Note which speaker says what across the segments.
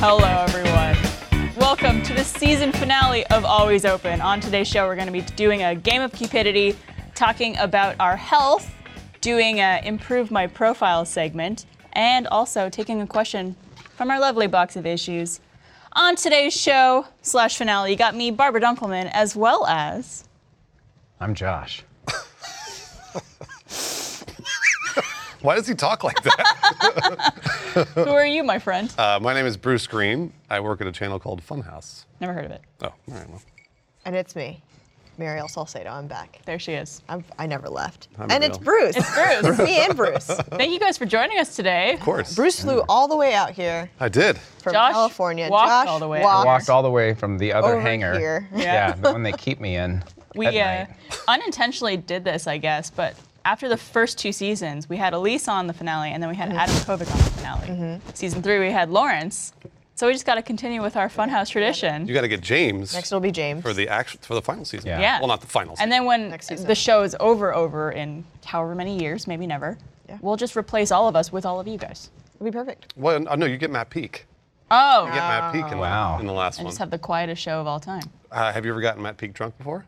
Speaker 1: Hello, everyone. Welcome to the season finale of Always Open. On today's show, we're going to be doing a game of cupidity, talking about our health, doing a Improve My Profile segment, and also taking a question from our lovely box of issues. On today's show slash finale, you got me, Barbara Dunkelman, as well as
Speaker 2: I'm Josh.
Speaker 3: Why does he talk like that?
Speaker 1: who are you, my friend?
Speaker 3: uh, my name is Bruce Green. I work at a channel called Funhouse.
Speaker 1: Never heard of it.
Speaker 3: Oh, all right. Well,
Speaker 4: And it's me, Mariel Salcedo. I'm back.
Speaker 1: There she is.
Speaker 4: I'm, I never left.
Speaker 3: Hi,
Speaker 4: and it's
Speaker 3: Mariel.
Speaker 4: Bruce. It's Bruce. it's me and Bruce.
Speaker 1: Thank you guys for joining us today.
Speaker 3: of course.
Speaker 4: Bruce flew all the way out here
Speaker 3: I did.
Speaker 4: from
Speaker 1: Josh
Speaker 4: California.
Speaker 1: walked
Speaker 4: Josh
Speaker 1: all the way out.
Speaker 2: I
Speaker 4: walked
Speaker 2: walked all the way from the other
Speaker 4: over
Speaker 2: hangar.
Speaker 4: here.
Speaker 2: Yeah. the one they keep me in.
Speaker 1: We
Speaker 2: at
Speaker 1: uh,
Speaker 2: night.
Speaker 1: unintentionally did this, I guess, but after the first two seasons, we had Elise on the finale, and then we had Adam Kovic on the finale. Season three, we had Lawrence. So we just got to continue with our funhouse tradition.
Speaker 3: You got to get James
Speaker 4: Next it'll be James.
Speaker 3: for the actual for the final season.
Speaker 2: Yeah.
Speaker 1: Yeah.
Speaker 3: Well, not the final.
Speaker 1: And then when
Speaker 4: Next season.
Speaker 1: the show is over, over in however many years, maybe never,
Speaker 4: Yeah.
Speaker 1: we'll just replace all of us with all of you guys.
Speaker 4: It'll be perfect.
Speaker 3: season. Well, uh, no, you get Matt Peak.
Speaker 1: Oh,
Speaker 3: You get Matt Peak in,
Speaker 2: Wow.
Speaker 3: the, in the last
Speaker 1: I
Speaker 3: one.
Speaker 1: just have the quietest show of all time.
Speaker 3: uh, have you ever gotten Matt Peak drunk before?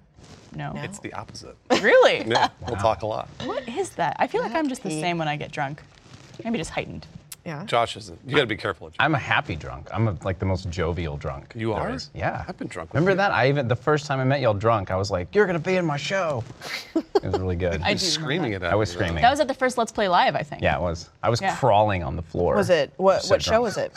Speaker 1: No.
Speaker 3: It's the opposite.
Speaker 1: Really?
Speaker 3: yeah, we'll talk a lot.
Speaker 1: What is that? I feel like I'm just the
Speaker 4: Pete.
Speaker 1: same when I get drunk. Maybe just heightened.
Speaker 4: Yeah.
Speaker 3: Josh isn't. You got to be careful.
Speaker 2: I'm a happy drunk. I'm a, like the most jovial drunk.
Speaker 3: You
Speaker 2: there
Speaker 3: are?
Speaker 2: is. Yeah.
Speaker 3: I've been drunk with
Speaker 2: Remember
Speaker 3: you.
Speaker 2: that? I even the first time I met y'all drunk, I was like, "You're gonna be in my show." It was really
Speaker 1: I
Speaker 2: good.
Speaker 3: You're
Speaker 1: do remember
Speaker 3: screaming
Speaker 1: that.
Speaker 3: it at
Speaker 2: I was
Speaker 3: me,
Speaker 2: screaming.
Speaker 1: That was at the first Let's Play Live, I think.
Speaker 2: yeah, it was. I was
Speaker 1: Yeah.
Speaker 2: crawling on the floor.
Speaker 4: Was it what?
Speaker 2: So
Speaker 4: what show
Speaker 2: drunk.
Speaker 4: was it?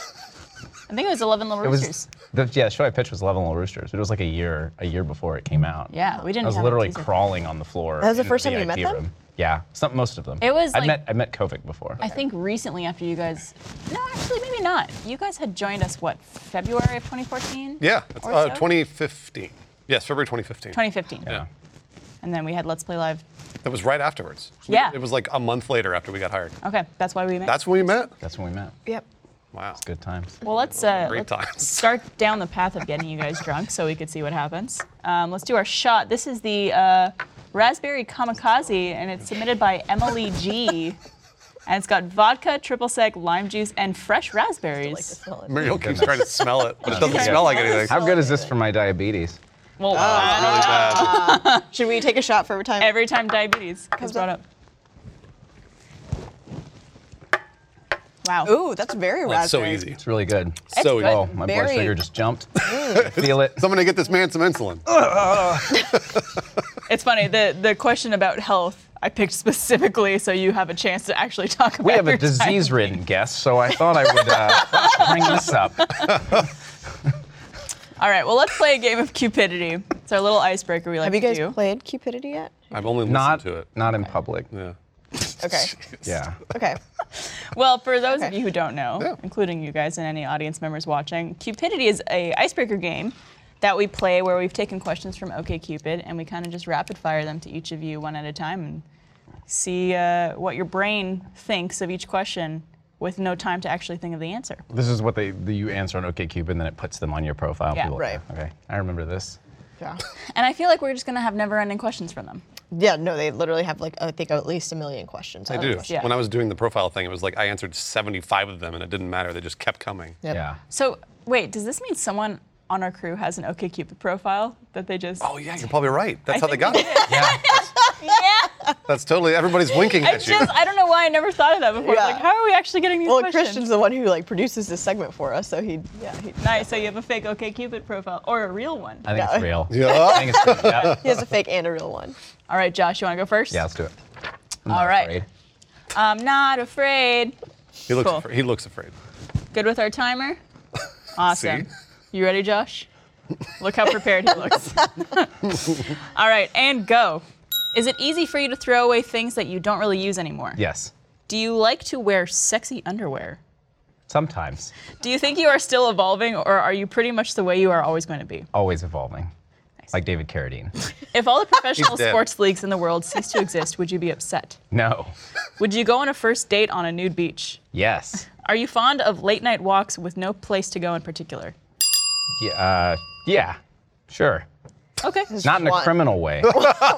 Speaker 1: I think it was 11 Little
Speaker 2: It
Speaker 1: Roosters.
Speaker 2: was. The, yeah, the show I pitched was Love and Little Roosters. It was like a year, a year before it came out.
Speaker 1: Yeah, we didn't
Speaker 2: I was
Speaker 1: have a
Speaker 2: literally
Speaker 1: teaser.
Speaker 2: crawling on the floor.
Speaker 4: That was the
Speaker 2: in
Speaker 4: first time you met
Speaker 2: VIP
Speaker 4: them?
Speaker 2: room. Yeah, some, most of them.
Speaker 1: It was
Speaker 2: I
Speaker 1: like-
Speaker 2: met I met Kovic before.
Speaker 1: I think recently after you guys, no, actually maybe not. You guys had joined us what February of 2014?
Speaker 3: Yeah, it's,
Speaker 1: Or
Speaker 3: uh,
Speaker 1: so?
Speaker 3: 2015. Yes, February 2015.
Speaker 1: 2015.
Speaker 3: Yeah.
Speaker 1: And then we had Let's Play Live.
Speaker 3: That was right afterwards.
Speaker 1: Yeah. Oh.
Speaker 3: It was like a month later after we got hired.
Speaker 1: Okay, that's why we met.
Speaker 3: That's when we met.
Speaker 2: That's when we met.
Speaker 4: Yep.
Speaker 3: Wow.
Speaker 2: Good times.
Speaker 1: well, let's, uh, let's
Speaker 3: Great times.
Speaker 1: start down the path of getting you guys drunk so we could see what happens. Um, let's do our shot. This is the uh, Raspberry Kamikaze, and it's submitted by Emily G. and it's got vodka, triple sec, lime juice, and fresh
Speaker 4: Like to
Speaker 1: raspberries.
Speaker 4: smell it.
Speaker 1: Oh,
Speaker 3: Mariel keeps trying to smell it, but it doesn't
Speaker 1: Yeah.
Speaker 3: smell like anything.
Speaker 2: How good is this for my diabetes?
Speaker 1: Well,
Speaker 2: Ah.
Speaker 3: really bad.
Speaker 4: Should we take a shot for every time?
Speaker 1: every time diabetes is brought up. Wow.
Speaker 4: Ooh, that's very
Speaker 3: That's so
Speaker 4: raspberry.
Speaker 3: easy.
Speaker 2: It's really good.
Speaker 3: So
Speaker 1: good.
Speaker 3: easy.
Speaker 2: Oh, my blood
Speaker 4: Very-
Speaker 2: sugar just jumped. I feel it.
Speaker 3: Somebody get this man some insulin.
Speaker 1: It's funny the the question about health I picked specifically so you have a chance to actually talk about.
Speaker 2: We have a
Speaker 1: your time.
Speaker 2: disease-ridden guest, so I thought I would uh, bring this up.
Speaker 1: All right, well let's play a game of cupidity. It's our little icebreaker we like
Speaker 4: Have you
Speaker 1: to
Speaker 4: guys
Speaker 1: do.
Speaker 4: played Cupidity yet?
Speaker 3: I've only listened
Speaker 2: Not,
Speaker 3: to it.
Speaker 2: not in public.
Speaker 3: Yeah.
Speaker 4: Okay.
Speaker 2: Yeah.
Speaker 4: Okay.
Speaker 1: Well, for those of
Speaker 4: Okay.
Speaker 1: you who don't know,
Speaker 3: Yeah.
Speaker 1: including you guys and any audience members watching, Cupidity is a icebreaker game that we play where we've taken questions from OKCupid and we kind of just rapid fire them to each of you one at a time and see uh, what your brain thinks of each question with no time to actually think of the answer.
Speaker 2: This is what they the, you answer on OkCupid, and then it puts them on your profile.
Speaker 1: Yeah.
Speaker 2: People-
Speaker 4: Right.
Speaker 2: Okay. I remember this.
Speaker 4: Yeah.
Speaker 1: And I feel like we're just going to have never-ending questions from them.
Speaker 4: Yeah. No, they literally have like I think at least a million questions.
Speaker 3: I
Speaker 4: Other
Speaker 3: do.
Speaker 4: questions.
Speaker 1: Yeah.
Speaker 3: When I was doing the profile thing, it was like I answered 75 of them and it didn't matter. They just kept coming.
Speaker 4: Yep.
Speaker 2: Yeah.
Speaker 1: So wait, does this mean someone on our crew has an OKCupid profile that they just?
Speaker 3: Oh, yeah, you're probably right. That's
Speaker 1: I
Speaker 3: how they
Speaker 1: think
Speaker 3: got
Speaker 1: we
Speaker 3: it.
Speaker 1: did.
Speaker 2: Yeah.
Speaker 1: yeah,
Speaker 3: That's totally, everybody's winking
Speaker 1: I
Speaker 3: at you.
Speaker 1: just I don't know why I never thought of that before.
Speaker 4: Yeah.
Speaker 1: Like, how are we actually getting these
Speaker 4: Well,
Speaker 1: questions?
Speaker 4: Christian's the one who like produces this segment for us, so he yeah he,
Speaker 1: Nice. So you have a fake OKCupid profile or a real one.
Speaker 2: I think
Speaker 4: Yeah.
Speaker 2: it's real. I
Speaker 3: Yeah.
Speaker 2: think it's real. Yeah.
Speaker 4: he has a fake and a real one.
Speaker 1: All right, Josh, you want to go first?
Speaker 2: yeah. Let's do it. I'm
Speaker 1: All
Speaker 2: not
Speaker 1: right.
Speaker 2: afraid.
Speaker 1: I'm not afraid.
Speaker 3: He looks,
Speaker 1: Cool.
Speaker 3: afraid. he looks afraid.
Speaker 1: Good with our timer. Awesome.
Speaker 3: See?
Speaker 1: You ready, Josh? Look how prepared he looks. All right, and go. Is it easy for you to throw away things that you don't really use anymore?
Speaker 2: Yes.
Speaker 1: Do you like to wear sexy underwear?
Speaker 2: Sometimes.
Speaker 1: Do you think you are still evolving, or are you pretty much the way you are always going to be?
Speaker 2: Always evolving. Like David Carradine.
Speaker 1: If all the professional
Speaker 3: dead.
Speaker 1: sports leagues in the world ceased to exist, would you be upset?
Speaker 2: No.
Speaker 1: Would you go on a first date on a nude beach?
Speaker 2: Yes.
Speaker 1: Are you fond of late night walks with no place to go in particular?
Speaker 2: Yeah. Uh, yeah. Sure.
Speaker 1: Okay.
Speaker 2: Not in a
Speaker 4: One.
Speaker 2: criminal way.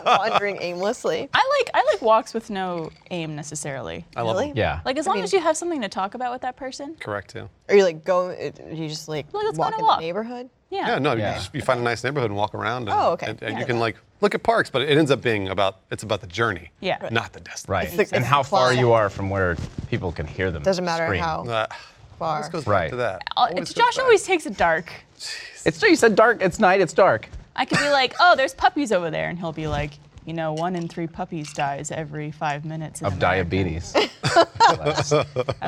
Speaker 4: wandering aimlessly.
Speaker 1: I like I like walks with no aim necessarily.
Speaker 3: I love
Speaker 4: Really?
Speaker 3: them.
Speaker 2: Yeah.
Speaker 1: Like as
Speaker 4: I
Speaker 1: long
Speaker 4: mean-
Speaker 1: as you have something to talk about with that person.
Speaker 3: Correct, yeah.
Speaker 4: Are you like going? Are you just like
Speaker 1: Well, let's go on a
Speaker 4: walk in
Speaker 1: walk.
Speaker 4: the neighborhood?
Speaker 1: Yeah. Uh,
Speaker 3: Yeah, no,
Speaker 2: Yeah.
Speaker 3: you just you find a nice neighborhood and walk around. And,
Speaker 4: Oh, okay.
Speaker 3: And, and
Speaker 4: Yeah,
Speaker 3: you
Speaker 4: I
Speaker 3: can
Speaker 4: love
Speaker 3: like look at parks, but it ends up being about it's about the journey,
Speaker 1: Yeah. Right.
Speaker 3: not the destination.
Speaker 2: right.
Speaker 4: It's the-
Speaker 2: and
Speaker 4: it's
Speaker 2: how
Speaker 4: the
Speaker 2: far
Speaker 4: closet.
Speaker 2: you are from where people can hear them.
Speaker 4: Doesn't matter
Speaker 2: scream.
Speaker 4: how
Speaker 3: Uh,
Speaker 4: far.
Speaker 3: this goes
Speaker 2: Right.
Speaker 3: back to that.
Speaker 4: Uh,
Speaker 1: I'll-
Speaker 3: Always goes
Speaker 1: Josh
Speaker 3: back.
Speaker 1: always takes it dark.
Speaker 2: It's you said dark. It's night. It's dark.
Speaker 1: I could be like, oh, there's puppies over there, and he'll be like, you know, one in three puppies dies every five minutes. in
Speaker 2: Of
Speaker 1: America."
Speaker 2: diabetes.
Speaker 1: That's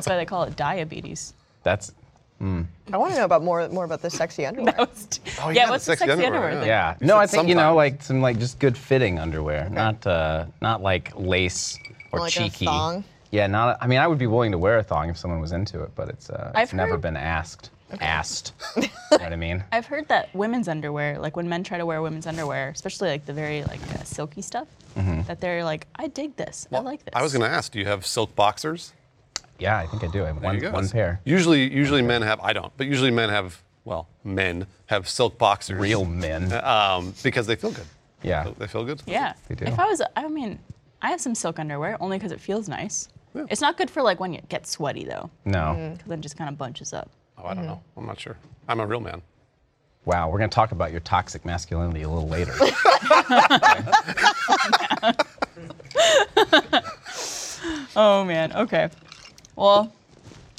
Speaker 1: why they call it diabetes.
Speaker 2: That's
Speaker 4: I want to know about more more about the sexy underwear.
Speaker 3: Oh,
Speaker 1: yeah,
Speaker 3: the
Speaker 1: what's the sexy underwear thing?
Speaker 2: yeah.
Speaker 3: You
Speaker 2: No,
Speaker 3: said
Speaker 2: I think you know
Speaker 3: sometimes.
Speaker 2: like some like just good fitting underwear, not uh, not like lace or
Speaker 4: Like a
Speaker 2: cheeky.
Speaker 4: thong?
Speaker 2: Yeah, not. I mean, I would be willing to wear a thong if someone was into it, but it's uh,
Speaker 1: I've
Speaker 2: it's never
Speaker 1: heard-
Speaker 2: been asked. Asked. you know what I mean?
Speaker 1: I've heard that women's underwear, like when men try to wear women's underwear, especially like the very like uh, silky stuff, that they're like, I dig this. I like this.
Speaker 3: I was gonna ask, do you have silk boxers?
Speaker 2: Yeah, I think I do. I have
Speaker 3: There
Speaker 2: one,
Speaker 3: you go.
Speaker 2: one pair.
Speaker 3: Usually, usually men have. I don't, but usually men have. Well, men have silk boxers.
Speaker 2: Real men.
Speaker 3: Um, because they feel good.
Speaker 2: Yeah.
Speaker 3: They feel good.
Speaker 1: Yeah.
Speaker 2: They do.
Speaker 1: If I was, I mean, I have some silk underwear only because it feels nice. It's not good for like when you get sweaty though,
Speaker 2: No.
Speaker 1: because then it just kind of bunches up.
Speaker 3: Oh, I don't
Speaker 4: Mm-hmm.
Speaker 3: know. I'm not sure. I'm a real man.
Speaker 2: Wow. We're gonna talk about your toxic masculinity a little later.
Speaker 1: Oh man. Okay. Well,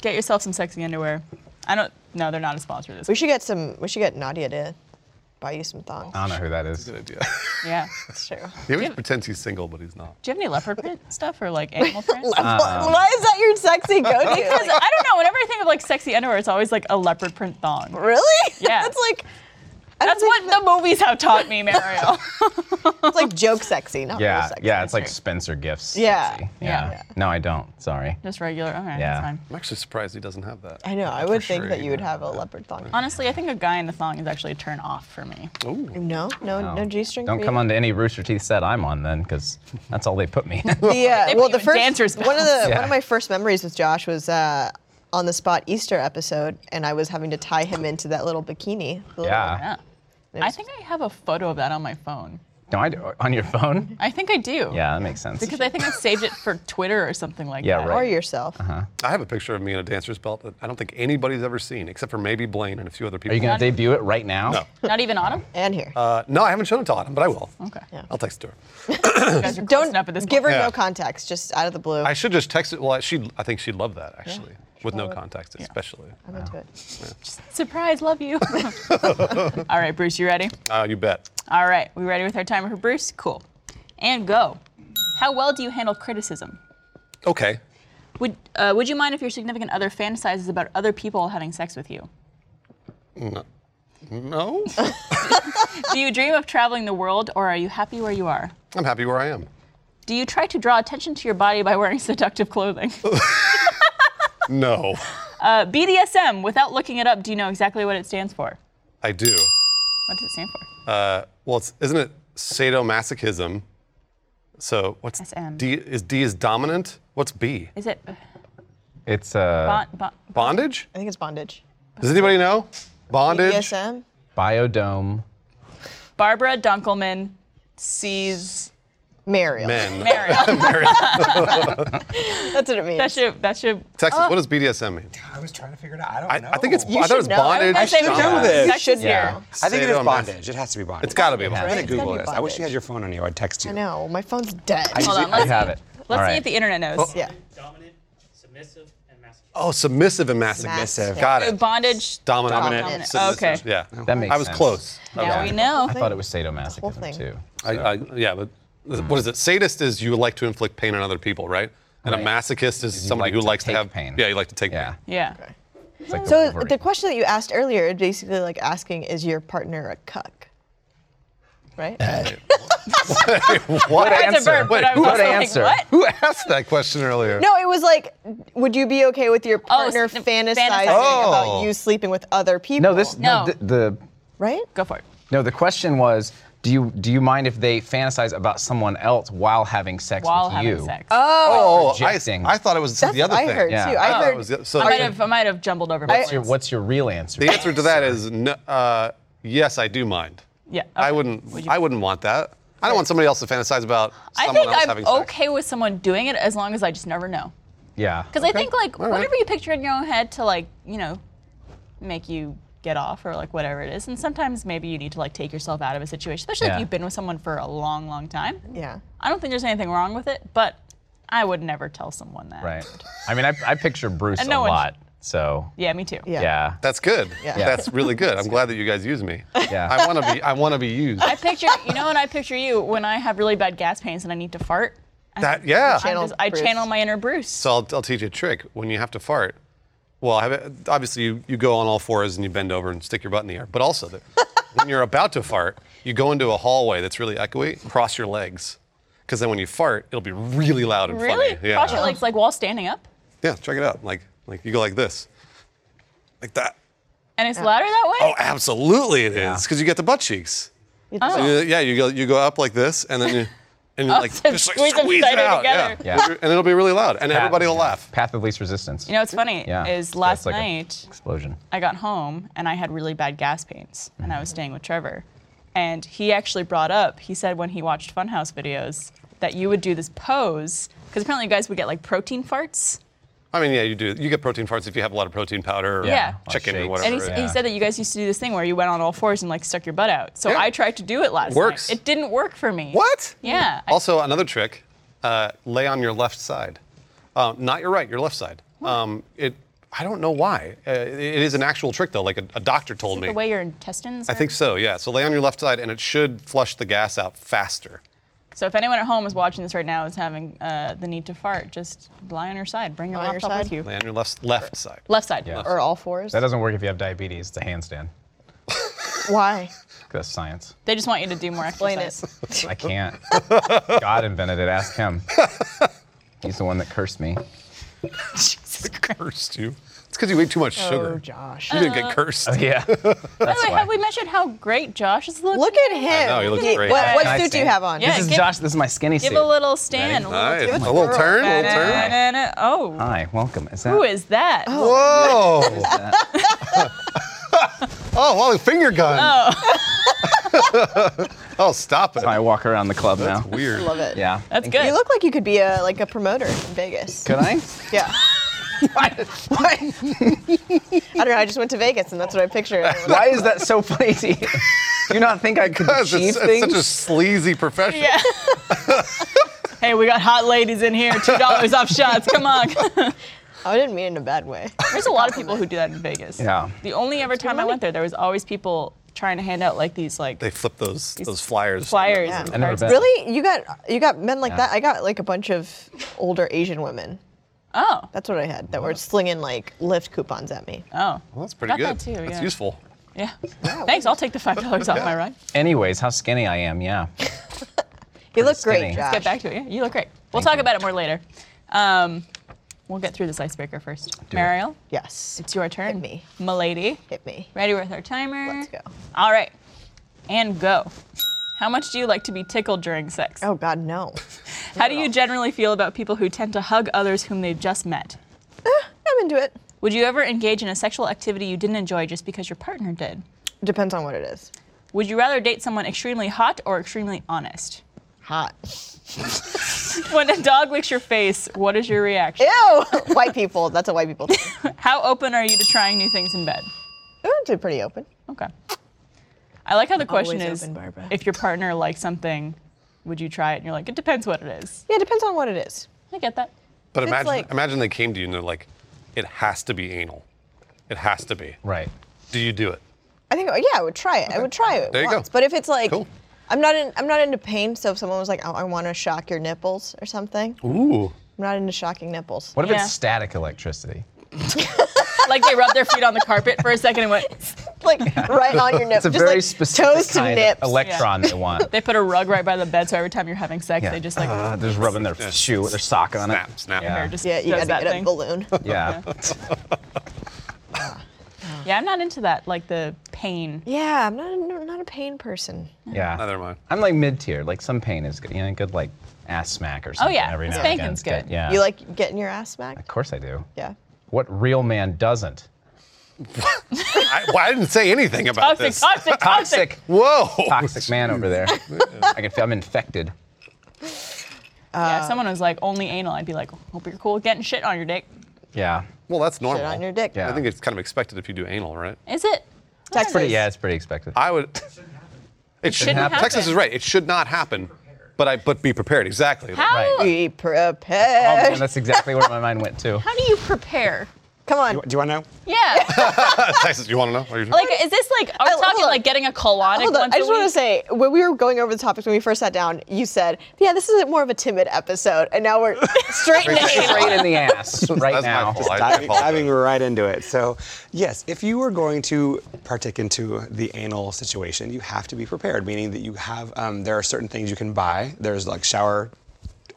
Speaker 1: get yourself some sexy underwear. I don't. No, they're not a sponsor. of
Speaker 4: We
Speaker 1: This.
Speaker 4: should get some. We should get Nadia to buy you some thongs.
Speaker 2: I don't know who that is.
Speaker 3: Good idea.
Speaker 1: Yeah.
Speaker 4: That's true.
Speaker 3: he always pretends he's single, but he's not.
Speaker 1: Do you have any leopard print stuff or like animal print?
Speaker 2: uh,
Speaker 4: Why is that your sexy go-to?
Speaker 1: Because I don't know. Whenever I think of like sexy underwear, it's always like a leopard print thong.
Speaker 4: really?
Speaker 1: Yeah.
Speaker 4: That's like
Speaker 1: That's what the movies have taught me, Mario.
Speaker 4: it's like joke sexy, not real
Speaker 2: Yeah.
Speaker 4: sexy.
Speaker 2: Yeah. It's like
Speaker 1: true.
Speaker 2: Spencer gifts.
Speaker 4: Yeah,
Speaker 2: sexy.
Speaker 1: yeah.
Speaker 2: Yeah. No, I don't. Sorry.
Speaker 1: Just regular. Okay,
Speaker 2: Yeah.
Speaker 1: that's fine.
Speaker 3: I'm actually surprised he doesn't have that.
Speaker 4: I know. I
Speaker 3: For
Speaker 4: would think
Speaker 3: sure
Speaker 4: that
Speaker 3: he
Speaker 4: you would
Speaker 3: would.
Speaker 4: have a leopard thong.
Speaker 1: Honestly, I think a guy in the thong is actually a turn off for me.
Speaker 3: Ooh.
Speaker 4: No, no, no, G-string.
Speaker 2: Don't
Speaker 4: for
Speaker 2: come
Speaker 4: you?
Speaker 2: onto any Rooster Teeth set I'm on then, because that's all they put me in.
Speaker 4: The, uh,
Speaker 1: put
Speaker 4: well,
Speaker 1: you
Speaker 4: the
Speaker 1: in
Speaker 4: first
Speaker 1: dancer's
Speaker 4: one of the one
Speaker 2: Yeah.
Speaker 4: of my first memories with Josh was uh, on the spot Easter episode, and I was having to tie him into that little bikini. the little-
Speaker 2: yeah.
Speaker 1: Yeah. I think I have a photo of that on my phone.
Speaker 2: No, I do. On your phone?
Speaker 1: I think I do.
Speaker 2: Yeah, that makes sense.
Speaker 1: Because I think I saved it for Twitter or something like
Speaker 2: Yeah,
Speaker 1: that.
Speaker 2: right.
Speaker 4: Or yourself.
Speaker 3: I have a picture of me in a dancer's belt that I don't think anybody's ever seen, except for maybe Blaine and a few other people.
Speaker 2: Are you going to debut it right now?
Speaker 3: No.
Speaker 1: Not even on him?
Speaker 4: And here.
Speaker 3: Uh, no, I haven't shown it to Autumn, but I will.
Speaker 1: Okay. Yeah.
Speaker 3: I'll text her.
Speaker 1: You guys are
Speaker 4: Don't
Speaker 1: closing up at this
Speaker 4: give her
Speaker 1: point.
Speaker 3: Yeah.
Speaker 4: no contacts, just out of the blue.
Speaker 3: I should just text it. Well, she, I think she'd love that actually, with no context, especially.
Speaker 4: I'm into it.
Speaker 1: Surprise, love you. All right, Bruce, you ready?
Speaker 3: Uh, you bet.
Speaker 1: All right, we ready with our timer for Bruce? Cool. And go. How well do you handle criticism?
Speaker 3: Okay.
Speaker 1: Would, uh, would you mind if your significant other fantasizes about other people having sex with you?
Speaker 3: No,
Speaker 1: Do you dream of traveling the world or are you happy where you are?
Speaker 3: I'm happy where I am.
Speaker 1: Do you try to draw attention to your body by wearing seductive clothing?
Speaker 3: No,
Speaker 1: Uh, BDSM, without looking it up, do you know exactly what it stands for?
Speaker 3: I do.
Speaker 1: What does it stand for?
Speaker 3: Well, it's, isn't it sadomasochism? So what's
Speaker 1: SM.
Speaker 3: D? Is D is dominant? What's B?
Speaker 1: Is it
Speaker 2: It's uh,
Speaker 1: bon, bon,
Speaker 3: Bondage?
Speaker 4: I think it's bondage. E
Speaker 3: Does anybody know? Bondage.
Speaker 4: BDSM.
Speaker 2: Biodome.
Speaker 1: Barbara Dunkelman sees
Speaker 4: Mariel.
Speaker 3: Men.
Speaker 1: Mary.
Speaker 4: That's what it means.
Speaker 1: that should that should
Speaker 3: Texas. What does BDSM mean?
Speaker 5: I was trying to figure it out. I don't
Speaker 3: I,
Speaker 5: know.
Speaker 3: I think it's. I thought
Speaker 4: should
Speaker 3: it was
Speaker 4: know. I was
Speaker 3: bondage.
Speaker 1: I
Speaker 5: should
Speaker 1: think-
Speaker 5: know
Speaker 1: uh,
Speaker 5: this.
Speaker 1: Sex is
Speaker 2: Yeah.
Speaker 1: here.
Speaker 5: I think it
Speaker 3: Sadomas-
Speaker 5: is bondage. It has to be bondage.
Speaker 3: It's got to be
Speaker 2: Yeah.
Speaker 5: I'm
Speaker 3: bondage.
Speaker 5: gonna
Speaker 4: It's gotta
Speaker 5: Google
Speaker 4: be
Speaker 5: this. I wish you had
Speaker 4: bondage.
Speaker 5: your phone on you. I'd text you.
Speaker 4: I know. My phone's dead.
Speaker 5: I
Speaker 1: Hold on,
Speaker 2: I
Speaker 1: let's,
Speaker 2: have it.
Speaker 1: let's
Speaker 2: All
Speaker 1: see
Speaker 2: right.
Speaker 1: if the internet knows.
Speaker 4: Oh,
Speaker 6: It's Dominant, submissive, and masculine.
Speaker 3: Oh, submissive and massive.
Speaker 4: Submissive.
Speaker 3: Got
Speaker 1: Uh,
Speaker 3: it.
Speaker 1: Bondage.
Speaker 3: Dominant.
Speaker 4: Dominant.
Speaker 1: Okay.
Speaker 3: Submissive. Yeah.
Speaker 2: That makes
Speaker 3: I was
Speaker 2: sense.
Speaker 3: close. I was
Speaker 1: Now we
Speaker 3: close.
Speaker 1: know.
Speaker 2: I thought it was sadomasochism
Speaker 4: Whole thing.
Speaker 2: too.
Speaker 3: I, I, yeah, but th- what is it? Sadist is you like to inflict pain on other people, right? And a
Speaker 2: Right.
Speaker 3: masochist is somebody
Speaker 2: like
Speaker 3: who
Speaker 2: to
Speaker 3: likes to
Speaker 2: take
Speaker 3: have
Speaker 2: pain.
Speaker 3: Yeah, you like to take
Speaker 2: Yeah.
Speaker 3: pain.
Speaker 1: Yeah.
Speaker 2: It's like
Speaker 4: So
Speaker 2: Wolverine.
Speaker 4: the question that you asked earlier is basically like asking, is your partner a cuck? Right?
Speaker 3: What
Speaker 1: That's a verb, but I was
Speaker 2: Who
Speaker 1: also like,
Speaker 2: answer?
Speaker 1: what?
Speaker 3: Who asked that question earlier?
Speaker 4: no, it was like, would you be okay with your partner
Speaker 1: Oh, s-
Speaker 4: fantasizing
Speaker 1: fantasizing.
Speaker 3: Oh.
Speaker 4: about you sleeping with other people?
Speaker 2: No, this no.
Speaker 1: No.
Speaker 2: the, the
Speaker 4: right?
Speaker 1: Go for it.
Speaker 2: no. The question was, do you do you mind if they fantasize about someone else while having sex
Speaker 1: While
Speaker 2: with
Speaker 1: having
Speaker 2: you?
Speaker 1: sex.
Speaker 3: Oh, I,
Speaker 2: Rejecting.
Speaker 3: I thought it was
Speaker 4: That's
Speaker 3: the other
Speaker 4: what I
Speaker 3: thing. Oh.
Speaker 4: heard
Speaker 2: Yeah.
Speaker 4: too. I
Speaker 3: I thought it
Speaker 4: heard
Speaker 3: was the- so
Speaker 1: I
Speaker 3: I-
Speaker 1: might have I might have jumbled over. my
Speaker 2: What's your,
Speaker 1: words.
Speaker 2: what's your real answer?
Speaker 3: the answer to that is no, uh, yes, I do mind.
Speaker 1: Yeah.
Speaker 3: I
Speaker 1: okay.
Speaker 3: wouldn't.
Speaker 1: Would you-
Speaker 3: I wouldn't want that. I don't want somebody else to fantasize about
Speaker 1: I
Speaker 3: someone
Speaker 1: think
Speaker 3: else
Speaker 1: I'm
Speaker 3: having sex.
Speaker 1: okay with someone doing it as long as I just never know.
Speaker 2: Yeah.
Speaker 1: Because I think like
Speaker 3: all right.
Speaker 1: whatever you picture in your own head to like you know make you get off or like whatever it is, and sometimes maybe you need to like take yourself out of a situation, especially
Speaker 2: Yeah.
Speaker 1: if you've been with someone for a long, long time.
Speaker 4: Yeah.
Speaker 1: I don't think there's anything wrong with it, but I would never tell someone that.
Speaker 2: Right. I mean, I, I picture Bruce
Speaker 1: And no one-
Speaker 2: a lot. So
Speaker 1: Yeah, me too.
Speaker 4: Yeah.
Speaker 2: yeah.
Speaker 3: That's good.
Speaker 4: Yeah. Yeah.
Speaker 3: That's really good. I'm glad that you guys use me.
Speaker 2: Yeah.
Speaker 3: I want to be. I want to be used.
Speaker 1: I picture you know, and I picture you when I have really bad gas pains and I need to fart. I
Speaker 3: That yeah.
Speaker 1: I, just, I
Speaker 4: Bruce.
Speaker 1: channel my inner Bruce.
Speaker 3: So I'll, I'll teach you a trick. When you have to fart, well, have it, obviously you, you go on all fours and you bend over and stick your butt in the air. But also, that when you're about to fart, you go into a hallway that's really echoey. Cross your legs, because then when you fart, it'll be really loud and
Speaker 1: really?
Speaker 3: funny. Yeah.
Speaker 1: Cross your legs like while standing up,
Speaker 3: Yeah. Check it out. Like like you go like this, like that.
Speaker 1: and it's louder that way.
Speaker 3: Oh, absolutely it is, because you get the butt cheeks. So you- yeah, you go you go up like this, and then you and you like
Speaker 1: Oh. so
Speaker 3: just like
Speaker 1: squeeze
Speaker 3: squeeze,
Speaker 1: them
Speaker 3: it
Speaker 1: tighter
Speaker 3: out. Yeah.
Speaker 1: together.
Speaker 2: Yeah.
Speaker 3: and it'll be really loud, and
Speaker 2: Path-
Speaker 3: everybody will
Speaker 2: yeah.
Speaker 3: laugh.
Speaker 2: Path of least resistance.
Speaker 1: You know what's funny
Speaker 2: Yeah.
Speaker 1: is
Speaker 2: So
Speaker 1: last
Speaker 2: it's like a
Speaker 1: night
Speaker 2: explosion.
Speaker 1: I got home and I had really bad gas pains and
Speaker 3: Mm.
Speaker 1: I was staying with Trevor. And he actually brought up, he said when he watched Funhouse videos that you would do this pose because apparently you guys would get like protein farts.
Speaker 3: I mean, yeah, you do. You get protein farts if you have a lot of protein powder or
Speaker 1: Yeah.
Speaker 3: chicken
Speaker 2: Or
Speaker 3: or
Speaker 2: shakes.
Speaker 3: whatever.
Speaker 1: And he,
Speaker 3: it
Speaker 1: s
Speaker 3: is.
Speaker 1: he
Speaker 2: Yeah.
Speaker 1: said that you guys used to do this thing where you went on all fours and like stuck your butt out. So
Speaker 3: Yeah.
Speaker 1: I tried to do it last
Speaker 3: Works.
Speaker 1: night. It didn't work for me.
Speaker 3: What?
Speaker 1: Yeah. I-
Speaker 3: Also, another trick: uh, lay on your left side, um, not your right, your left side. Um, it. I don't know why. Uh, it it is an actual trick though. Like a, a doctor told me.
Speaker 1: the way your intestines.
Speaker 3: I
Speaker 1: are-
Speaker 3: think so. Yeah. So lay on your left side, and it should flush the gas out faster.
Speaker 1: So if anyone at home is watching this right now and is having uh, the need to fart, just lie on your side. Bring your
Speaker 4: Lie on your
Speaker 1: laptop with
Speaker 4: side?
Speaker 1: you.
Speaker 3: Lay on your left left side.
Speaker 1: Left side.
Speaker 4: Or all fours?
Speaker 2: That doesn't work if you have diabetes. It's a handstand.
Speaker 4: Why?
Speaker 2: That's science.
Speaker 1: They just want you to do more
Speaker 4: Explain
Speaker 1: exercise.
Speaker 4: it.
Speaker 2: I can't. God invented it. Ask him. He's the one that cursed me.
Speaker 3: Cursed you. It's because you ate too much sugar.
Speaker 4: Oh, Josh.
Speaker 3: You didn't
Speaker 1: Uh,
Speaker 3: get cursed.
Speaker 2: Yeah.
Speaker 1: By the way,
Speaker 2: why.
Speaker 1: have we mentioned how great Josh is looking?
Speaker 4: Look at him.
Speaker 3: know, he looks
Speaker 4: He-
Speaker 3: great.
Speaker 4: What, what
Speaker 2: Nice
Speaker 4: suit do you
Speaker 2: thing.
Speaker 4: have on?
Speaker 1: Yeah.
Speaker 2: This is
Speaker 1: give-
Speaker 2: Josh. This is my skinny
Speaker 1: Give
Speaker 2: suit.
Speaker 1: a little stand. a little-
Speaker 3: Nice.
Speaker 1: give
Speaker 3: A
Speaker 1: it-
Speaker 3: little turn. A little turn.
Speaker 1: Da-da-da-da. Oh,
Speaker 2: Hi, welcome. Is that?
Speaker 1: who is that?
Speaker 3: Whoa! oh, well, finger gun. Oh. stop it.
Speaker 2: I walk around the club
Speaker 3: That's
Speaker 2: now.
Speaker 3: weird.
Speaker 4: Love it.
Speaker 2: Yeah.
Speaker 1: That's
Speaker 2: Thank
Speaker 1: good.
Speaker 4: You look like you could be a like a promoter in Vegas.
Speaker 2: Could I?
Speaker 4: Yeah.
Speaker 2: Why?
Speaker 4: I don't know. I just went to Vegas and that's what I pictured.
Speaker 2: Why is that so funny? to you? Do you not think I could
Speaker 3: Guys,
Speaker 2: achieve
Speaker 3: it's, it's
Speaker 2: things?
Speaker 3: such a sleazy profession.
Speaker 1: Yeah. hey, we got hot ladies in here. Two dollars off shots. Come on.
Speaker 4: I didn't mean it in a bad way.
Speaker 1: There's a lot of people who do that in Vegas.
Speaker 2: Yeah.
Speaker 1: The only ever time I went there, there was always people trying to hand out like these like
Speaker 3: They flip those those flyers.
Speaker 1: flyers.
Speaker 4: Yeah.
Speaker 1: and
Speaker 4: I
Speaker 2: never
Speaker 1: cards.
Speaker 2: been.
Speaker 4: Really? You got you got men like
Speaker 2: Yeah.
Speaker 4: that? I got like a bunch of older Asian women.
Speaker 1: Oh.
Speaker 4: That's what I had that were slinging like lift coupons at me.
Speaker 1: Oh.
Speaker 3: Well, that's pretty
Speaker 1: Got
Speaker 3: good.
Speaker 1: that too,
Speaker 3: That's
Speaker 1: yeah.
Speaker 3: useful.
Speaker 1: Yeah. Thanks. I'll take the five dollars off my ride.
Speaker 2: Anyways, how skinny I am. Yeah.
Speaker 4: You look
Speaker 2: skinny. Let's
Speaker 4: great, Josh.
Speaker 1: Get back to it. Yeah, you look great. We'll talk about it more later. Um, we'll get through this icebreaker first.
Speaker 2: Do it.
Speaker 1: Mariel,
Speaker 4: Yes.
Speaker 1: it's your turn.
Speaker 4: Hit me.
Speaker 1: Milady.
Speaker 4: Hit me.
Speaker 1: Ready with our timer?
Speaker 4: Let's go.
Speaker 1: All right. And go. How much do you like to be tickled during sex?
Speaker 4: Oh God, no.
Speaker 1: How do you generally feel about people who tend to hug others whom they've just met?
Speaker 4: I'm into it.
Speaker 1: Would you ever engage in a sexual activity you didn't enjoy just because your partner did?
Speaker 4: Depends on what it is.
Speaker 1: Would you rather date someone extremely hot or extremely honest?
Speaker 4: Hot.
Speaker 1: When a dog licks your face, what is your reaction?
Speaker 4: Ew. white people. That's a white people. Thing.
Speaker 1: How open are you to trying new things in bed?
Speaker 4: I'm actually pretty open.
Speaker 1: Okay. I like how the question is
Speaker 4: always open, Barbara.
Speaker 1: if your partner likes something, would you try it? And you're like, it depends what it is.
Speaker 4: Yeah, it depends on what it is.
Speaker 1: I get that.
Speaker 3: But
Speaker 4: It's
Speaker 3: imagine
Speaker 4: like-
Speaker 3: imagine they came to you and they're like, it has to be anal. It has to be.
Speaker 2: Right.
Speaker 3: Do you do it?
Speaker 4: I think yeah, I would try it. I would try it
Speaker 3: There you go.
Speaker 4: once. But if it's like
Speaker 3: Cool.
Speaker 4: I'm not in I'm not into pain, so if someone was like, oh, I want to shock your nipples or something. I'm
Speaker 3: Ooh.
Speaker 4: not into shocking nipples.
Speaker 2: What if
Speaker 1: Yeah.
Speaker 2: it's static electricity?
Speaker 1: Like they rubbed their feet on the carpet for a second and went,
Speaker 4: Like right on your nipple.
Speaker 2: It's a
Speaker 4: just
Speaker 2: very
Speaker 4: like
Speaker 2: specific
Speaker 4: toes to
Speaker 2: kind
Speaker 4: nips.
Speaker 2: of electron they want.
Speaker 1: they put a rug right by the bed so every time you're having sex,
Speaker 2: Yeah.
Speaker 1: they just like,
Speaker 2: Uh, they're just rubbing their shoe with their sock on
Speaker 3: Snap,
Speaker 2: it.
Speaker 3: snap.
Speaker 1: or
Speaker 2: Yeah.
Speaker 1: just
Speaker 4: yeah, you
Speaker 1: does
Speaker 4: gotta
Speaker 1: that
Speaker 4: get
Speaker 1: thing.
Speaker 4: a balloon.
Speaker 2: Yeah.
Speaker 1: Yeah, I'm not into that, like the pain.
Speaker 4: yeah, I'm not a, not a pain person.
Speaker 2: Yeah.
Speaker 3: Neither mind.
Speaker 2: I'm like mid tier. Like some pain is good. You know, good like ass smack or something.
Speaker 1: Oh, yeah,
Speaker 2: Every now and
Speaker 1: spanking's
Speaker 2: again. It's
Speaker 1: good.
Speaker 2: Yeah.
Speaker 4: You like getting your ass smacked?
Speaker 2: Of course I do.
Speaker 4: Yeah.
Speaker 2: What real man doesn't?
Speaker 3: I, well, I didn't say anything about
Speaker 1: Toxic,
Speaker 3: this.
Speaker 1: toxic, toxic.
Speaker 2: Toxic,
Speaker 3: Whoa.
Speaker 2: toxic man over there. I can feel I'm infected.
Speaker 1: yeah, if
Speaker 4: Uh.
Speaker 1: someone was like only anal, I'd be like, hope you're cool with getting shit on your dick.
Speaker 2: Yeah.
Speaker 3: Well, that's normal.
Speaker 4: Shit on your dick.
Speaker 2: Yeah.
Speaker 3: I think it's kind of expected if you do anal, right?
Speaker 1: Is it?
Speaker 4: Texas.
Speaker 2: Pretty, yeah, it's pretty expected.
Speaker 3: I would. It should
Speaker 1: shouldn't happen.
Speaker 3: Texas is right. It should not happen. But I but be prepared. Exactly.
Speaker 1: How,
Speaker 4: Be
Speaker 2: Oh,
Speaker 4: prepared.
Speaker 2: man, that's exactly where my mind went to.
Speaker 1: how do you prepare?
Speaker 4: Come on.
Speaker 5: Do you want to know?
Speaker 1: Yeah.
Speaker 3: Texas, you want to know? Are you-
Speaker 1: like, is this like, are we
Speaker 4: I- hold
Speaker 1: talking
Speaker 4: on.
Speaker 1: like getting a colonic
Speaker 4: Hold on,
Speaker 1: once
Speaker 4: I just
Speaker 1: a
Speaker 4: want to
Speaker 1: week?
Speaker 4: say when we were going over the topics when we first sat down, you said, "Yeah, this is more of a timid episode," and now we're straight in the anal.
Speaker 2: Straight in the ass right
Speaker 3: That's my
Speaker 2: now.
Speaker 3: fault. I- I
Speaker 5: diving,
Speaker 3: apologize.
Speaker 5: diving right into it. So, yes, if you are going to partake into the anal situation, you have to be prepared. Meaning that you have um, there are certain things you can buy. There's like shower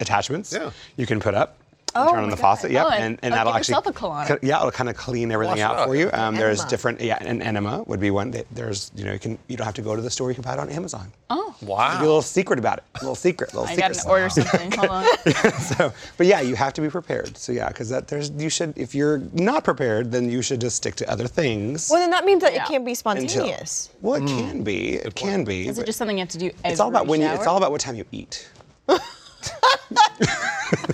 Speaker 5: attachments
Speaker 3: Yeah.
Speaker 5: you can put up.
Speaker 1: Oh
Speaker 5: turn
Speaker 1: my
Speaker 5: on the
Speaker 1: God.
Speaker 5: faucet. Yep,
Speaker 1: Oh, and-
Speaker 5: and, and,
Speaker 1: oh,
Speaker 5: that'll
Speaker 1: give
Speaker 5: actually
Speaker 1: yourself a colonic.
Speaker 5: co- yeah, it'll kind of clean everything
Speaker 3: Wash it
Speaker 5: out
Speaker 3: out.
Speaker 5: for you. Um, there's
Speaker 4: Enema.
Speaker 5: different. Yeah, an enema would be one. Th- There's you know you can you don't have to go to the store. You can buy it on Amazon. Oh,
Speaker 3: Wow.
Speaker 5: a little secret about it. little secret. little
Speaker 1: I
Speaker 5: secret.
Speaker 1: got to order something. Hold on.
Speaker 5: So, but yeah, you have to be prepared. So yeah, because that there's you should if you're not prepared, then you should just stick to other things.
Speaker 4: Well, then that means that
Speaker 1: Yeah.
Speaker 4: it can't be
Speaker 5: and chill.
Speaker 4: spontaneous.
Speaker 5: Well,
Speaker 3: Mm.
Speaker 5: it can be. It can be.
Speaker 1: Is it
Speaker 5: but
Speaker 1: just something you have to do every
Speaker 5: it's all about when you, it's
Speaker 1: shower?
Speaker 5: all about what time you eat.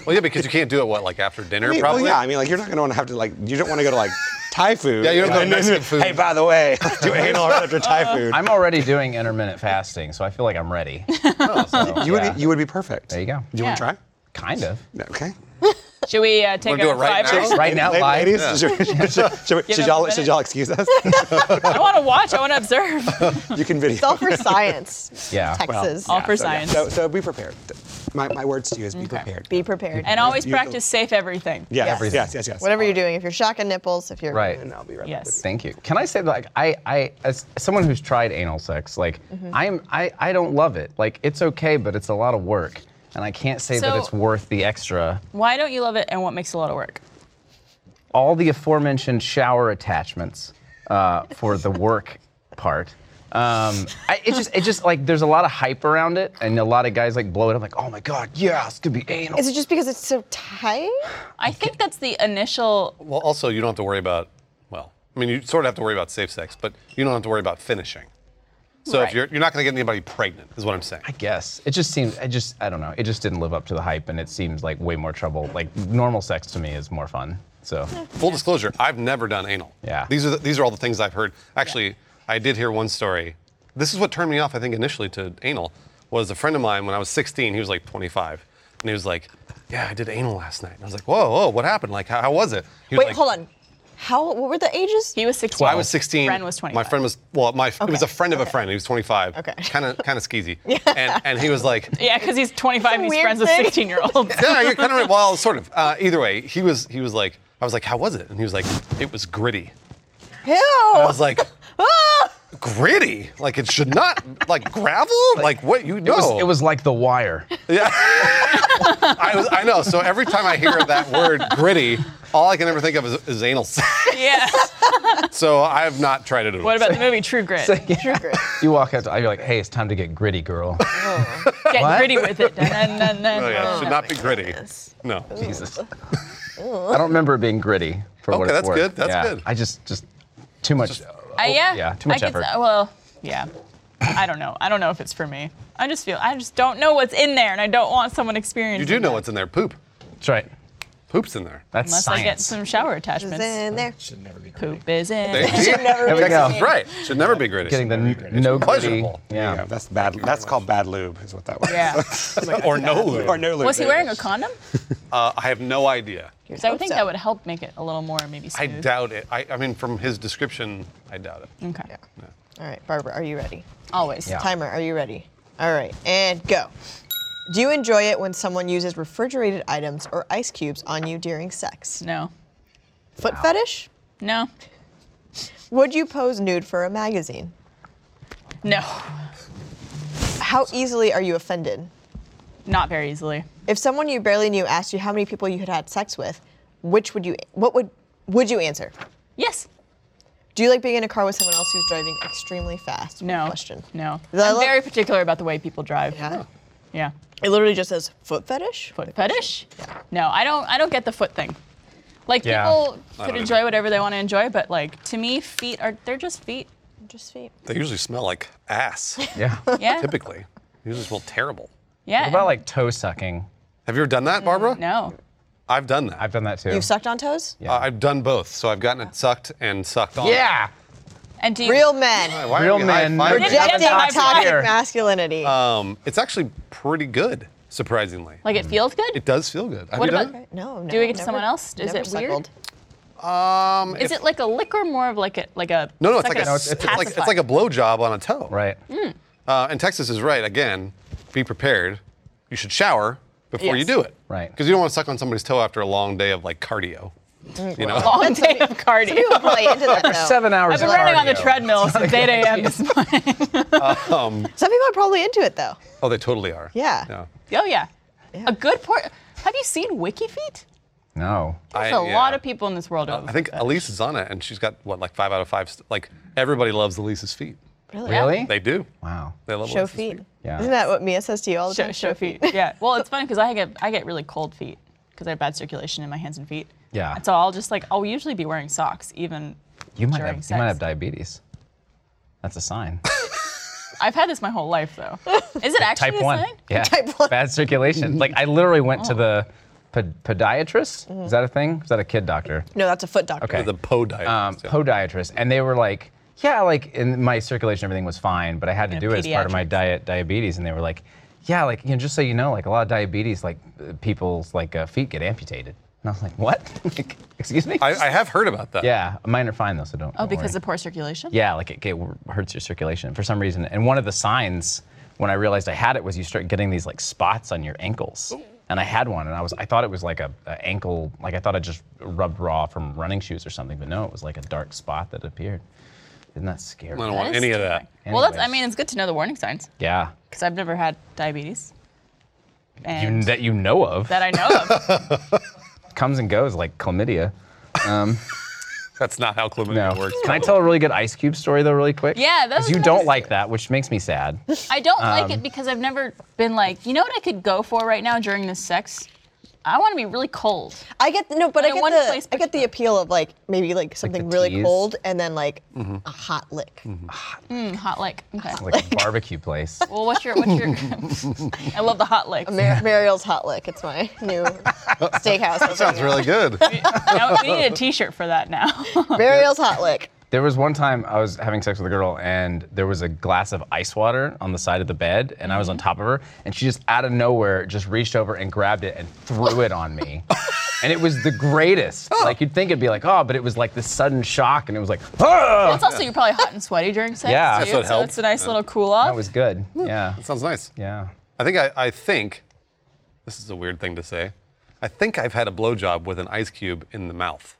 Speaker 3: well, yeah, because you can't do it what like after dinner,
Speaker 5: I mean,
Speaker 3: probably.
Speaker 5: Well, yeah, I mean, like you're not gonna want to have to like you don't want to go to like Thai food.
Speaker 3: Yeah, you don't go to
Speaker 5: and then-
Speaker 3: Mexican food.
Speaker 5: Hey, by the way, let's do anal right after Thai food.
Speaker 2: I'm already doing intermittent fasting, so I feel like I'm ready. So,
Speaker 5: you would
Speaker 2: yeah.
Speaker 5: you would be perfect.
Speaker 2: There you go.
Speaker 5: Do you
Speaker 1: Yeah.
Speaker 5: want to
Speaker 2: Kind of.
Speaker 5: try? Okay.
Speaker 1: Should we uh, take
Speaker 3: Wanna do
Speaker 1: a
Speaker 3: it right
Speaker 1: five
Speaker 3: now?
Speaker 1: minute-
Speaker 2: Right now,
Speaker 5: La-
Speaker 2: live.
Speaker 5: ladies, should, should, should, should
Speaker 1: Give them
Speaker 5: y'all
Speaker 1: a
Speaker 5: should
Speaker 1: minute.
Speaker 5: y'all excuse us?
Speaker 1: I want to watch. I want to observe.
Speaker 5: you can video.
Speaker 4: It's all for science.
Speaker 2: Yeah.
Speaker 5: Well,
Speaker 4: Texas.
Speaker 1: All for
Speaker 5: so, yeah.
Speaker 1: science.
Speaker 5: So, so be prepared. My, my words to you is be prepared.
Speaker 4: Be prepared.
Speaker 1: and always
Speaker 5: You- you-
Speaker 1: practice safe everything.
Speaker 5: Yeah,
Speaker 4: Yes.
Speaker 5: everything. Yes, yes, yes.
Speaker 4: Whatever you're doing, if you're shocking nipples, if you're
Speaker 2: Right.
Speaker 5: And I'll be right back
Speaker 1: Yes.
Speaker 5: with
Speaker 2: Thank you. Can I say like I I as someone who's tried anal sex, like I'm I I don't love it. Like it's okay, but it's a lot of work, and I can't say
Speaker 1: So-
Speaker 2: that it's worth the extra.
Speaker 1: Why don't you love it and what makes a lot of work?
Speaker 2: All the aforementioned shower attachments uh, for the work part. Um, I, it just it just like there's a lot of hype around it, and a lot of guys like blow it up like, oh my god, yeah, this could be anal.
Speaker 4: Is it just because it's so tight?
Speaker 1: I think that's the initial.
Speaker 3: Well, also you don't have to worry about. Well, I mean, you sort of have to worry about safe sex, but you don't have to worry about finishing. So
Speaker 1: Right.
Speaker 3: if you're you're not going to get anybody pregnant, is what I'm saying.
Speaker 2: I guess it just seems. I just I don't know. It just didn't live up to the hype, and it seems like way more trouble. Like normal sex to me is more fun. So.
Speaker 3: Full disclosure, I've never done anal.
Speaker 2: Yeah.
Speaker 3: These are the, these are all the things I've heard. Actually, I did hear one story. This is what turned me off, I think, initially to anal was a friend of mine when I was 16. He was like 25, and he was like, "Yeah, I did anal last night." And I was like, "Whoa, whoa, what happened? Like, how, how was it?" He was
Speaker 4: Wait,
Speaker 3: like,
Speaker 4: hold on. How? What were the ages?
Speaker 1: He was 16.
Speaker 3: I was 16.
Speaker 1: Friend was 25.
Speaker 3: My friend was well. My it was
Speaker 4: Okay,
Speaker 3: a friend of a
Speaker 4: okay.
Speaker 3: friend. He was 25.
Speaker 4: Okay.
Speaker 3: Kind of kind of skeezy. And and he was like,
Speaker 1: Yeah, because he's 25 and
Speaker 4: It's a
Speaker 1: he's
Speaker 4: weird
Speaker 1: friends with
Speaker 4: thing.
Speaker 1: 16 year olds.
Speaker 3: yeah, you're kind of right. Well, sort of. Uh, either way, he was he was like, I was like, how was it? And he was like, it was gritty.
Speaker 4: Ew.
Speaker 3: I was like,
Speaker 4: Ah!
Speaker 3: gritty. Like it should not like gravel. Like what you know.
Speaker 2: It was, it was like The Wire.
Speaker 3: Yeah. I was. I know. So every time I hear that word gritty, all I can ever think of is, is anal. sex.
Speaker 1: yeah.
Speaker 3: so I have not tried it at all.
Speaker 1: What about the movie True Grit?
Speaker 4: True grit.
Speaker 2: You walk out, to- you're like, hey, it's time to get gritty, girl.
Speaker 1: Get
Speaker 2: What?
Speaker 1: gritty with it. Dun, dun, dun, dun,
Speaker 3: Oh, yeah, it should
Speaker 1: dun.
Speaker 3: not be gritty. No.
Speaker 2: Jesus. I don't remember it being gritty for what it's
Speaker 3: Okay, that's
Speaker 2: worth.
Speaker 3: good, that's
Speaker 2: Yeah,
Speaker 3: good.
Speaker 2: I just, just too much.
Speaker 1: Uh, yeah.
Speaker 2: yeah, too much
Speaker 1: I could
Speaker 2: effort.
Speaker 1: s- well, yeah. I don't know. I don't know if it's for me. I just feel I just don't know what's in there, and I don't want someone experiencing.
Speaker 3: You do know
Speaker 1: that.
Speaker 3: what's in there. Poop.
Speaker 2: That's right.
Speaker 3: Poop's in there.
Speaker 2: That's
Speaker 1: Unless
Speaker 2: science.
Speaker 1: I get some shower
Speaker 4: Is
Speaker 1: attachments.
Speaker 4: in there.
Speaker 5: Should never be gritty.
Speaker 1: Poop is in.
Speaker 3: There you go.
Speaker 2: There we
Speaker 3: Texas
Speaker 2: go.
Speaker 3: is right. Should never be gritty.
Speaker 2: Getting the n- no gritty.
Speaker 3: Pleasurable.
Speaker 5: Yeah,
Speaker 2: Yeah.
Speaker 5: that's bad. That's called bad lube, is what that was.
Speaker 1: Yeah.
Speaker 3: or no lube.
Speaker 5: or no lube.
Speaker 1: Was he
Speaker 5: there it
Speaker 1: wearing a
Speaker 5: is.
Speaker 1: condom?
Speaker 3: Uh, I have no idea.
Speaker 1: Because I would think
Speaker 4: so.
Speaker 1: that would help make it a little more maybe
Speaker 3: I
Speaker 1: smooth.
Speaker 3: doubt it. I, I mean, from his description, I doubt it.
Speaker 1: Okay.
Speaker 4: All right, Barbara, are you ready?
Speaker 1: Always.
Speaker 2: Yeah.
Speaker 4: Timer, are you ready? All right, and go. Do you enjoy it when someone uses refrigerated items or ice cubes on you during sex?
Speaker 1: No.
Speaker 4: Foot fetish?
Speaker 1: No.
Speaker 4: Would you pose nude for a magazine?
Speaker 1: No.
Speaker 4: How easily are you offended?
Speaker 1: Not very easily.
Speaker 4: If someone you barely knew asked you how many people you had had sex with, which would you what would would you answer?
Speaker 1: Yes.
Speaker 4: Do you like being in a car with someone else who's driving extremely fast?
Speaker 1: No.
Speaker 4: Question.
Speaker 1: No.
Speaker 4: The
Speaker 1: I'm
Speaker 4: lo-
Speaker 1: very particular about the way people drive.
Speaker 4: Yeah.
Speaker 1: Yeah.
Speaker 4: It literally just says foot fetish.
Speaker 1: Foot fetish? No, I don't. I don't get the foot thing. Like
Speaker 2: Yeah.
Speaker 1: people
Speaker 3: I
Speaker 1: could
Speaker 3: don't
Speaker 1: enjoy whatever they want to enjoy, but like to me, feet are they're just feet.
Speaker 4: Just feet.
Speaker 3: They usually smell like ass.
Speaker 2: Yeah.
Speaker 1: Yeah.
Speaker 3: Typically, they usually smell terrible.
Speaker 1: Yeah.
Speaker 2: What about like toe sucking?
Speaker 3: Have you ever done that, Barbara?
Speaker 1: no.
Speaker 3: I've done that.
Speaker 2: I've
Speaker 3: I've,
Speaker 2: done that too.
Speaker 4: You've sucked on toes?
Speaker 2: Yeah.
Speaker 3: I've done both. So I've gotten it sucked and sucked on.
Speaker 2: yeah.
Speaker 1: And do you
Speaker 4: Real men.
Speaker 3: Why
Speaker 2: Real
Speaker 3: aren't we high-fiving?
Speaker 2: men. We're
Speaker 1: Yeah,
Speaker 4: Rejecting
Speaker 1: that's how I feel.
Speaker 4: toxic
Speaker 2: Here.
Speaker 4: masculinity.
Speaker 1: Uh,
Speaker 3: Um, it's actually pretty good, surprisingly.
Speaker 1: like it feels good?
Speaker 3: it does feel good. Have
Speaker 1: What
Speaker 3: you done
Speaker 1: about-
Speaker 3: it?
Speaker 4: no, no.
Speaker 1: Doing it to
Speaker 4: never-
Speaker 1: someone else? Is
Speaker 4: never
Speaker 1: it weird?
Speaker 4: suckled.
Speaker 3: Um,
Speaker 1: Is it like a lick or more of like a like a
Speaker 3: No, no, it's
Speaker 1: like
Speaker 3: like,
Speaker 1: a
Speaker 3: a, it's, it's like it's
Speaker 1: pacifier?
Speaker 3: like a blowjob on a toe.
Speaker 2: Right.
Speaker 1: Mm.
Speaker 3: Uh, and Texas is right again. Be prepared. You should shower before you
Speaker 1: Yes.
Speaker 3: do it.
Speaker 2: Right.
Speaker 3: Because you don't want to suck on somebody's toe after a long day of like cardio.
Speaker 1: Mm.
Speaker 3: You know.
Speaker 1: long day of cardio.
Speaker 4: People probably into that though.
Speaker 2: Seven hours.
Speaker 1: I've been
Speaker 2: of
Speaker 1: running on the
Speaker 2: cardio.
Speaker 1: treadmill since 8 a.m. this morning.
Speaker 4: Some people are probably into it though.
Speaker 3: Oh, they totally are.
Speaker 4: Yeah.
Speaker 1: Oh yeah. A good port. Have you seen Wiki Feet?
Speaker 2: No.
Speaker 1: There's
Speaker 3: I-
Speaker 1: a lot
Speaker 3: yeah.
Speaker 1: of people in this world.
Speaker 3: I think Elise is on it, and she's got what like five out of five. st- Like everybody loves Elise's feet.
Speaker 4: Really?
Speaker 2: Really?
Speaker 3: They do.
Speaker 2: Wow.
Speaker 3: They love
Speaker 4: Show
Speaker 3: Elise's
Speaker 4: feet.
Speaker 2: Yeah.
Speaker 4: Isn't that what Mia says to you all the
Speaker 1: show,
Speaker 4: time?
Speaker 1: show feet. Yeah. Well, it's funny because I get I get really cold feet because I have bad circulation in my hands and feet.
Speaker 2: Yeah.
Speaker 1: And so I'll just like I'll usually be wearing socks even.
Speaker 2: You might
Speaker 1: during
Speaker 2: have
Speaker 1: sex.
Speaker 2: you might have diabetes. That's a sign.
Speaker 1: I've had this my whole life though. Is it actually
Speaker 2: Type
Speaker 1: a
Speaker 2: one.
Speaker 1: sign? Oh.
Speaker 2: Yeah.
Speaker 4: Type one.
Speaker 2: Bad circulation. Like I literally went to the pod- podiatrist.
Speaker 1: Mm.
Speaker 2: Is that a thing? Is that a kid doctor?
Speaker 4: No, that's a foot doctor.
Speaker 2: Okay.
Speaker 3: feet. The podiatrist.
Speaker 2: um, podiatrist, and they were like, "Yeah, like and my circulation, everything was fine, but I had to
Speaker 1: Yeah,
Speaker 2: do it as part of my
Speaker 1: pediatrics.
Speaker 2: diet, diabetes." And they were like, "Yeah, like you know, just so you know, like a lot of diabetes, like uh, people's like uh, feet get amputated." And I was like, "What? like, excuse me?"
Speaker 3: I, I have heard about that.
Speaker 2: yeah, mine are fine though, so don't.
Speaker 1: Oh, because of poor circulation.
Speaker 2: Yeah, like it, it hurts your circulation for some reason. And one of the signs when I realized I had it was you start getting these like spots on your ankles.
Speaker 1: Oh.
Speaker 2: And I had one, and I was I thought it was like a, a ankle, like I thought I just rubbed raw from running shoes or something, but no, it was like a dark spot that appeared. Isn't that scary?
Speaker 3: I don't
Speaker 1: That
Speaker 3: want
Speaker 1: is
Speaker 3: any of that.
Speaker 1: terrifying. Well, that's I
Speaker 2: Anyways.
Speaker 1: mean it's good to know the warning signs
Speaker 2: Yeah,
Speaker 1: because I've never had diabetes.
Speaker 2: you,
Speaker 1: And
Speaker 2: that you know of
Speaker 1: that I know of.
Speaker 2: comes and goes like chlamydia.
Speaker 3: That's not how chlamydia
Speaker 2: No,
Speaker 3: works.
Speaker 2: can I tell a really good Ice Cube story though, really quick?
Speaker 1: Yeah, that
Speaker 2: 'Cause
Speaker 1: was
Speaker 2: you
Speaker 1: nice.
Speaker 2: don't like that, which makes me sad.
Speaker 1: I don't like
Speaker 2: Um,
Speaker 1: it because I've never been like, you know what I could go for right now during this sex? I want to be really cold.
Speaker 4: I get no, but
Speaker 1: Like
Speaker 4: I
Speaker 1: a
Speaker 4: get
Speaker 1: one
Speaker 4: the
Speaker 1: place
Speaker 4: I get the appeal of like maybe like something really
Speaker 2: tease.
Speaker 4: cold and then like
Speaker 3: Mm-hmm.
Speaker 4: a hot lick.
Speaker 1: Mm, hot lick. Okay.
Speaker 2: like a barbecue place.
Speaker 1: Well, what's your what's your? I love the hot lick.
Speaker 4: Mar- Mariel's hot lick. It's my new steakhouse. That
Speaker 3: Sounds really good.
Speaker 1: Now, we need a T-shirt for that now.
Speaker 4: Mariel's hot lick.
Speaker 2: There was one time I was having sex with a girl, and there was a glass of ice water on the side of the bed, and I was on
Speaker 3: Mm-hmm.
Speaker 2: top of her, and she just out of nowhere just reached over and grabbed it and threw it on me. And it was the greatest. Like you'd think it'd be like, oh, but it was like this sudden shock, and it was like, oh,
Speaker 1: It's also you're probably hot and sweaty during sex.
Speaker 2: Yeah.
Speaker 1: too,
Speaker 2: That's
Speaker 3: what
Speaker 1: so
Speaker 3: helps.
Speaker 1: It's a nice little cool off.
Speaker 2: that was good.
Speaker 3: Hmm.
Speaker 2: Yeah,
Speaker 3: Sounds nice.
Speaker 2: yeah.
Speaker 3: I think I, I think this is a weird thing to say. I think I've had a blowjob with an ice cube in the mouth.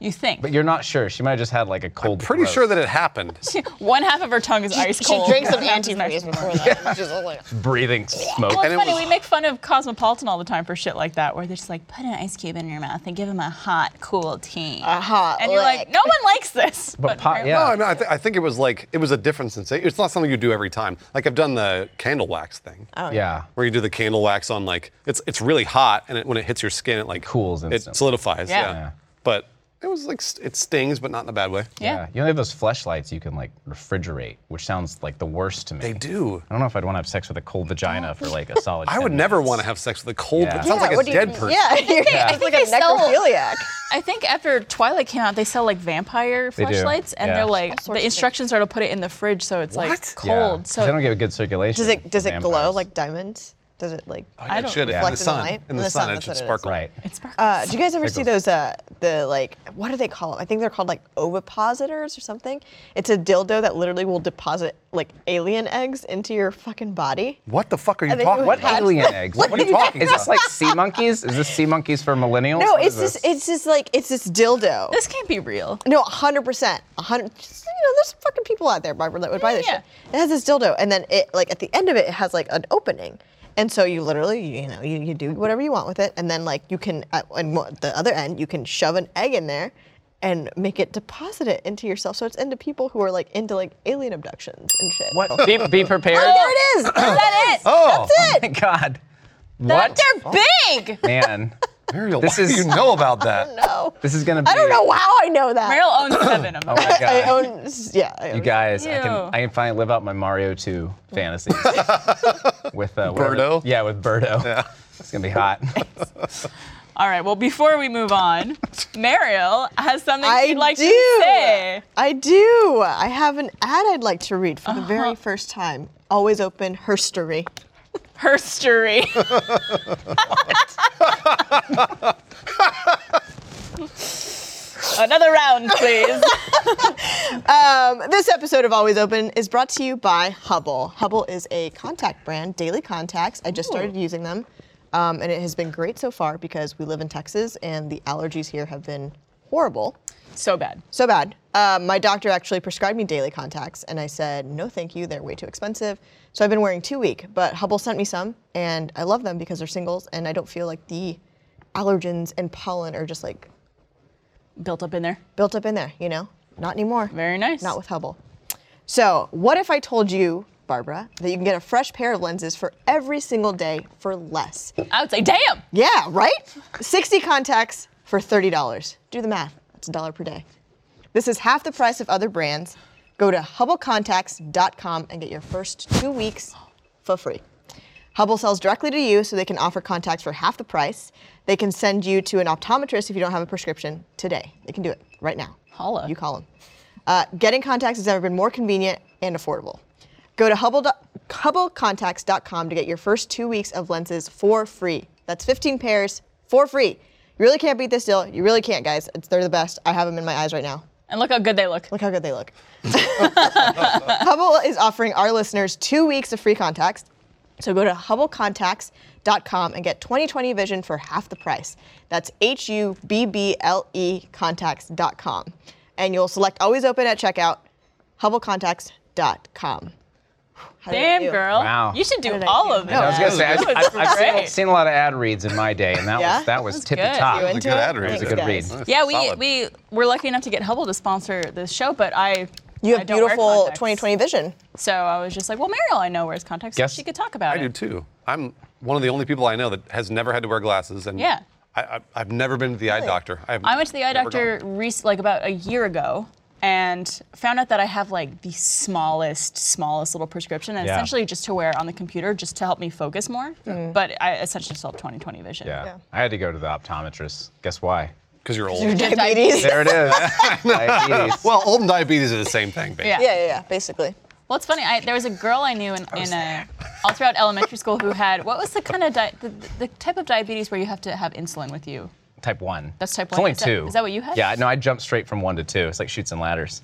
Speaker 1: you think?
Speaker 2: But you're not sure. She might have just had like a cold.
Speaker 3: Pretty
Speaker 2: throat.
Speaker 3: sure that it happened.
Speaker 1: One half of her tongue is ice cold.
Speaker 4: She drank some
Speaker 1: Half is nice.
Speaker 4: antifreeze before that. She's all like,
Speaker 2: breathing smoke.
Speaker 1: Well, it's
Speaker 3: And it
Speaker 1: funny.
Speaker 3: was-
Speaker 1: We make fun of Cosmopolitan all the time for shit like that, where they're just like, put an ice cube in your mouth and give him a hot, cool tea. A
Speaker 4: hot
Speaker 1: And you're like,
Speaker 4: lick.
Speaker 1: no one likes this. But,
Speaker 2: pop-
Speaker 1: apparently-
Speaker 2: yeah.
Speaker 3: No, no, I, th- I think it was like it was a different sensation. It's not something you do every time. Like I've done the candle wax thing,
Speaker 1: Oh.
Speaker 2: yeah.
Speaker 3: where you do the candle wax on like it's it's really hot, and it, when it hits your skin, it like
Speaker 2: Cools
Speaker 3: it
Speaker 2: instantly.
Speaker 3: solidifies.
Speaker 1: Yeah.
Speaker 3: Yeah.
Speaker 1: Yeah.
Speaker 3: but it was like st- it stings, but not in a bad way.
Speaker 1: Yeah.
Speaker 2: Yeah. You only have those fleshlights you can like refrigerate, which sounds like the worst to me.
Speaker 3: They do.
Speaker 2: I don't know if I'd want to have sex with a cold vagina for like a solid.
Speaker 3: I would
Speaker 2: 10
Speaker 3: never
Speaker 2: minutes.
Speaker 3: want to have sex with a cold.
Speaker 2: Yeah.
Speaker 3: It sounds like a
Speaker 4: what do
Speaker 3: dead
Speaker 4: you,
Speaker 3: person.
Speaker 4: Yeah, you're
Speaker 1: I
Speaker 4: it's
Speaker 1: think
Speaker 4: like a
Speaker 1: they sell-
Speaker 4: necrophiliac.
Speaker 1: I think after Twilight came out, they sell like vampire
Speaker 2: They do,
Speaker 1: flashlights, and
Speaker 2: yeah.
Speaker 1: they're like
Speaker 4: sorts of
Speaker 1: the instructions are to put it in the fridge, so it's like
Speaker 3: What?
Speaker 2: Yeah,
Speaker 1: cold.
Speaker 2: 'cause
Speaker 1: So
Speaker 2: they don't get good circulation.
Speaker 4: Does it does
Speaker 2: for
Speaker 4: it glow
Speaker 2: vampires.
Speaker 4: like diamonds? Does it like?
Speaker 3: Oh, yeah,
Speaker 1: I
Speaker 3: it
Speaker 1: don't-
Speaker 3: should.
Speaker 4: Reflect
Speaker 3: in the
Speaker 4: in the
Speaker 3: sun.
Speaker 4: light?
Speaker 3: In the sun, it
Speaker 4: that's
Speaker 3: should
Speaker 4: what it is.
Speaker 3: sparkle.
Speaker 2: Right.
Speaker 1: it sparkles.
Speaker 4: Uh, do you guys ever see those? Uh, the like, what do they call them? I think they're called like ovipositors or something. It's a dildo that literally will deposit like alien eggs into your fucking body.
Speaker 3: What the fuck are you
Speaker 4: And then
Speaker 3: talking
Speaker 4: you
Speaker 2: What
Speaker 3: about?
Speaker 4: Had-
Speaker 2: alien eggs?
Speaker 3: What are you talking
Speaker 2: Is
Speaker 3: about?
Speaker 2: this like sea monkeys? Is this sea monkeys for millennials?
Speaker 4: No,
Speaker 2: What
Speaker 4: it's
Speaker 2: is
Speaker 4: just it's just like it's this dildo.
Speaker 1: This can't be real.
Speaker 4: No, 100%. 100 just, you know, there's fucking people out there, Barbara, that would buy this
Speaker 1: Yeah, yeah.
Speaker 4: shit. It has this dildo, and then it, like, at the end of it, it has, like, an opening. And so you literally, you know, you, you do whatever you want with it, and then, like, you can, at and mo- the other end, you can shove an egg in there and make it deposit it into yourself. So it's into people who are, like, into, like, alien abductions and shit.
Speaker 2: What? Be, be prepared.
Speaker 4: Oh, there it is!
Speaker 1: Is that it?
Speaker 3: Oh,
Speaker 4: That's it!
Speaker 2: Thank God.
Speaker 1: That-
Speaker 2: What? Oh.
Speaker 1: They're big.
Speaker 2: Man.
Speaker 3: Ariel,
Speaker 2: This
Speaker 3: why do
Speaker 2: is-
Speaker 3: you know about that?
Speaker 4: No.
Speaker 2: This is gonna be.
Speaker 4: I don't know how I know that.
Speaker 1: Meryl owns seven of them.
Speaker 2: Oh my god.
Speaker 4: I own. Yeah. I
Speaker 2: you
Speaker 4: own-
Speaker 2: guys, I can
Speaker 1: Ew.
Speaker 2: I can finally live out my Mario 2 fantasies with uh, whatever-
Speaker 3: Birdo?
Speaker 2: Yeah, with Birdo. It's gonna be hot.
Speaker 1: All right. Well, before we move on, Meryl has something
Speaker 4: I
Speaker 1: she'd like
Speaker 4: do.
Speaker 1: to say.
Speaker 4: I do. I have an ad I'd like to read for the
Speaker 1: Uh-huh.
Speaker 4: very first time. Always open herstory.
Speaker 1: Her story. Another round, please.
Speaker 4: Um, this episode of Always Open is brought to you by Hubble. Hubble is a contact brand, daily contacts. I just started using them, um, and it has been great so far because we live in Texas and the allergies here have been horrible.
Speaker 1: so bad.
Speaker 4: So bad. Um, my doctor actually prescribed me daily contacts, and I said, no, thank you. They're way too expensive. So I've been wearing two week, but Hubble sent me some, and I love them because they're singles, and I don't feel like the allergens and pollen are just like
Speaker 1: Built up in there.
Speaker 4: built up in there, you know? Not anymore.
Speaker 1: Very nice.
Speaker 4: Not with Hubble. So, what if I told you, Barbara, that you can get a fresh pair of lenses for every single day for less?
Speaker 1: I would say, damn.
Speaker 4: Yeah, right? 60 contacts for $30. Do the math. That's a dollar per day. This is half the price of other brands. Go to hubblecontacts.com and get your first two weeks for free. Hubble sells directly to you, so they can offer contacts for half the price. They can send you to an optometrist if you don't have a prescription today. They can do it right now.
Speaker 1: Holla.
Speaker 4: You call them. Uh, getting contacts has never been more convenient and affordable. Go to Hubble, HubbleContacts.com to get your first two weeks of lenses for free. That's 15 pairs for free. You really can't beat this deal. You really can't, guys. It's, they're the best. I have them in my eyes right now.
Speaker 1: And look how good they look.
Speaker 4: Look how good they look. Hubble is offering our listeners two weeks of free contacts. So go to hubblecontacts.com and get 2020 vision for half the price. That's H U B B L E contacts.com. And you'll select always open at checkout, hubblecontacts.com. How did I
Speaker 1: Damn,
Speaker 4: do?
Speaker 1: girl.
Speaker 2: Wow.
Speaker 1: You should do
Speaker 4: How did I
Speaker 1: all
Speaker 4: do?
Speaker 1: of them.
Speaker 2: I was gonna say I,
Speaker 1: That was
Speaker 2: I've, I've seen,
Speaker 1: great.
Speaker 2: seen a lot of ad reads in my day, and that
Speaker 4: Yeah?
Speaker 2: was that was
Speaker 1: That's
Speaker 2: tip
Speaker 1: good.
Speaker 2: to top.
Speaker 4: You
Speaker 3: That was a
Speaker 4: into
Speaker 3: good
Speaker 4: it?
Speaker 3: ad read.
Speaker 4: Thanks,
Speaker 2: It was a good
Speaker 4: guys.
Speaker 2: read.
Speaker 1: Yeah, we,
Speaker 3: Solid.
Speaker 1: we were lucky enough to get Hubble to sponsor this show, but I.
Speaker 4: You
Speaker 1: I
Speaker 4: have
Speaker 1: don't wear
Speaker 4: beautiful
Speaker 1: contacts.
Speaker 4: 2020 vision.
Speaker 1: So I was just like, well, Meryl, I know wears contacts. so
Speaker 2: Guess-
Speaker 1: she could talk about
Speaker 3: I
Speaker 1: it.
Speaker 3: do too. I'm one of the only people I know that has never had to wear glasses, and
Speaker 1: Yeah.
Speaker 3: I, I, I've never been to the eye doctor. I've
Speaker 1: I went to the eye
Speaker 3: never
Speaker 1: doctor
Speaker 3: gone.
Speaker 1: rec- like about a year ago and found out that I have like the smallest, smallest little prescription, and
Speaker 2: Yeah.
Speaker 1: essentially just to wear on the computer just to help me focus more. But I essentially still have 20/20 vision.
Speaker 2: Yeah. I had to go to the optometrist. Guess why?
Speaker 3: Because you're old.
Speaker 4: Diabetes.
Speaker 2: There it is. Diabetes.
Speaker 3: well, old and diabetes are the same thing, baby.
Speaker 1: Yeah.
Speaker 4: Yeah, yeah, yeah, basically.
Speaker 1: Well, it's funny. I, there was a girl I knew in, in a, all throughout elementary school who had what was the kind of di- the, the type of diabetes where you have to have insulin with you.
Speaker 2: type one.
Speaker 1: That's type
Speaker 2: It's
Speaker 1: one.
Speaker 2: only
Speaker 1: Is that-
Speaker 2: two.
Speaker 1: is that what you had?
Speaker 2: Yeah. No, I jumped straight from one to two. It's like shoots and ladders.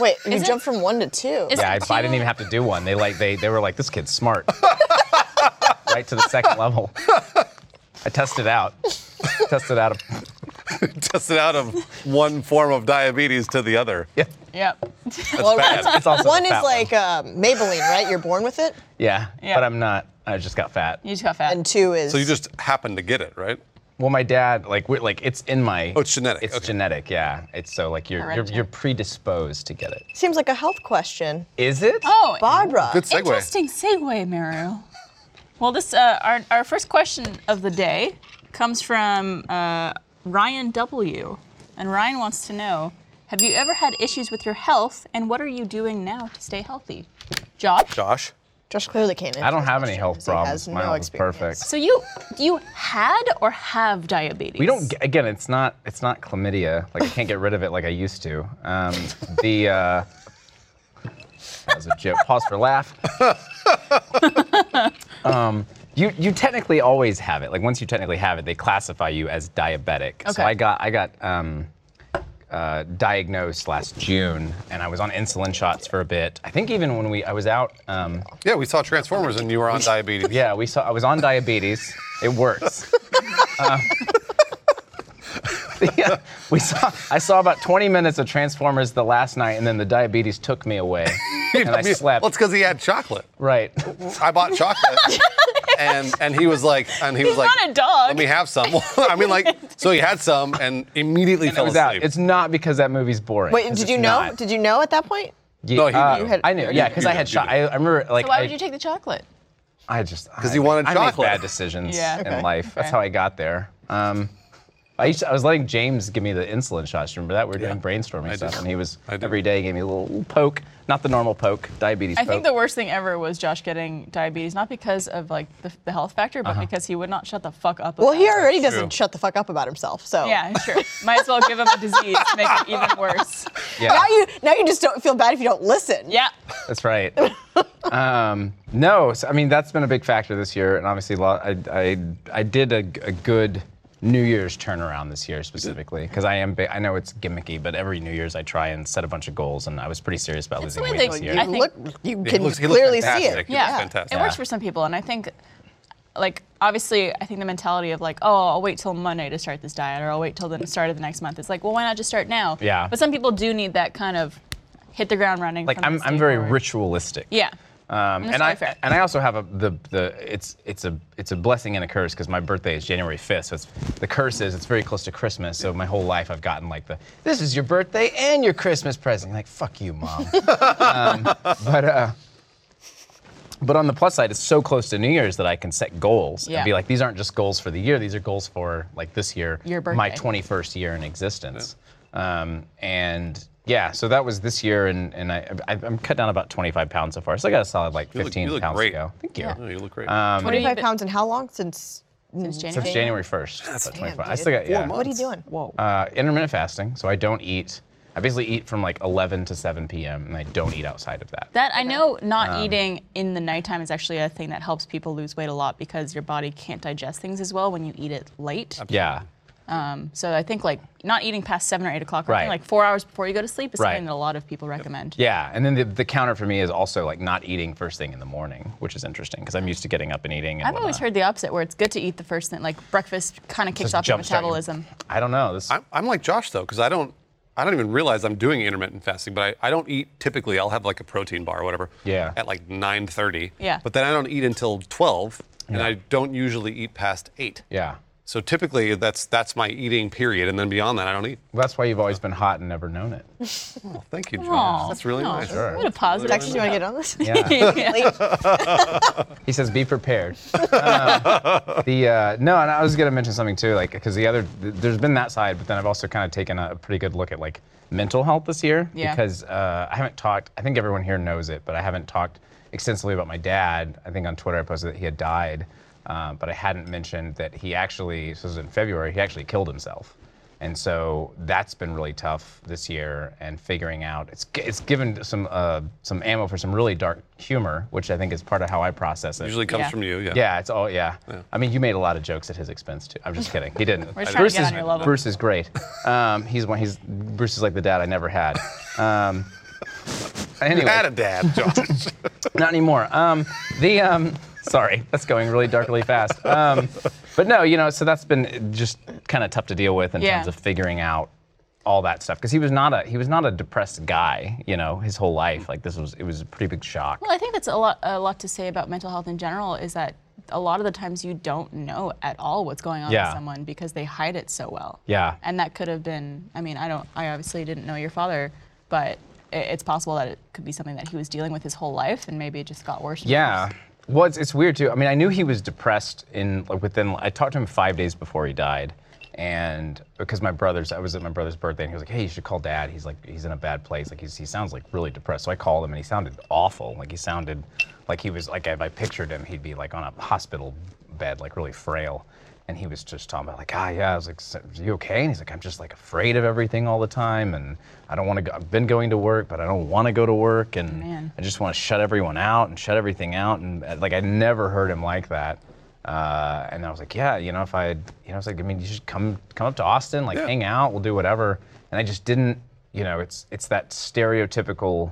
Speaker 4: Wait, you
Speaker 1: Is it-
Speaker 4: jumped from one to two.
Speaker 1: Is
Speaker 2: Yeah, I,
Speaker 1: it
Speaker 2: I didn't
Speaker 1: two-
Speaker 2: even have to do one. They like they they were like, this kid's smart. right to the second level. I tested out. tested out. A,
Speaker 3: Tested out of one form of diabetes to the other.
Speaker 2: yeah.
Speaker 1: Yep.
Speaker 3: That's
Speaker 4: Well,
Speaker 3: bad.
Speaker 2: It's also the
Speaker 4: One is
Speaker 2: fat
Speaker 4: like um, Maybelline, right? You're born with it.
Speaker 2: Yeah,
Speaker 1: Yeah.
Speaker 2: But I'm not. I just got fat.
Speaker 1: You just got fat.
Speaker 4: And two is.
Speaker 3: so you just happened to get it, right?
Speaker 2: Well, my dad like we're, like it's in my.
Speaker 3: Oh, it's genetic,
Speaker 2: It's
Speaker 3: okay.
Speaker 2: genetic. Yeah. It's so like you're you're,
Speaker 1: Hereditary.
Speaker 2: you're predisposed to get it.
Speaker 4: Seems like a health question.
Speaker 2: Is it?
Speaker 1: oh,
Speaker 4: Barbara.
Speaker 3: Good segue.
Speaker 1: Interesting segue, Meryl. Well, this uh, our, our first question of the day comes from uh, Ryan W. And Ryan wants to know Have you ever had issues with your health, and what are you doing now to stay healthy? Josh?
Speaker 3: Josh.
Speaker 4: Josh clearly can't.
Speaker 2: I don't
Speaker 4: answer
Speaker 2: have
Speaker 4: this
Speaker 2: any
Speaker 4: question,
Speaker 2: health
Speaker 4: so he
Speaker 2: problems.
Speaker 4: has
Speaker 2: My
Speaker 4: no
Speaker 2: health is
Speaker 4: experience.
Speaker 2: perfect.
Speaker 1: So you you had or have diabetes?
Speaker 2: We don't. get- Again, it's not. It's not chlamydia. Like I can't get rid of it like I used to. Um, the uh, that was a joke. Pause for laugh. um, you you technically always have it. Like once you technically have it, they classify you as diabetic.
Speaker 1: Okay.
Speaker 2: So I got I got um, uh, diagnosed last June, and I was on insulin shots for a bit. I think even when we I was out. Um,
Speaker 3: Yeah, we saw Transformers and you were on diabetes.
Speaker 2: yeah, we saw. I was on diabetes. It works. Um, yeah, we saw. I saw about 20 minutes of Transformers the last night, and then the diabetes took me away, and I slept.
Speaker 3: Well, it's because he had chocolate.
Speaker 2: right.
Speaker 3: I bought chocolate. And, and he was like, and he
Speaker 1: He's
Speaker 3: was like,
Speaker 1: not a dog.
Speaker 3: let me have some. I mean, like, so he had some and immediately
Speaker 2: It
Speaker 3: fell
Speaker 2: was out.
Speaker 3: asleep.
Speaker 2: It's not because that movie's boring.
Speaker 4: Wait,
Speaker 2: It's
Speaker 4: did you
Speaker 2: just
Speaker 4: know?
Speaker 2: not.
Speaker 4: Did you know at that point?
Speaker 2: Yeah,
Speaker 3: No, he
Speaker 2: uh,
Speaker 3: knew. You
Speaker 4: had-
Speaker 2: I knew. Yeah, because
Speaker 3: you
Speaker 2: I
Speaker 3: knew,
Speaker 2: had
Speaker 3: you
Speaker 2: shot.
Speaker 3: knew.
Speaker 2: I, I remember like.
Speaker 1: So why
Speaker 2: I-
Speaker 1: would you take the chocolate?
Speaker 2: I just because
Speaker 3: you wanted
Speaker 2: I
Speaker 3: chocolate.
Speaker 2: make bad decisions
Speaker 1: Yeah.
Speaker 2: in
Speaker 1: Okay.
Speaker 2: life. That's
Speaker 1: Okay.
Speaker 2: how I got there. Um, I used to, I was letting James give me the insulin shots. Remember that we were doing brainstorming
Speaker 3: I
Speaker 2: stuff,
Speaker 3: do.
Speaker 2: and he was
Speaker 3: I do.
Speaker 2: every day gave me a little poke, not the normal poke, diabetes.
Speaker 1: I
Speaker 2: poke.
Speaker 1: think the worst thing ever was Josh getting diabetes, not because of like the, the health factor,
Speaker 2: Uh-huh.
Speaker 1: but because he would not shut the fuck up.
Speaker 4: Well,
Speaker 1: about
Speaker 4: he
Speaker 1: it.
Speaker 4: already doesn't
Speaker 3: true.
Speaker 4: shut the fuck up about himself. So
Speaker 1: Yeah, sure. Might as well give him a disease, to make it even worse.
Speaker 2: yeah.
Speaker 4: now you now you just don't feel bad if you don't listen.
Speaker 1: Yeah.
Speaker 2: That's right. um, no, so, I mean that's been a big factor this year, and obviously a lot- I, I I did a, a good New Year's turnaround this year specifically because I am big, I know it's gimmicky, but every New Year's I try and set a bunch of goals, and I was pretty serious about
Speaker 1: It's
Speaker 2: losing
Speaker 1: the
Speaker 2: weight
Speaker 1: way
Speaker 2: this
Speaker 1: they-
Speaker 2: year.
Speaker 1: I
Speaker 4: You
Speaker 1: think-
Speaker 4: look, you
Speaker 3: He
Speaker 4: can
Speaker 3: looks- he looks
Speaker 4: clearly see
Speaker 3: fantastic.
Speaker 4: it.
Speaker 3: He
Speaker 1: Yeah.
Speaker 3: looks fantastic.
Speaker 1: It works for some people, and I think, like, obviously, I think the mentality of like, oh, I'll wait till Monday to start this diet, or I'll wait till the start of the next month. It's like, well, why not just start now?
Speaker 2: Yeah.
Speaker 1: But some people do need that kind of hit the ground running.
Speaker 2: like
Speaker 1: from the
Speaker 2: I'm, I'm
Speaker 1: day
Speaker 2: very
Speaker 1: forward.
Speaker 2: ritualistic.
Speaker 1: Yeah.
Speaker 2: Um,
Speaker 1: that's
Speaker 2: and I
Speaker 1: totally fair.
Speaker 2: and I also have a the the it's it's a it's a blessing and a curse because my birthday is January 5th. So it's the curse is it's very close to Christmas. So my whole life I've gotten like the this is your birthday and your Christmas present. Like fuck you, mom. Um, but uh, but on the plus side, it's so close to New Year's that I can set goals
Speaker 1: Yeah.
Speaker 2: and be like these aren't just goals for the year. These are goals for like this year,
Speaker 1: Your
Speaker 2: my
Speaker 1: birthday.
Speaker 2: 21st year in existence. Um, and yeah, so that was this year, and, and I, I, I'm cut down about 25 pounds so far. So I got a solid like
Speaker 3: You look-
Speaker 2: 15
Speaker 3: you look
Speaker 2: pounds
Speaker 3: great.
Speaker 2: to go. Thank you. Um,
Speaker 1: Yeah.
Speaker 3: No, you look great.
Speaker 1: What have you
Speaker 4: 25
Speaker 1: been-
Speaker 4: pounds in how long since?
Speaker 1: since January?
Speaker 2: Since January 1st. so
Speaker 4: damn,
Speaker 2: 25. I
Speaker 4: dude.
Speaker 2: still got,
Speaker 3: Four
Speaker 2: yeah.
Speaker 3: months.
Speaker 4: What are you doing?
Speaker 1: Whoa.
Speaker 2: Uh, intermittent fasting, so I don't eat. I basically eat from like 11 to 7 p.m. and I don't eat outside of that.
Speaker 1: That I know not
Speaker 2: Um,
Speaker 1: eating in the nighttime is actually a thing that helps people lose weight a lot because your body can't digest things as well when you eat it late.
Speaker 2: yeah.
Speaker 1: So I think like not eating past seven or eight o'clock, or
Speaker 2: Right.
Speaker 1: anything, like four hours before you go to sleep is something
Speaker 2: Right.
Speaker 1: that a lot of people recommend.
Speaker 2: Yeah, and then the, the counter for me is also like not eating first thing in the morning, which is interesting because I'm used to getting up and eating. And
Speaker 1: I've always
Speaker 2: whatnot.
Speaker 1: heard the opposite, where it's good to eat the first thing, like breakfast kind of kicks
Speaker 2: Just
Speaker 1: off your
Speaker 2: jumpstart your-
Speaker 1: metabolism.
Speaker 2: I don't know. This
Speaker 3: I'm, I'm like Josh though, because I don't, I don't even realize I'm doing intermittent fasting. But I, I don't eat typically. I'll have like a protein bar or whatever.
Speaker 2: Yeah.
Speaker 3: At like 9:30.
Speaker 1: Yeah.
Speaker 3: But then I don't eat until 12, and I don't usually eat past eight.
Speaker 2: yeah.
Speaker 3: So typically that's that's my eating period, and then beyond that I don't eat.
Speaker 2: Well, that's why you've always been hot and never known it.
Speaker 3: Well, thank you, Josh.
Speaker 1: Aw,
Speaker 3: That's really
Speaker 1: aw,
Speaker 3: nice.
Speaker 1: What a positive.
Speaker 4: Dexter, do you want to get on this?
Speaker 2: Yeah.
Speaker 1: Yeah.
Speaker 2: he says, "Be prepared." Um, the uh, no, and I was gonna mention something too, like because the other th- there's been that side, but then I've also kind of taken a, a pretty good look at like mental health this year
Speaker 1: Yeah.
Speaker 2: because uh, I haven't talked. I think everyone here knows it, but I haven't talked extensively about my dad. I think on Twitter I posted that he had died, uh, but I hadn't mentioned that he actually. This was in February. He actually killed himself. And so that's been really tough this year, and figuring out it's it's given some uh, some ammo for some really dark humor, which I think is part of how I process it.
Speaker 3: Usually comes
Speaker 1: Yeah.
Speaker 3: from you. Yeah.
Speaker 2: Yeah, it's all yeah. I mean, you made a lot of jokes at his expense too. I'm just kidding. He didn't.
Speaker 1: We're just trying to
Speaker 2: Bruce
Speaker 1: get
Speaker 2: is
Speaker 1: on your level.
Speaker 2: Bruce is great. Um, he's one. He's Bruce is like the dad I never had. Um, anyway,
Speaker 3: Had a dad, Josh.
Speaker 2: not anymore. Um, the um, sorry, that's going really dark really fast. Um, but no, you know, so that's been just kind of tough to deal with in
Speaker 1: Yeah.
Speaker 2: terms of figuring out all that stuff because he was not a he was not a depressed guy. You know, his whole life like this was it was a pretty big shock.
Speaker 1: well, I think that's a lot, a lot to say about mental health in general is that a lot of the times you don't know at all what's going on
Speaker 2: Yeah.
Speaker 1: with someone because they hide it so well.
Speaker 2: Yeah.
Speaker 1: And that could have been, I mean, I don't, I obviously didn't know your father, but i- it's possible that it could be something that he was dealing with his whole life and maybe it just got worse. and
Speaker 2: Yeah. Well, it's, it's weird too. I mean, I knew he was depressed in like within. I talked to him five days before he died, and because my brother's, I was at my brother's birthday, and he was like, "Hey, you should call Dad. He's like, he's in a bad place. Like, he's, he sounds like really depressed." So I called him, and he sounded awful. Like he sounded like he was like if I pictured him, he'd be like on a hospital bed, like really frail. And he was just talking about like, ah, yeah. I was like, "So- "Are you okay?" And he's like, "I'm just like afraid of everything all the time, and I don't want to. go I've been going to work, but I don't want to go to work, and
Speaker 1: Man.
Speaker 2: I just want to shut everyone out and shut everything out. And uh, like, I never heard him like that. Uh, and I was like, yeah, you know, if I, you know, I was like, I mean, you should come, come up to Austin, like,
Speaker 3: Yeah.
Speaker 2: hang out, we'll do whatever. And I just didn't, you know, it's, it's that stereotypical,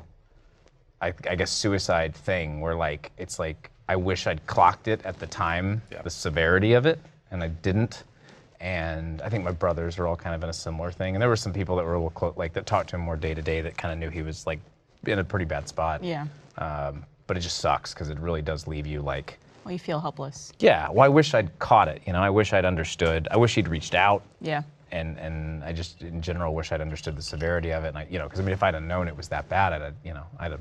Speaker 2: I, I guess, suicide thing where like, it's like, I wish I'd clocked it at the time,
Speaker 3: Yeah.
Speaker 2: the severity of it, and I didn't. And I think my brothers were all kind of in a similar thing. And there were some people that were a little close, like that talked to him more day to day that kind of knew he was like in a pretty bad spot.
Speaker 1: Yeah.
Speaker 2: Um, but it just sucks because it really does leave you like,
Speaker 1: Well, you feel helpless.
Speaker 2: yeah, well, I wish I'd caught it. You know, I wish I'd understood. I wish he'd reached out.
Speaker 1: Yeah.
Speaker 2: And and I just in general wish I'd understood the severity of it. And I, you know, because I mean, if I'd have known it was that bad, I'd have, you know, I'd have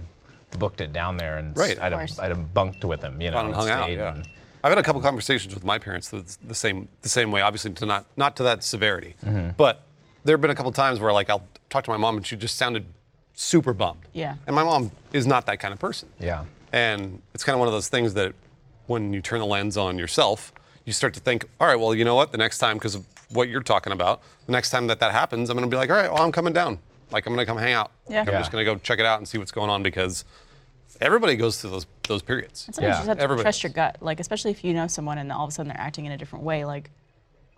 Speaker 2: booked it down there and s-
Speaker 3: Right.
Speaker 2: I'd,
Speaker 4: course.
Speaker 2: have, I'd have bunked with them, you know.
Speaker 3: Gone and hung out.
Speaker 2: stayed
Speaker 3: Yeah.
Speaker 2: and-
Speaker 3: I've had a couple conversations with my parents the, the same the same way. Obviously, to not not to that severity,
Speaker 2: Mm-hmm.
Speaker 3: but there have been a couple times where like I'll talk to my mom and she just sounded super bummed.
Speaker 1: Yeah.
Speaker 3: And my mom is not that kind of person.
Speaker 2: Yeah.
Speaker 3: And it's kind of one of those things that when you turn the lens on yourself, you start to think, all right, well, you know what? The next time, because of what you're talking about, the next time that that happens, I'm going to be like, all right, well, I'm coming down. Like, I'm going to come hang out.
Speaker 1: Yeah.
Speaker 3: I'm
Speaker 1: Yeah.
Speaker 3: just going to go check it out and see what's going on because everybody goes through those, those periods.
Speaker 1: Sometimes
Speaker 2: Yeah.
Speaker 1: you just have to
Speaker 3: Everybody
Speaker 1: trust
Speaker 3: does.
Speaker 1: your gut, like especially if you know someone and all of a sudden they're acting in a different way. Like,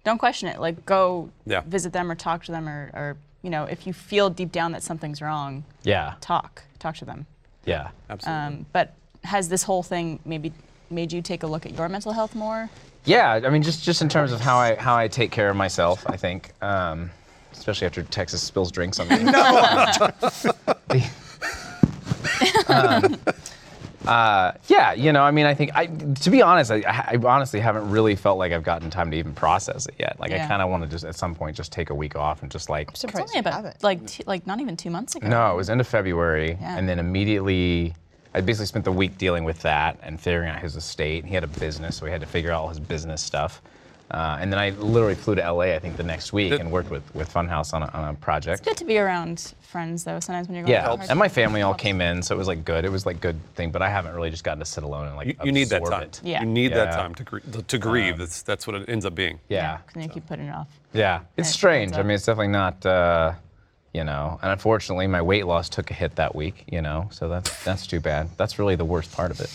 Speaker 1: don't question it. Like, go
Speaker 3: Yeah.
Speaker 1: visit them or talk to them or, or you know, if you feel deep down that something's wrong,
Speaker 2: Yeah.
Speaker 1: talk, talk to them.
Speaker 2: Yeah.
Speaker 3: Absolutely.
Speaker 1: Um, but has this whole thing maybe made you take a look at your mental health more?
Speaker 2: Yeah, I mean, just just in terms of how I how I take care of myself, I think, um, especially after Texas spills drinks on me. no. um, uh, yeah, you know, I mean, I think I to be honest, I, I honestly haven't really felt like I've gotten time to even process it yet. Like
Speaker 1: Yeah.
Speaker 2: I kind of want to just at some point just take a week off and just like
Speaker 1: It's
Speaker 4: Surprised
Speaker 1: only
Speaker 4: you
Speaker 1: about
Speaker 4: haven't.
Speaker 1: like t- like not even two months ago.
Speaker 2: no, it was end of February,
Speaker 1: Yeah.
Speaker 2: and then immediately, I basically spent the week dealing with that and figuring out his estate. He had a business, so we had to figure out all his business stuff. Uh, and then I literally flew to LA, I think, the next week and worked with, with Funhouse on a, on a project.
Speaker 1: Good to be around friends though. Sometimes when you're going
Speaker 2: Yeah,
Speaker 1: through hard
Speaker 2: and my family all came in, so it was like good. It was like good thing, but I haven't really just gotten to sit alone and like
Speaker 3: you, you need that
Speaker 2: absorb
Speaker 3: time.
Speaker 2: it.
Speaker 1: Yeah.
Speaker 3: You need that
Speaker 2: Yeah. Um,
Speaker 3: time to, gr- to grieve. that's, that's what it ends up being.
Speaker 2: Yeah,
Speaker 1: because you keep putting it off.
Speaker 2: yeah. It's
Speaker 1: Right,
Speaker 2: strange.
Speaker 1: that's
Speaker 2: I mean, it's definitely not, uh, you know. And unfortunately, my weight loss took a hit that week. You know, so that's that's too bad. That's really the worst part of it.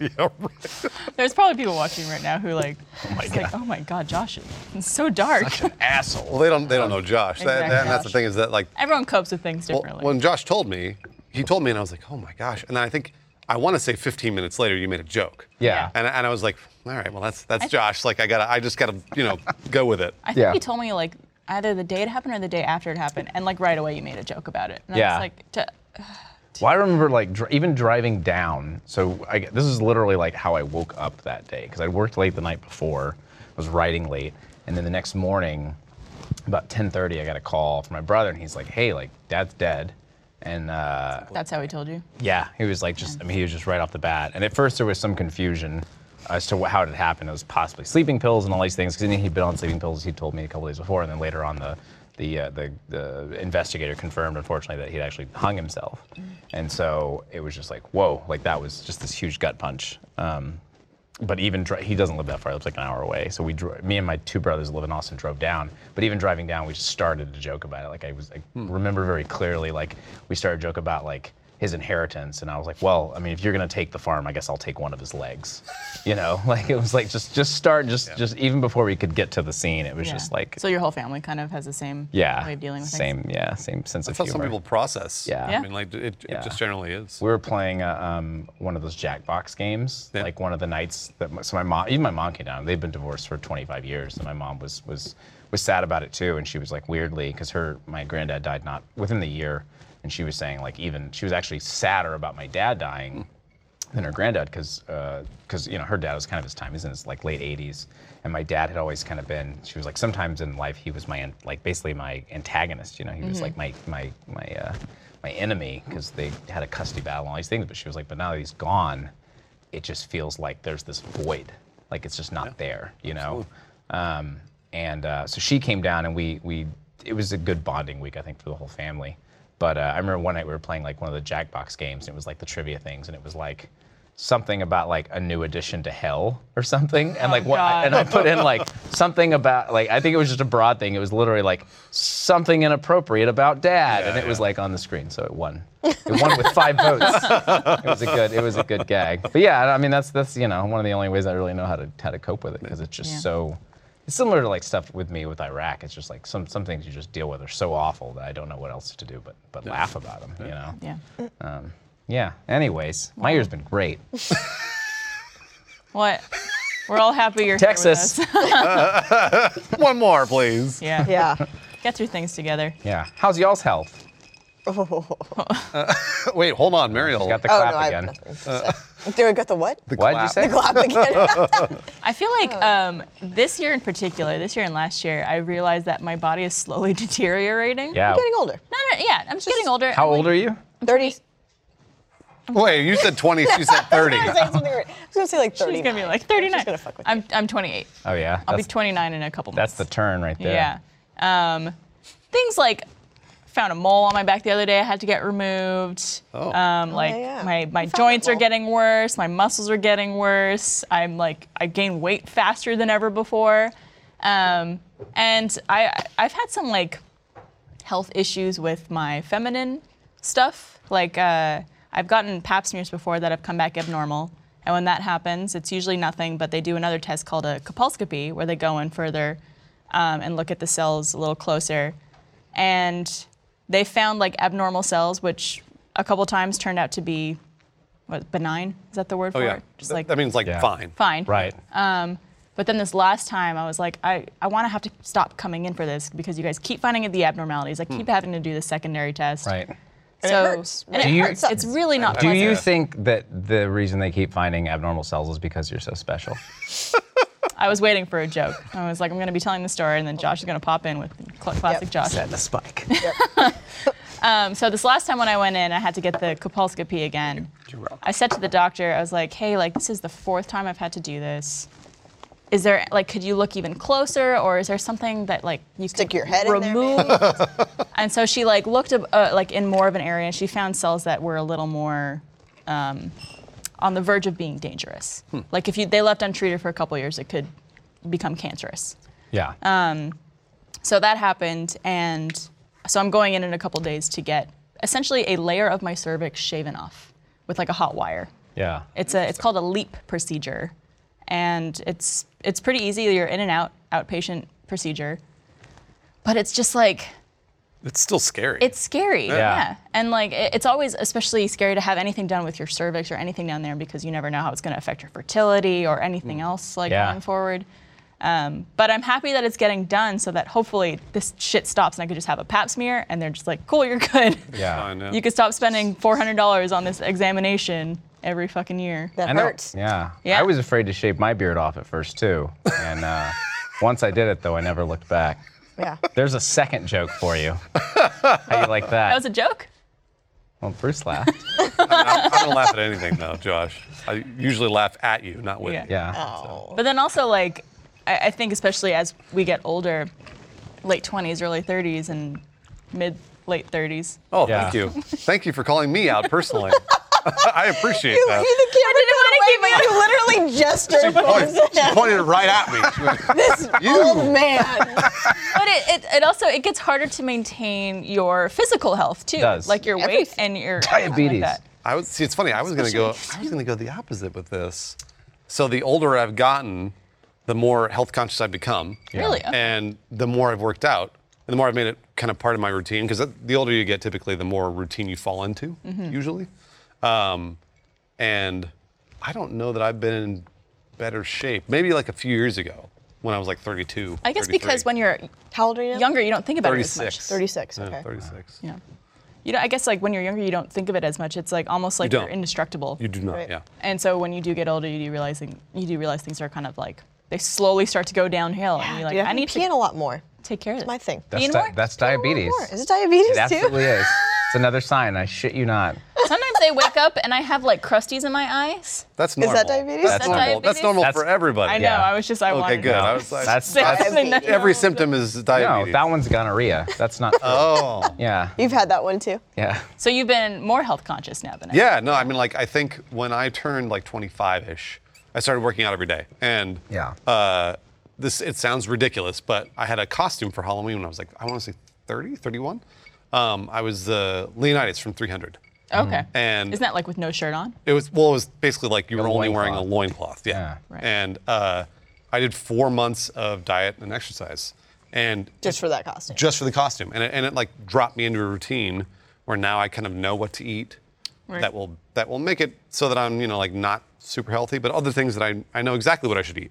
Speaker 3: yeah right.
Speaker 1: There's probably people watching right now who like, oh my god, like, oh my god, Josh, it's so dark.
Speaker 3: Asshole. Well, they don't, they don't know Josh. That-
Speaker 1: Exactly.
Speaker 3: that- and that's the thing is that, like,
Speaker 1: Everyone copes with things
Speaker 3: Well,
Speaker 1: differently.
Speaker 3: when Josh told me, he told me, and I was like, oh my gosh. And then I think, I want to say 15 minutes later, you made a joke.
Speaker 2: Yeah.
Speaker 3: And, and I was like, all right, well, that's that's Josh. Like, I gotta, I just gotta, you know, go with it.
Speaker 1: I think
Speaker 2: Yeah.
Speaker 1: he told me like either the day it happened or the day after it happened, and like right away you made a joke about it. And I
Speaker 2: Yeah.
Speaker 1: was like, to,
Speaker 2: Well, I remember like dr- even driving down. So I, this is literally like how I woke up that day because I worked late the night before, was riding late, and then the next morning, about 10:30, I got a call from my brother, and he's like, "Hey, like Dad's dead," and uh,
Speaker 1: that's how he told you.
Speaker 2: yeah, he was like just. I mean, he was just right off the bat. And at first, there was some confusion as to wh- how it had happened. It was possibly sleeping pills and all these things. Because he'd been on sleeping pills. He told me a couple days before, and then later on, the the uh, the, the investigator confirmed, unfortunately, that he'd actually hung himself. And so it was just like, whoa, like that was just this huge gut punch. Um, but even dri- he doesn't live that far. It's like an hour away. So we, dro- me and my two brothers live in Austin, drove down. But even driving down, we just started to joke about it. Like I was, I
Speaker 3: Hmm.
Speaker 2: remember very clearly. Like we started to joke about like his inheritance, and I was like, well, I mean, if you're gonna take the farm, I guess I'll take one of his legs. You know, like it was like just, just start, just, just even before we could get to the scene, it was
Speaker 1: Yeah.
Speaker 2: just like,
Speaker 1: so your whole family kind of has the same
Speaker 2: yeah,
Speaker 1: way of dealing with
Speaker 2: same,
Speaker 1: things.
Speaker 2: yeah, same sense
Speaker 3: That's how
Speaker 2: of
Speaker 3: some
Speaker 2: humor.
Speaker 3: people process.
Speaker 2: Yeah.
Speaker 1: Yeah.
Speaker 3: I mean, like, it,
Speaker 2: Yeah.
Speaker 3: it just generally is.
Speaker 2: We were playing uh, um, one of those Jackbox games,
Speaker 3: Yeah.
Speaker 2: like one of the nights that. My, so my mom, even my mom came down. They've been divorced for 25 years, and my mom was was was sad about it too. And she was like, weirdly, because her my granddad died not within the year, and she was saying like even she was actually sadder about my dad dying than her granddad because because you know her dad was kind of his time. He's in his like late 80s, and my dad had always kind of been. She was like sometimes in life he was my an- like basically my antagonist. You know, he was like my my my uh, my enemy because they had a custody battle and all these things. But she was like, but now that he's gone, it just feels like there's this void, like it's just not there. You know, um, and uh, so she came down and we we it was a good bonding week I think for the whole family. But uh, I remember one night we were playing like one of the Jackbox games, and it was like the trivia things, and it was like something about like a new addition to hell or something, and like what,
Speaker 1: God.
Speaker 2: and I put in like something about like I think it was just a broad thing. It was literally like something inappropriate about dad, and it was like on the screen, so it won. It won with five votes. It was a good, it was a good gag. But yeah, I mean that's that's you know one of the only ways I really know how to how to cope with it because it's just
Speaker 1: Yeah.
Speaker 2: so. It's similar to like stuff with me with Iraq. It's just like some some things you just deal with are so awful that I don't know what else to do but but laugh about them. You know.
Speaker 1: Yeah.
Speaker 2: Yeah. Anyways, my year's been great.
Speaker 1: What? We're all happy you're
Speaker 2: Texas.
Speaker 1: here with us.
Speaker 3: One more, please.
Speaker 1: yeah.
Speaker 4: Yeah.
Speaker 1: Get through things together.
Speaker 2: Yeah. How's y'all's health?
Speaker 3: Wait, hold on, Mariel.
Speaker 2: Got the
Speaker 4: Oh
Speaker 2: clap
Speaker 4: no, Oh, I have
Speaker 2: again.
Speaker 4: nothing to say. Do I get the what? The
Speaker 2: What did you
Speaker 3: clap.
Speaker 2: say?
Speaker 4: clap again.
Speaker 1: I feel like
Speaker 4: Oh.
Speaker 1: um, this year in particular, this year and last year, I realized that my body is slowly deteriorating.
Speaker 2: Yeah.
Speaker 4: Getting older.
Speaker 1: No, no, yeah. I'm just getting older.
Speaker 2: How
Speaker 1: I'm,
Speaker 2: old
Speaker 1: like,
Speaker 2: are you?
Speaker 4: Thirty.
Speaker 3: Wait, you said 20, she said 30.
Speaker 4: I was saying something weird. I was gonna say like 39.
Speaker 1: She's gonna be like 39.
Speaker 4: She's gonna fuck with you.
Speaker 1: I'm, I'm 28.
Speaker 2: Oh yeah.
Speaker 1: I'll be
Speaker 2: That's-
Speaker 1: 29 in a couple
Speaker 2: That's
Speaker 1: months.
Speaker 2: the turn right there.
Speaker 1: Yeah. Um, things like found a mole on my back the other day. I had to get removed.
Speaker 3: Oh.
Speaker 1: Um, like
Speaker 4: yeah.
Speaker 1: my, my
Speaker 4: You found that
Speaker 1: joints are
Speaker 4: mole.
Speaker 1: getting worse. My muscles are getting worse. I'm like I gain weight faster than ever before. Um, and I I've had some like health issues with my feminine stuff. Like uh, I've gotten pap smears before that have come back abnormal. And when that happens, it's usually nothing, but they do another test called a colposcopy where they go in further um, and look at the cells a little closer. And they found like abnormal cells, which a couple times turned out to be what, benign. Is that the word
Speaker 3: Oh,
Speaker 1: for
Speaker 3: yeah.
Speaker 1: it? Just like
Speaker 3: that means like
Speaker 2: Yeah.
Speaker 3: fine.
Speaker 1: fine.
Speaker 2: Right.
Speaker 1: But then this last time, I was like, I, I want to have to stop coming in for this because you guys keep finding the abnormalities. I keep having to do the secondary test.
Speaker 2: Hmm. right.
Speaker 1: So,
Speaker 4: it hurts.
Speaker 1: And
Speaker 2: Do
Speaker 1: it
Speaker 2: you-
Speaker 1: hurts. It's really not
Speaker 2: Do
Speaker 1: pleasant.
Speaker 2: you think that the reason they keep finding abnormal cells is because you're so special?
Speaker 1: I was waiting for a joke. I was like, I'm going to be telling the story, and then Josh is going to pop in with cl- classic Josh.
Speaker 5: the spike.
Speaker 1: Um, so this last time when I went in, I had to get the colposcopy again.
Speaker 5: You're welcome.
Speaker 1: I said to the doctor, I was like, hey, like this is the fourth time I've had to do this. Is there like could you look even closer, or is there something that like you
Speaker 4: Stick
Speaker 1: could
Speaker 4: your head in there,
Speaker 1: remove? and so she like looked ab- uh, like in more of an area, and she found cells that were a little more um, on the verge of being dangerous.
Speaker 5: Hmm.
Speaker 1: Like if you they left untreated for a couple years, it could become cancerous.
Speaker 2: Yeah.
Speaker 1: So that happened, and so I'm going in in a couple days to get essentially a layer of my cervix shaven off with like a hot wire.
Speaker 2: yeah.
Speaker 1: It's a it's called a leap procedure, and it's it's pretty easy. You're in and out outpatient procedure, but it's just like
Speaker 3: It's still scary.
Speaker 1: it's scary. Yeah. And like it- it's always especially scary to have anything done with your cervix or anything down there because you never know how it's going to affect your fertility or anything else like
Speaker 2: Yeah.
Speaker 1: going forward. Um, but I'm happy that it's getting done so that hopefully this shit stops and I could just have a pap smear and they're just like, cool, you're good.
Speaker 2: yeah.
Speaker 3: fine, yeah.
Speaker 1: You could stop spending $400 on this examination every fucking year.
Speaker 4: that
Speaker 2: I know.
Speaker 4: hurts.
Speaker 2: Yeah.
Speaker 1: Yeah.
Speaker 2: I was afraid to shave my beard off at first too, and uh, once I did it though, I never looked back.
Speaker 4: Yeah.
Speaker 2: There's a second joke for you. How you like that?
Speaker 1: That was a joke?
Speaker 2: well, Bruce laughed.
Speaker 3: I'm, I'm gonna laugh at anything though, Josh. I usually laugh at you, not with
Speaker 1: Yeah.
Speaker 3: you.
Speaker 2: Yeah.
Speaker 1: But then also, like, I, I think especially as we get older, late 20s, early 30s, and mid late 30s.
Speaker 3: Oh,
Speaker 2: Yeah.
Speaker 3: thank you. Thank you for calling me out personally. I appreciate
Speaker 4: You,
Speaker 3: that.
Speaker 4: you, the camera I didn't want to keep you. literally gestured.
Speaker 3: Point- she pointed right at me. She went,
Speaker 4: this
Speaker 3: You.
Speaker 4: old man.
Speaker 1: But it, it, it also it gets harder to maintain your physical health too,
Speaker 2: Does.
Speaker 1: like your weight
Speaker 4: Everything.
Speaker 1: and your
Speaker 2: Diabetes.
Speaker 1: Like that.
Speaker 3: I was see. It's funny. I was gonna go. I was gonna go the opposite with this. So the older I've gotten, the more health conscious I've become.
Speaker 1: Really? Okay.
Speaker 3: And the more I've worked out, and the more I've made it kind of part of my routine, because the older you get, typically, the more routine you fall into,
Speaker 1: Mm-hmm.
Speaker 3: usually. Um, and I don't know that I've been in better shape. Maybe like a few years ago when I was like 32.
Speaker 1: I guess
Speaker 3: 33,
Speaker 1: because when you're
Speaker 4: How old are you? now?
Speaker 1: younger, you don't think about it as
Speaker 3: 36.
Speaker 1: much.
Speaker 4: 36.
Speaker 3: Yeah,
Speaker 4: Okay.
Speaker 3: 36.
Speaker 1: Yeah. You know, I guess like when you're younger, you don't think of it as much. It's like almost like
Speaker 3: You
Speaker 1: you are
Speaker 3: don't.
Speaker 1: indestructible.
Speaker 3: You do not,
Speaker 4: Right.
Speaker 3: yeah.
Speaker 1: And so when you do get older, you do realizing you do realize things are kind of like they slowly start to go downhill, and you're like,
Speaker 4: Dude,
Speaker 1: I need
Speaker 4: pee in
Speaker 1: to
Speaker 4: a lot more.
Speaker 1: take care of this.
Speaker 4: My thing.
Speaker 2: That's,
Speaker 1: Ian Moore?
Speaker 2: that's
Speaker 4: Pee in a lot
Speaker 2: diabetes.
Speaker 4: more. Is it diabetes
Speaker 2: It
Speaker 4: too?
Speaker 2: absolutely is. It's another sign. I shit you not.
Speaker 1: Sometimes I wake up and I have like crusties in my eyes.
Speaker 3: That's
Speaker 4: that
Speaker 3: normal.
Speaker 4: diabetes?
Speaker 3: That's,
Speaker 1: That's
Speaker 3: normal.
Speaker 1: diabetes?
Speaker 3: That's normal
Speaker 2: That's-
Speaker 3: for everybody.
Speaker 1: I know.
Speaker 2: Yeah.
Speaker 1: I was just I
Speaker 3: Okay,
Speaker 1: wanted.
Speaker 3: good.
Speaker 1: To
Speaker 3: I
Speaker 1: know.
Speaker 3: was like,
Speaker 2: That's,
Speaker 1: Say
Speaker 2: that's
Speaker 1: something that-
Speaker 3: every symptom is
Speaker 2: no.
Speaker 3: diabetes.
Speaker 2: That one's gonorrhea. That's not. True.
Speaker 3: oh.
Speaker 2: Yeah.
Speaker 4: You've had that one too.
Speaker 2: Yeah.
Speaker 1: So you've been more health conscious now than I.
Speaker 3: Yeah, no, I mean, like, I think when I turned like 25 ish, I started working out every day. And
Speaker 2: Yeah.
Speaker 3: uh, this, it sounds ridiculous, but I had a costume for Halloween when I was like, I want to say 30, 31. Um, I was the Leonidas from 300.
Speaker 1: Okay.
Speaker 3: Mm-hmm. And-
Speaker 1: isn't that like with no shirt on?
Speaker 3: It was, well, it was basically like you were only wearing a
Speaker 2: loincloth.
Speaker 3: loincloth. Yeah.
Speaker 2: Yeah.
Speaker 1: Right.
Speaker 3: And uh, I did four months of diet and exercise. And
Speaker 4: Just for that costume.
Speaker 3: just for the costume. And it, and it like dropped me into a routine where now I kind of know what to eat
Speaker 1: Right.
Speaker 3: that will that will make it so that I'm, you know, like not super healthy, but other things that I, I know exactly what I should eat.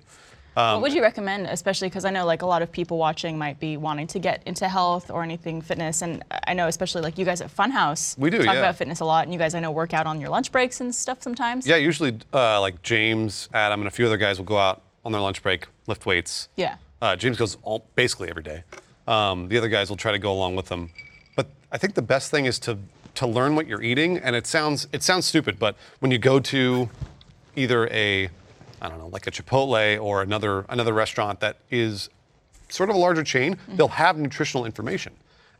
Speaker 1: what would you recommend, especially because I know like a lot of people watching might be wanting to get into health or anything fitness, and I know especially like you guys at Funhouse
Speaker 3: We do,
Speaker 1: talk
Speaker 3: yeah.
Speaker 1: about fitness a lot, and you guys I know work out on your lunch breaks and stuff sometimes.
Speaker 3: Yeah, usually uh, like James, Adam, and a few other guys will go out on their lunch break, lift weights.
Speaker 1: Yeah.
Speaker 3: Uh, James goes all, basically every day. Um, the other guys will try to go along with them. But I think the best thing is to to learn what you're eating, and it sounds it sounds stupid, but when you go to either a I don't know, like a Chipotle or another another restaurant that is sort of a larger chain, they'll have nutritional information,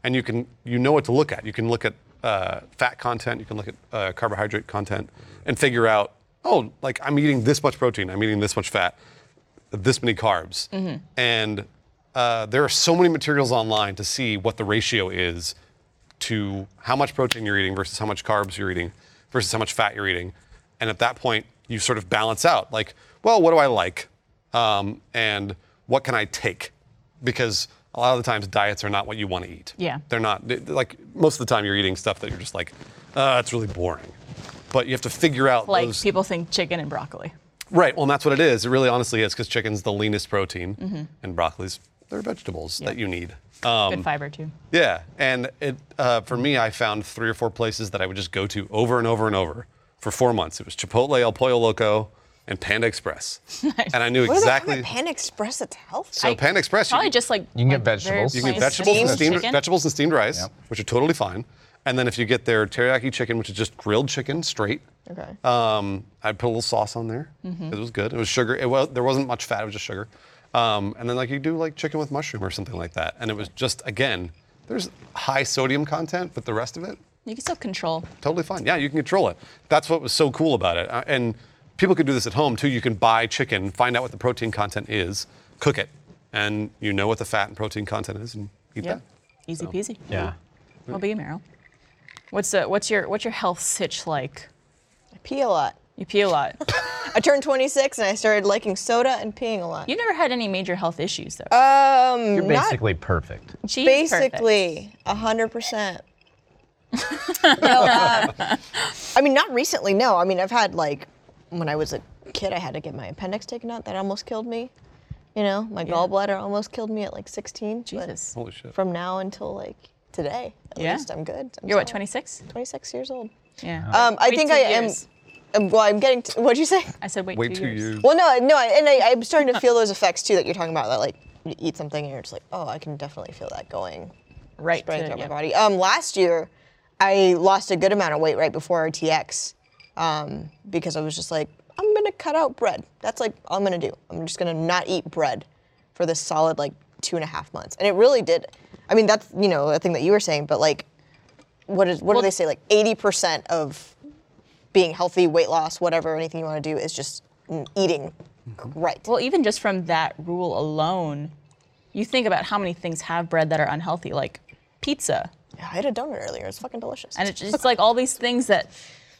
Speaker 3: and you can you know what to look at. You can look at uh, fat content, you can look at uh, carbohydrate content, and figure out oh, like I'm eating this much protein, I'm eating this much fat, this many carbs,
Speaker 1: Mm-hmm.
Speaker 3: and uh, there are so many materials online to see what the ratio is to how much protein you're eating versus how much carbs you're eating versus how much fat you're eating. And at that point, you sort of balance out like, well, what do I like? Um, and what can I take? Because a lot of the times diets are not what you want to eat.
Speaker 1: Yeah.
Speaker 3: They're not, they- like, most of the time you're eating stuff that you're just like, uh, it's really boring. But you have to figure out
Speaker 1: Like
Speaker 3: those,
Speaker 1: people think chicken and broccoli.
Speaker 3: Right. Well, and that's what it is. It really honestly is because chicken's the leanest protein and broccoli's, they're vegetables that you need. Um,
Speaker 1: Mm-hmm. Good fiber too.
Speaker 3: yeah, and it uh, for me, I found three or four places that I would just go to over and over and over for four months. It was Chipotle, El Pollo Loco, and Panda Express, and I knew
Speaker 4: What
Speaker 3: exactly.
Speaker 4: do they have at Pan Express at Health?
Speaker 3: so Panda Express,
Speaker 1: Probably
Speaker 3: you,
Speaker 1: just like
Speaker 2: You can get
Speaker 1: like, very
Speaker 2: vegetables. You
Speaker 3: you can
Speaker 1: plain
Speaker 3: get vegetables and
Speaker 1: steamed
Speaker 3: steamed
Speaker 1: chicken.
Speaker 3: vegetables and steamed rice,
Speaker 2: Yep.
Speaker 3: which are totally fine. And then if you get their teriyaki chicken, which is just grilled chicken straight,
Speaker 4: Okay.
Speaker 3: um, I put a little sauce on there. It was good. It was sugar. It was there wasn't much fat. It was just sugar. Um, and then like you do like chicken with mushroom or something like that. And it was just again, there's high sodium content, but the rest of it
Speaker 1: You can still control.
Speaker 3: totally fine. Yeah, you can control it. That's what was so cool about it. Uh, And people could do this at home too. You can buy chicken, find out what the protein content is, cook it, and you know what the fat and protein content is, and eat
Speaker 1: Yeah.
Speaker 3: that.
Speaker 1: Easy peasy.
Speaker 2: Yeah.
Speaker 1: I'll be Meryl. What's uh, what's your what's your health sitch like?
Speaker 4: I pee a lot.
Speaker 1: You pee a lot.
Speaker 4: I turned 26 and I started liking soda and peeing a lot.
Speaker 1: You've never had any major health issues though.
Speaker 4: um,
Speaker 2: You're basically perfect.
Speaker 1: She is perfect.
Speaker 4: basically, a 100%. no, um, I mean, not recently, no. I mean, I've had, like, when I was a kid, I had to get my appendix taken out. That almost killed me. You know, my gallbladder almost killed me at like 16. but
Speaker 1: Jesus.
Speaker 3: Holy shit.
Speaker 4: From now until like today, at
Speaker 1: Yeah.
Speaker 4: least I'm good. I'm
Speaker 1: You're what,
Speaker 4: solid.
Speaker 1: 26?
Speaker 4: 26 years old.
Speaker 1: Yeah.
Speaker 2: Uh,
Speaker 4: Um, I
Speaker 1: Wait
Speaker 4: think
Speaker 1: two
Speaker 4: I am.
Speaker 1: years.
Speaker 4: um, Well, I'm getting. T- what'd you say?
Speaker 1: I said wait,
Speaker 3: Wait two years.
Speaker 4: Well, no, no, I, and I, I'm starting to feel those effects too that you're talking about. That like you eat something and you're just like, oh, I can definitely feel that going
Speaker 1: Right.
Speaker 4: spreading
Speaker 1: to-
Speaker 4: throughout
Speaker 1: yeah.
Speaker 4: my body. Um, last year, I lost a good amount of weight right before RTX, um, because I was just like, I'm gonna cut out bread. That's like all I'm gonna do. I'm just gonna not eat bread for this solid like two and a half months, and it really did. I mean, that's you know a thing that you were saying, but like, what is what do they say? Like 80% of being healthy, weight loss, whatever, anything you want to do is just mm, eating right.
Speaker 1: Mm-hmm. Well, even just from that rule alone, you think about how many things have bread that are unhealthy, like pizza,
Speaker 4: I had a donut earlier. It's fucking delicious.
Speaker 1: and it's just like all these things that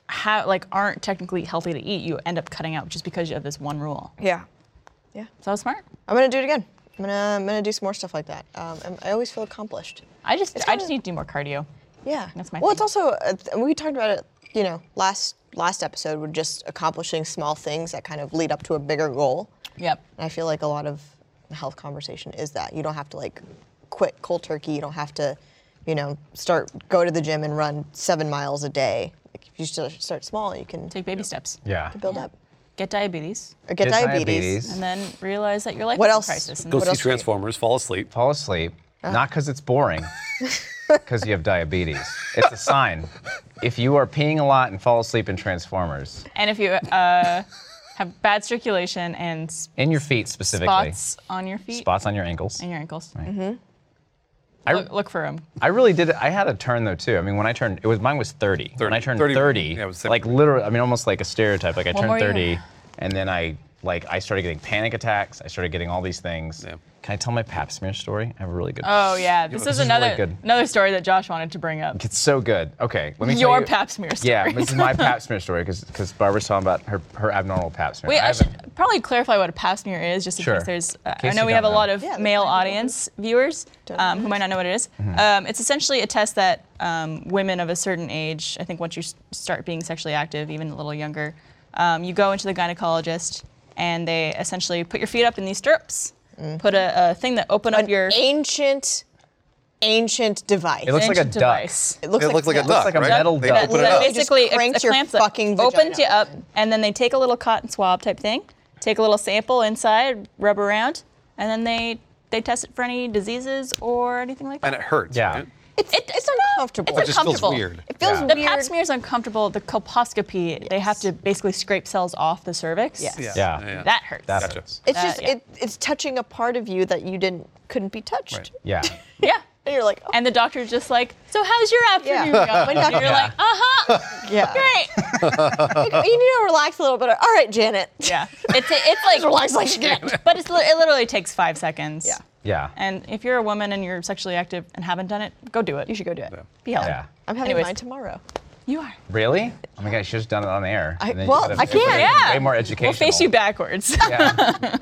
Speaker 1: have like aren't technically healthy to eat. You end up cutting out just because you have this one rule.
Speaker 4: yeah.
Speaker 1: So smart.
Speaker 4: I'm gonna do it again. I'm gonna I'm gonna do some more stuff like that. Um, I'm- I always feel accomplished.
Speaker 1: I just I just
Speaker 4: kinda-
Speaker 1: need to do more cardio.
Speaker 4: Yeah,
Speaker 1: That's my
Speaker 4: Well, it's
Speaker 1: thing.
Speaker 4: also uh, th- we talked about it. You know, last last episode, we're just accomplishing small things that kind of lead up to a bigger goal.
Speaker 1: Yep.
Speaker 4: And I feel like a lot of the health conversation is that you don't have to like quit cold turkey. You don't have to, you know, start go to the gym and run seven miles a day. Like if you just start small, you can
Speaker 1: Take baby steps.
Speaker 2: Yeah.
Speaker 4: build up
Speaker 1: Get diabetes,
Speaker 4: or get, diabetes.
Speaker 1: and then realize that your life
Speaker 4: What
Speaker 1: is
Speaker 4: else?
Speaker 1: in crisis. And
Speaker 3: Go
Speaker 4: What
Speaker 3: see
Speaker 4: else do you-
Speaker 3: Transformers, fall asleep.
Speaker 2: Fall asleep, not because it's boring, because you have diabetes. It's a sign. If you are peeing a lot and fall asleep in Transformers,
Speaker 1: And if you uh, have bad circulation and
Speaker 2: in your feet specifically,
Speaker 1: spots on your feet
Speaker 2: spots on your ankles.
Speaker 1: and your ankles,
Speaker 2: I,
Speaker 1: look, look for them.
Speaker 2: I really did. I had a turn though too. I mean, when I turned, it was mine was 30. When
Speaker 3: 30.
Speaker 2: I turned 30,
Speaker 3: 30. Yeah, it was the same.
Speaker 2: like literally, I mean, almost like a stereotype. Like I
Speaker 1: more
Speaker 2: turned
Speaker 1: year.
Speaker 2: 30, and then I like I started getting panic attacks. I started getting all these things.
Speaker 3: Yeah.
Speaker 2: Can I tell my Pap smear story? I have a really good.
Speaker 1: Oh yeah, this, is,
Speaker 2: is really
Speaker 1: another
Speaker 2: good.
Speaker 1: another story that Josh wanted to bring up.
Speaker 2: It's so good. Okay, let me. tell
Speaker 1: Your
Speaker 2: you-
Speaker 1: pap smear story.
Speaker 2: Yeah, this is my pap smear story because Barbara's talking about her, her abnormal pap smear.
Speaker 1: Wait, I,
Speaker 2: haven't-
Speaker 1: should probably clarify what a pap smear is, just in
Speaker 2: Sure.
Speaker 1: case there's. Uh,
Speaker 2: In
Speaker 1: I
Speaker 2: case
Speaker 1: know
Speaker 2: you
Speaker 1: we have a
Speaker 2: don't know.
Speaker 1: lot of
Speaker 4: Yeah, there's
Speaker 1: male
Speaker 4: plenty of people
Speaker 1: audience viewers
Speaker 4: Don't know
Speaker 1: um,
Speaker 4: what
Speaker 1: who
Speaker 4: it
Speaker 1: might not know what it is.
Speaker 2: Mm-hmm.
Speaker 1: Um, it's essentially a test that um, women of a certain age, I think once you s- start being sexually active, even a little younger, um, you go into the gynecologist and they essentially put your feet up in these stirrups, put a, a thing that open up your.
Speaker 4: Ancient, ancient device.
Speaker 2: It looks like a
Speaker 1: ancient
Speaker 2: duck.
Speaker 1: device.
Speaker 4: looks
Speaker 3: It looks like
Speaker 4: yeah,
Speaker 3: a duck,
Speaker 2: like a
Speaker 3: right?
Speaker 2: metal
Speaker 3: They
Speaker 2: duck.
Speaker 3: open it
Speaker 1: that
Speaker 3: up.
Speaker 4: It
Speaker 1: basically
Speaker 4: just cranks
Speaker 1: ex-
Speaker 4: your
Speaker 1: clamps it,
Speaker 4: fucking
Speaker 1: opens
Speaker 4: vagina
Speaker 1: you up,
Speaker 4: open.
Speaker 1: and then they take a little cotton swab type thing, take a little sample inside, rub around, and then they they test it for any diseases or anything like that.
Speaker 3: and it hurts.
Speaker 2: Yeah.
Speaker 3: right?
Speaker 4: It's, it's, uncomfortable.
Speaker 1: It's
Speaker 3: It just feels
Speaker 1: uncomfortable.
Speaker 3: weird.
Speaker 4: it feels
Speaker 5: Yeah.
Speaker 1: The
Speaker 4: weird.
Speaker 1: pap smear is uncomfortable. The colposcopy, they have to basically scrape cells off the cervix.
Speaker 4: Yes. Yeah.
Speaker 2: Yeah.
Speaker 1: That hurts.
Speaker 2: That
Speaker 3: Gotcha.
Speaker 2: hurts.
Speaker 4: It's
Speaker 1: Uh,
Speaker 4: just
Speaker 1: yeah.
Speaker 4: it, it's touching a part of you that you didn't couldn't be touched.
Speaker 3: Right.
Speaker 2: Yeah.
Speaker 1: yeah.
Speaker 4: And you're like, oh,
Speaker 1: And the doctor's just like, so how's your afternoon
Speaker 4: Yeah.
Speaker 1: going? And you're like, uh-huh,
Speaker 4: yeah.
Speaker 1: great.
Speaker 4: Like, you need to relax a little bit. All right, Janet.
Speaker 1: Yeah. It's, it's like,
Speaker 4: relax like shit.
Speaker 1: but it's, li- it literally takes five seconds.
Speaker 4: Yeah.
Speaker 2: Yeah.
Speaker 1: And if you're a woman and you're sexually active and haven't done it, go do it.
Speaker 4: You should go do it.
Speaker 1: be healthy.
Speaker 2: Yeah.
Speaker 4: I'm having
Speaker 1: Anyways.
Speaker 4: mine tomorrow.
Speaker 1: You are.
Speaker 2: Really? Oh my God, you should have done it on air.
Speaker 4: I-
Speaker 2: And then
Speaker 4: well,
Speaker 2: you could have-
Speaker 4: I can't.
Speaker 2: it would have been
Speaker 1: Yeah.
Speaker 2: Way more
Speaker 1: We'll
Speaker 2: educational.
Speaker 1: face you backwards.
Speaker 2: Yeah.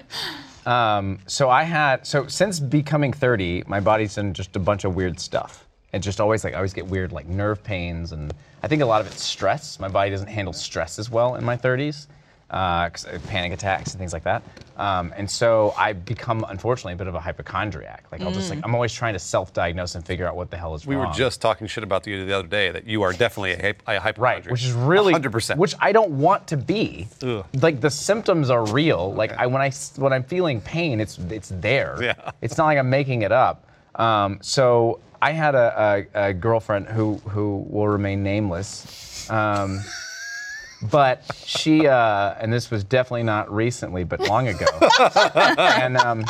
Speaker 2: um, so I had so since becoming 30, my body's done just a bunch of weird stuff. It just always like I always get weird like nerve pains, and I think a lot of it's stress. My body doesn't handle stress as well in my 30s, uh, 'cause, uh, panic attacks and things like that. Um, and so I become unfortunately a bit of a hypochondriac. Like I'll just like I'm always trying to self-diagnose and figure out what the hell is
Speaker 3: Mm. We
Speaker 2: wrong.
Speaker 3: were just talking shit about you the other day that you are definitely a, hy- a hypochondriac.
Speaker 2: Right, which is really
Speaker 3: 100%.
Speaker 2: which I don't want to be.
Speaker 3: Ugh.
Speaker 2: Like the symptoms are real. Like I when I s- when I'm feeling pain, it's it's there.
Speaker 3: Yeah.
Speaker 2: It's not like I'm making it up. Um, so I had a, a, a girlfriend who who will remain nameless. Um, but she uh, and this was definitely not recently, but long ago. and um,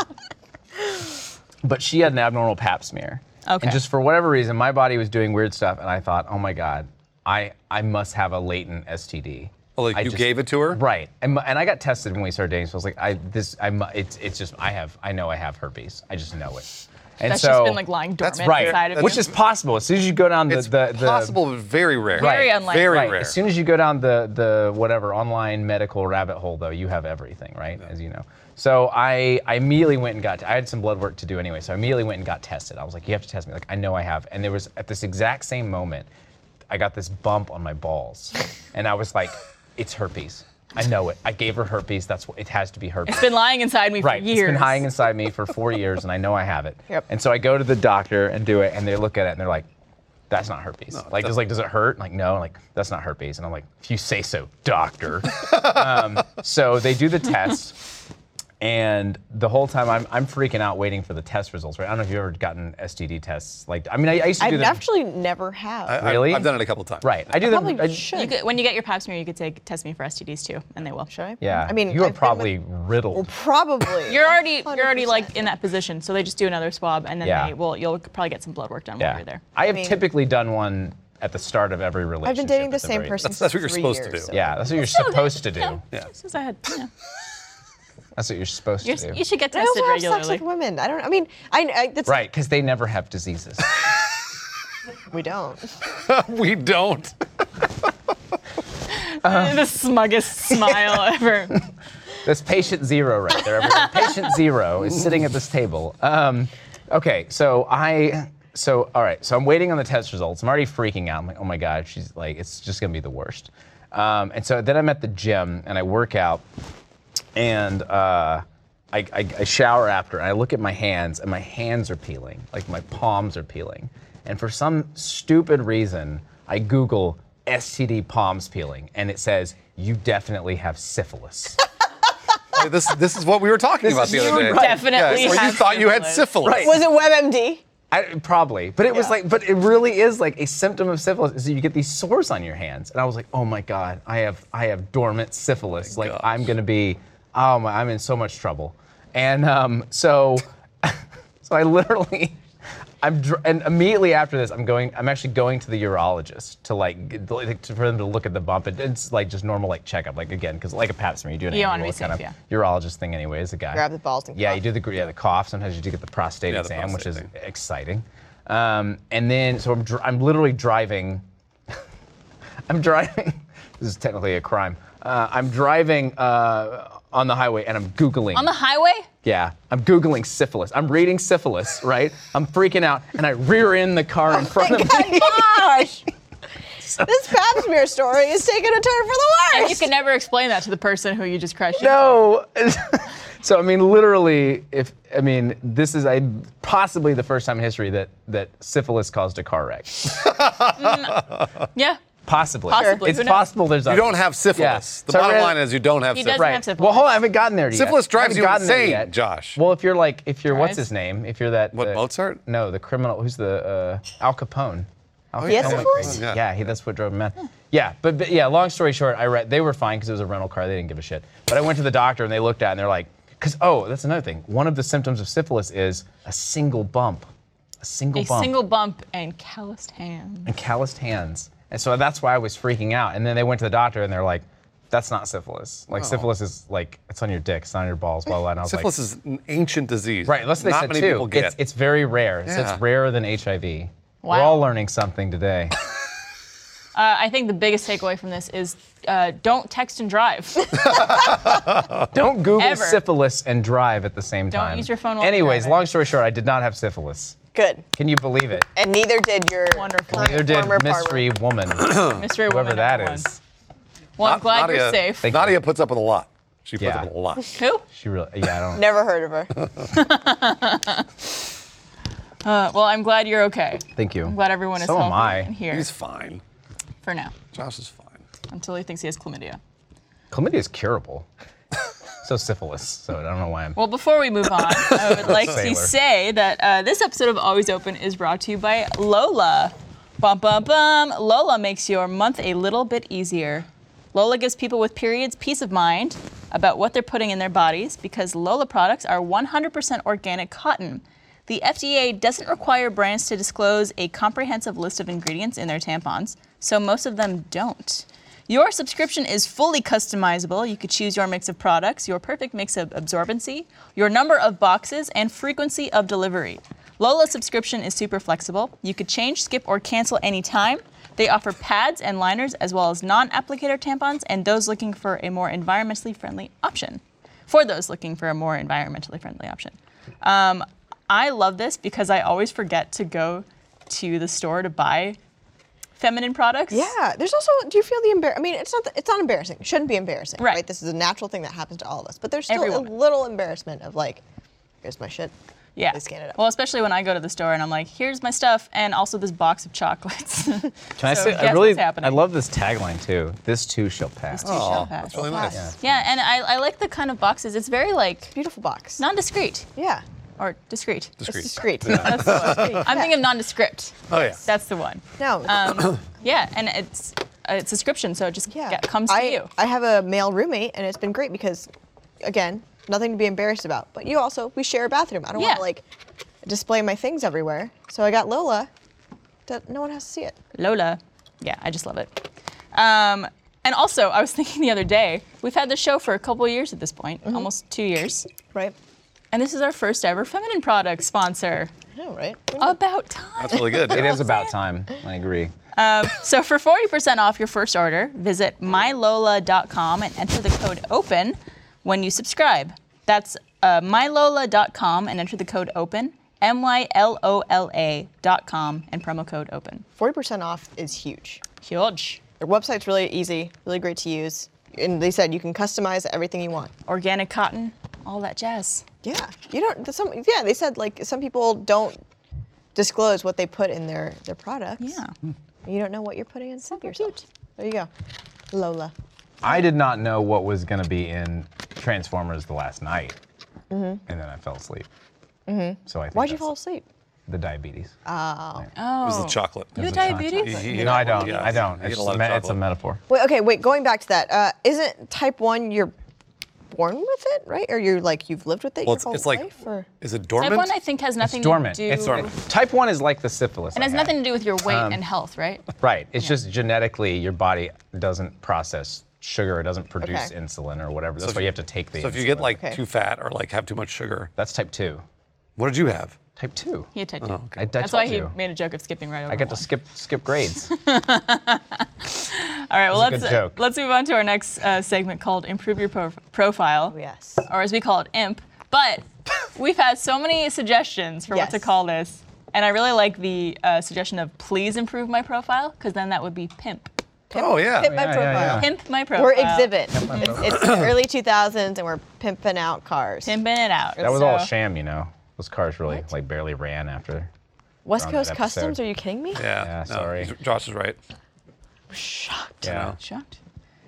Speaker 2: but she had an abnormal pap smear.
Speaker 1: Okay.
Speaker 2: And just for whatever reason, my body was doing weird stuff, and I thought, oh my God, I, I must have a latent STD.
Speaker 3: Oh, like
Speaker 2: I
Speaker 3: you gave it to her?
Speaker 2: Right. And, my- and I got tested when we started dating, so I was like, I, this, I, mu- it's, it's just, I have, I know I have herpes. I just know it. And
Speaker 1: That's
Speaker 2: so,
Speaker 1: just been like lying dormant
Speaker 3: That's
Speaker 2: right,
Speaker 1: inside of
Speaker 2: which
Speaker 1: you.
Speaker 2: is possible. As soon as you go down the,
Speaker 3: It's
Speaker 2: the, the
Speaker 3: possible, but very rare.
Speaker 1: Very
Speaker 2: Right.
Speaker 1: unlikely.
Speaker 3: Very
Speaker 2: Right.
Speaker 3: rare.
Speaker 2: As soon as you go down the the whatever online medical rabbit hole, though, you have everything, right? As you know. So I, I immediately went and got. I had some blood work to do anyway, so I immediately went and got tested. I was like, you have to test me. Like I know I have. And there was at this exact same moment, I got this bump on my balls, and I was like, it's herpes. I know it. I gave her herpes. That's what it has to be herpes.
Speaker 1: It's been lying inside me
Speaker 2: Right.
Speaker 1: for years.
Speaker 2: It's been hiding inside me for four years, and I know I have it.
Speaker 4: Yep.
Speaker 2: And so I go to the doctor and do it, and they look at it and they're like, "That's not herpes." like, just like, does it hurt? like, no. Like, that's not herpes. And I'm like, if you say so, doctor. um, so they do the test. And the whole time I'm, I'm freaking out waiting for the test results, right? I don't know if you've ever gotten STD tests. Like, I mean, I, I used to do
Speaker 4: I've
Speaker 2: them.
Speaker 4: actually never have.
Speaker 3: I-
Speaker 2: Really?
Speaker 3: I've done it a couple times.
Speaker 2: right. I do them.
Speaker 4: Probably
Speaker 2: I-
Speaker 4: should.
Speaker 1: You could, when you get your pap smear, you could say, test me for STDs too, and they will.
Speaker 4: Should I?
Speaker 2: yeah.
Speaker 4: I mean,
Speaker 2: you are
Speaker 4: I've been
Speaker 2: probably
Speaker 4: with-
Speaker 2: riddled.
Speaker 4: probably.
Speaker 1: You're already you're already
Speaker 4: 100%.
Speaker 1: like in that position, so they just do another swab, and then
Speaker 2: Yeah.
Speaker 1: they will you'll probably get some blood work done while
Speaker 2: Yeah.
Speaker 1: you're there.
Speaker 2: I have
Speaker 4: mean-
Speaker 2: typically done one at the start of every relationship.
Speaker 4: I've been dating the
Speaker 2: at
Speaker 4: same
Speaker 2: very-
Speaker 4: person.
Speaker 3: That's- that's
Speaker 4: for
Speaker 3: what you're
Speaker 4: three
Speaker 3: supposed to
Speaker 4: years,
Speaker 3: do.
Speaker 4: so-
Speaker 2: Yeah, that's what you're supposed to do.
Speaker 3: Yeah.
Speaker 1: Just as I had, yeah.
Speaker 2: That's what you're supposed
Speaker 1: You're,
Speaker 2: to do.
Speaker 1: you should get
Speaker 4: I also
Speaker 1: tested
Speaker 4: have sex
Speaker 1: regularly.
Speaker 4: with women. I don't. I mean, I. I that's,
Speaker 2: right, because they never have diseases.
Speaker 4: We don't.
Speaker 3: We don't.
Speaker 1: the smuggest smile ever.
Speaker 2: That's patient zero right there. everyone. patient zero is sitting at this table. Um, okay, so I, so all right, so I'm waiting on the test results. I'm already freaking out. I'm like, oh my god, she's like, it's just gonna be the worst. Um, and so then I'm at the gym and I work out, and uh, I, I, I shower after. And I look at my hands, and my hands are peeling, like my palms are peeling. And for some stupid reason, I Google STD palms peeling, and it says you definitely have syphilis.
Speaker 3: Like, this, this is what we were talking about the
Speaker 1: you
Speaker 3: other day.
Speaker 1: definitely
Speaker 3: Yes, where you
Speaker 1: have
Speaker 3: thought you had syphilis.
Speaker 1: syphilis.
Speaker 4: Was it WebMD?
Speaker 2: I, probably, but it was
Speaker 4: Yeah.
Speaker 2: like, but it really is like a symptom of syphilis. Is that you get these sores on your hands, and I was like, oh my god, I have, I have dormant syphilis. like
Speaker 3: gosh.
Speaker 2: I'm gonna be, oh my, I'm in so much trouble. And um, so, so I literally, I'm, dr- and immediately after this, I'm going, I'm actually going to the urologist to like, get- like, to, for them to look at the bump. It, it's like just normal like checkup, like again, because like a pap smear, you do an
Speaker 1: You wanna
Speaker 2: annual
Speaker 1: be
Speaker 2: kind
Speaker 1: safe,
Speaker 2: of
Speaker 1: yeah.
Speaker 2: urologist thing anyway as a guy.
Speaker 4: Grab the balls and
Speaker 2: Yeah,
Speaker 4: cough.
Speaker 2: you do the gr- yeah the cough. Sometimes you do get the prostate
Speaker 3: Yeah, the
Speaker 2: exam, which is
Speaker 3: prostate thing.
Speaker 2: exciting. Um, and then so I'm dr- I'm literally driving. I'm driving. This is technically a crime. Uh, I'm driving uh, on the highway and I'm googling.
Speaker 1: On the highway?
Speaker 2: yeah, I'm googling syphilis. I'm reading syphilis, right? I'm freaking out and I rear end the
Speaker 1: Oh
Speaker 2: car in front of me.
Speaker 4: Gosh. this pap smear story is taking a turn for the
Speaker 1: And
Speaker 4: worse.
Speaker 1: you can never explain that to the person who you just crushed.
Speaker 2: No. so I mean, literally, if I mean, this is I possibly the first time in history that that syphilis caused a car wreck.
Speaker 1: Yeah.
Speaker 2: Possibly.
Speaker 1: Possibly,
Speaker 2: It's
Speaker 1: who knows?
Speaker 2: possible there's
Speaker 3: You
Speaker 2: others.
Speaker 3: don't have syphilis.
Speaker 2: Yeah.
Speaker 3: The
Speaker 2: So I
Speaker 3: bottom
Speaker 2: read-
Speaker 3: line is you don't have
Speaker 1: He
Speaker 3: syphilis.
Speaker 1: doesn't have syphilis.
Speaker 2: Well, hold on. I haven't gotten there yet.
Speaker 3: Syphilis drives
Speaker 2: I haven't
Speaker 3: you
Speaker 2: gotten there
Speaker 3: insane,
Speaker 2: yet.
Speaker 3: Josh.
Speaker 2: Well, if you're like, if you're what's
Speaker 1: Drives-
Speaker 2: his name? If you're that.
Speaker 3: What,
Speaker 2: the-
Speaker 3: Mozart?
Speaker 2: No, the criminal. Who's the uh, Al Capone? Al
Speaker 1: Oh,
Speaker 2: Capone went
Speaker 3: yeah.
Speaker 4: Yes,
Speaker 2: crazy.
Speaker 3: of course.
Speaker 2: Yeah,
Speaker 3: Yeah.
Speaker 2: he, that's what drove him mad. Yeah, but, but yeah. Long story short, I read they were fine because it was a rental car. They didn't give a shit. But I went to the doctor and they looked at it and they're like, because oh, that's another thing. One of the symptoms of syphilis is a single bump, a single
Speaker 1: A
Speaker 2: bump,
Speaker 1: single bump and calloused hands.
Speaker 2: and calloused hands. And so that's why I was freaking out. And then they went to the doctor and they're like. That's not syphilis. Like syphilis is like it's on your dick, it's not on your balls, blah blah. blah. And I was like,
Speaker 3: Oh. Syphilis is an ancient disease.
Speaker 2: Right, that's what
Speaker 3: Not
Speaker 2: they said
Speaker 3: many
Speaker 2: too.
Speaker 3: people get.
Speaker 2: It's, it's very rare. So
Speaker 3: Yeah.
Speaker 2: it's rarer than HIV. We're
Speaker 1: Wow.
Speaker 2: all learning something today.
Speaker 1: Uh, I think the biggest takeaway from this is uh, don't text and drive.
Speaker 2: Don't Google
Speaker 1: Ever.
Speaker 2: syphilis and drive at the same
Speaker 1: Don't
Speaker 2: time.
Speaker 1: use your phone while you're
Speaker 2: Anyways,
Speaker 1: driving.
Speaker 2: long story short, I did not have syphilis.
Speaker 4: Good.
Speaker 2: Can you believe it?
Speaker 4: And neither did your
Speaker 1: Wonderful.
Speaker 4: current
Speaker 2: Neither did
Speaker 4: former farmer.
Speaker 2: mystery woman,
Speaker 1: Mystery
Speaker 2: whoever
Speaker 1: woman.
Speaker 2: that
Speaker 1: number one.
Speaker 2: is.
Speaker 1: Well, I'm
Speaker 3: Na-
Speaker 1: glad
Speaker 3: Nadia,
Speaker 1: you're safe.
Speaker 2: Thank
Speaker 3: Nadia
Speaker 2: you.
Speaker 3: puts up with a lot. She puts
Speaker 2: Yeah.
Speaker 3: up with a lot.
Speaker 1: Who?
Speaker 2: She really, yeah, I don't.
Speaker 4: Never heard of her.
Speaker 1: Uh, well, I'm glad you're okay.
Speaker 2: Thank you.
Speaker 1: I'm glad everyone is
Speaker 2: so
Speaker 1: healthy
Speaker 2: am I.
Speaker 1: and here
Speaker 3: He's fine.
Speaker 1: for now
Speaker 3: Josh is fine.
Speaker 1: until he thinks he has chlamydia.
Speaker 2: Chlamydia is curable. so syphilis. So I don't know why I'm.
Speaker 1: Well, before we move on, I would like to
Speaker 2: Sailor.
Speaker 1: say that uh, this episode of Always Open is brought to you by Lola. Bum, bum, bum. Lola makes your month a little bit easier. Lola gives people with periods peace of mind about what they're putting in their bodies because Lola products are 100% organic cotton. The FDA doesn't require brands to disclose a comprehensive list of ingredients in their tampons, so most of them don't. Your subscription is fully customizable. You could choose your mix of products, your perfect mix of absorbency, your number of boxes, and frequency of delivery. Lola's subscription is super flexible. You could change, skip, or cancel anytime. They offer pads and liners as well as non applicator tampons and those looking for a more environmentally friendly option. For those looking for a more environmentally friendly option. Um, I love this because I always forget to go to the store to buy feminine products.
Speaker 4: Yeah. There's also. Do you feel the embar? I mean, it's not. The, it's not embarrassing. It shouldn't be embarrassing.
Speaker 1: Right.
Speaker 4: Right. This is a natural thing that happens to all of us. But there's still
Speaker 1: Every
Speaker 4: a
Speaker 1: woman.
Speaker 4: little embarrassment of like, here's my shit.
Speaker 1: Yeah.
Speaker 4: They scan it up.
Speaker 1: Well, especially when I go to the store and I'm like, here's my stuff and also this box of chocolates. Can
Speaker 2: Can I say? I really, I love this tagline too. This too shall pass.
Speaker 3: that's really nice.
Speaker 4: Yeah.
Speaker 1: Yeah, and I, I like the kind of boxes. It's very like
Speaker 4: Beautiful box.
Speaker 1: non-discreet
Speaker 4: yeah.
Speaker 1: or discreet.
Speaker 4: It's
Speaker 3: Discreet.
Speaker 4: discreet.
Speaker 1: That's the one. I'm thinking of nondescript.
Speaker 3: Oh yeah.
Speaker 1: That's the one.
Speaker 4: No.
Speaker 1: Um, yeah, and it's a subscription, so it just
Speaker 4: yeah.
Speaker 1: get- comes to
Speaker 4: I,
Speaker 1: you.
Speaker 4: I have a male roommate, and it's been great because, again, nothing to be embarrassed about. But you also, we share a bathroom. I don't want
Speaker 1: Yeah.
Speaker 4: to like display my things everywhere. So I got Lola. That no one has to see it.
Speaker 1: Lola. Yeah, I just love it. Um, and also, I was thinking the other day, we've had the show for a couple of years at this point, almost two years,
Speaker 4: Right.
Speaker 1: and this is our first ever feminine product sponsor.
Speaker 4: I know, right?
Speaker 1: About time.
Speaker 3: That's really good.
Speaker 2: It is about time. I agree.
Speaker 1: So for 40% off your first order, visit mylola.com and enter the code OPEN when you subscribe. That's uh, mylola.com and enter the code OPEN, M Y L O L A.com and promo code OPEN.
Speaker 4: Forty percent off is huge.
Speaker 1: Huge.
Speaker 4: Their website's really easy, really great to use. And they said you can customize everything you want.
Speaker 1: Organic cotton, all that jazz.
Speaker 4: Yeah, you don't. Some yeah, they said like some people don't disclose what they put in their their products.
Speaker 1: Yeah.
Speaker 3: Hmm.
Speaker 4: you don't know what you're putting inside
Speaker 1: Super
Speaker 4: yourself.
Speaker 1: cute.
Speaker 4: There you go, Lola.
Speaker 2: I did not know what was going to be in Transformers the last night,
Speaker 1: Mm-hmm.
Speaker 2: and then I fell asleep. So I think
Speaker 4: Why'd you
Speaker 2: that's
Speaker 4: fall asleep?
Speaker 2: The diabetes.
Speaker 1: Oh.
Speaker 3: It was the chocolate.
Speaker 1: You have diabetes?
Speaker 3: You- you-
Speaker 2: no, I don't.
Speaker 3: yeah,
Speaker 2: I don't.
Speaker 3: you eat
Speaker 2: It's,
Speaker 3: a lot
Speaker 2: a
Speaker 3: of
Speaker 2: me- it's a
Speaker 3: chocolate.
Speaker 2: metaphor.
Speaker 4: Wait, okay, wait. Going back to that, uh, isn't type one you're born with it, right? Or you're like you've lived with it
Speaker 3: Well,
Speaker 4: your
Speaker 3: it's,
Speaker 4: whole
Speaker 3: it's like,
Speaker 4: life? Or?
Speaker 3: is it
Speaker 1: Type
Speaker 3: dormant?
Speaker 1: 1, I think, has nothing
Speaker 2: dormant. Um,
Speaker 1: to do
Speaker 2: It's
Speaker 3: dormant.
Speaker 2: Type one is like the syphilis.
Speaker 1: And
Speaker 2: I
Speaker 1: has
Speaker 2: had.
Speaker 1: nothing to do with your weight and health, right?
Speaker 2: Right. It's just genetically your body doesn't process sugar. It doesn't produce
Speaker 4: Okay.
Speaker 2: insulin or whatever. That's
Speaker 3: if
Speaker 2: why
Speaker 3: you-
Speaker 2: you have to take the.
Speaker 3: so if you
Speaker 2: insulin.
Speaker 3: get like
Speaker 4: Okay.
Speaker 3: too fat or like have too much sugar,
Speaker 2: That's type two.
Speaker 3: what did you have? Oh,
Speaker 2: Type two.
Speaker 1: He had type 2.
Speaker 2: I, I
Speaker 1: That's
Speaker 2: told
Speaker 1: why he
Speaker 2: you.
Speaker 1: made a joke of skipping right over.
Speaker 2: I got
Speaker 1: one.
Speaker 2: to skip skip grades.
Speaker 1: All right, well,
Speaker 2: It was
Speaker 1: let's,
Speaker 2: a good joke.
Speaker 1: let's move on to our next uh, segment called Improve Your Prof- Profile.
Speaker 4: Oh, yes.
Speaker 1: or as we call it, imp. But we've had so many suggestions for
Speaker 4: Yes.
Speaker 1: what to call this, and I really like the uh, suggestion of please improve my profile, because then that would be pimp.
Speaker 3: oh yeah.
Speaker 4: Pimp my
Speaker 2: yeah,
Speaker 4: profile.
Speaker 2: yeah.
Speaker 1: Pimp my profile.
Speaker 4: We're exhibit. It's, it's early 2000s, and we're pimping out cars.
Speaker 1: Pimping it out.
Speaker 2: That was all a
Speaker 1: So-
Speaker 2: sham, you know. Those cars really like barely ran after.
Speaker 4: West
Speaker 2: on that
Speaker 4: Coast
Speaker 2: episode.
Speaker 4: Customs? Are you kidding me?
Speaker 3: Yeah.
Speaker 2: Yeah, sorry.
Speaker 3: he's- Josh is right.
Speaker 4: shocked.
Speaker 2: Yeah.
Speaker 1: Shocked.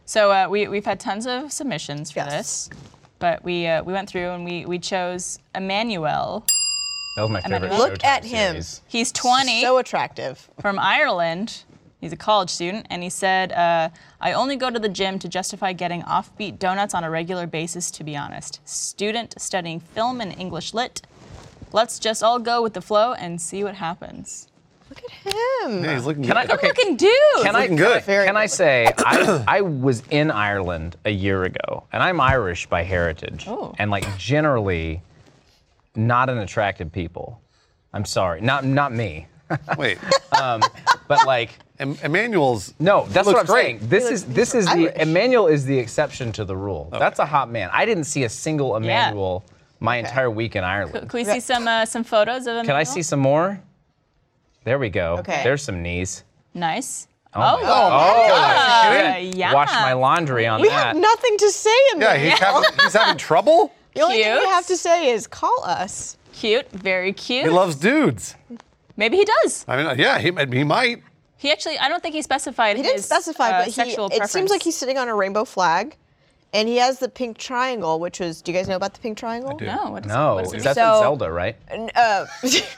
Speaker 1: So uh, we we've had tons of submissions for
Speaker 4: Yes.
Speaker 1: this, but we uh, we went through and we we chose Emmanuel.
Speaker 2: That was my
Speaker 1: then
Speaker 2: favorite.
Speaker 1: look
Speaker 2: Showtime
Speaker 4: at him.
Speaker 2: series.
Speaker 1: He's 20
Speaker 4: So attractive.
Speaker 1: from Ireland. He's a college student, and he said, uh, "I only go to the gym to justify getting offbeat donuts on a regular basis. To be honest, student studying film and English lit. Let's just all go with the flow and see what happens."
Speaker 4: Look at him.
Speaker 3: Yeah, he's looking
Speaker 2: Can I-
Speaker 3: good.
Speaker 2: okay.
Speaker 1: Fucking dude.
Speaker 2: Can I,
Speaker 3: looking
Speaker 2: Can
Speaker 3: good.
Speaker 2: I,
Speaker 4: Very
Speaker 2: can I
Speaker 4: good
Speaker 2: say I, I was in Ireland a year ago, and I'm Irish by heritage,
Speaker 1: Oh.
Speaker 2: and like generally, not an attractive people. I'm sorry, not not me,
Speaker 3: Wait,
Speaker 2: but like
Speaker 3: em- Emmanuel's.
Speaker 2: no, that's
Speaker 3: looks
Speaker 2: what I'm
Speaker 3: great.
Speaker 2: saying. This is this is
Speaker 4: Irish.
Speaker 2: the Emmanuel is the exception to the rule. That's a hot man. I didn't see a single Emmanuel my entire week in Ireland.
Speaker 1: Can we see some uh, some photos of him?
Speaker 2: Can I see some more? There we go.
Speaker 4: Okay.
Speaker 2: There's some knees.
Speaker 1: Nice.
Speaker 2: Oh, my
Speaker 3: God.
Speaker 1: yeah.
Speaker 2: I didn't Wash my laundry on
Speaker 4: Uh, We
Speaker 2: that.
Speaker 4: have nothing to say in
Speaker 3: Yeah,
Speaker 4: there.
Speaker 3: he's having, he's having trouble.
Speaker 4: The only thing we
Speaker 1: Cute.
Speaker 4: have to say is call us.
Speaker 1: Cute, very cute.
Speaker 3: He loves dudes.
Speaker 1: Maybe he does.
Speaker 3: I mean, yeah, he, he might.
Speaker 1: He actually, I don't think he specified. uh,
Speaker 4: He didn't specify, but he,
Speaker 1: sexual
Speaker 4: it seems like
Speaker 1: preference.
Speaker 4: he's sitting on a rainbow flag, and he has the pink triangle, which is. Do you guys know about the pink triangle?
Speaker 3: do.
Speaker 1: No, what is
Speaker 2: No,
Speaker 1: What is it?
Speaker 2: that's
Speaker 4: So-
Speaker 2: in Zelda, right?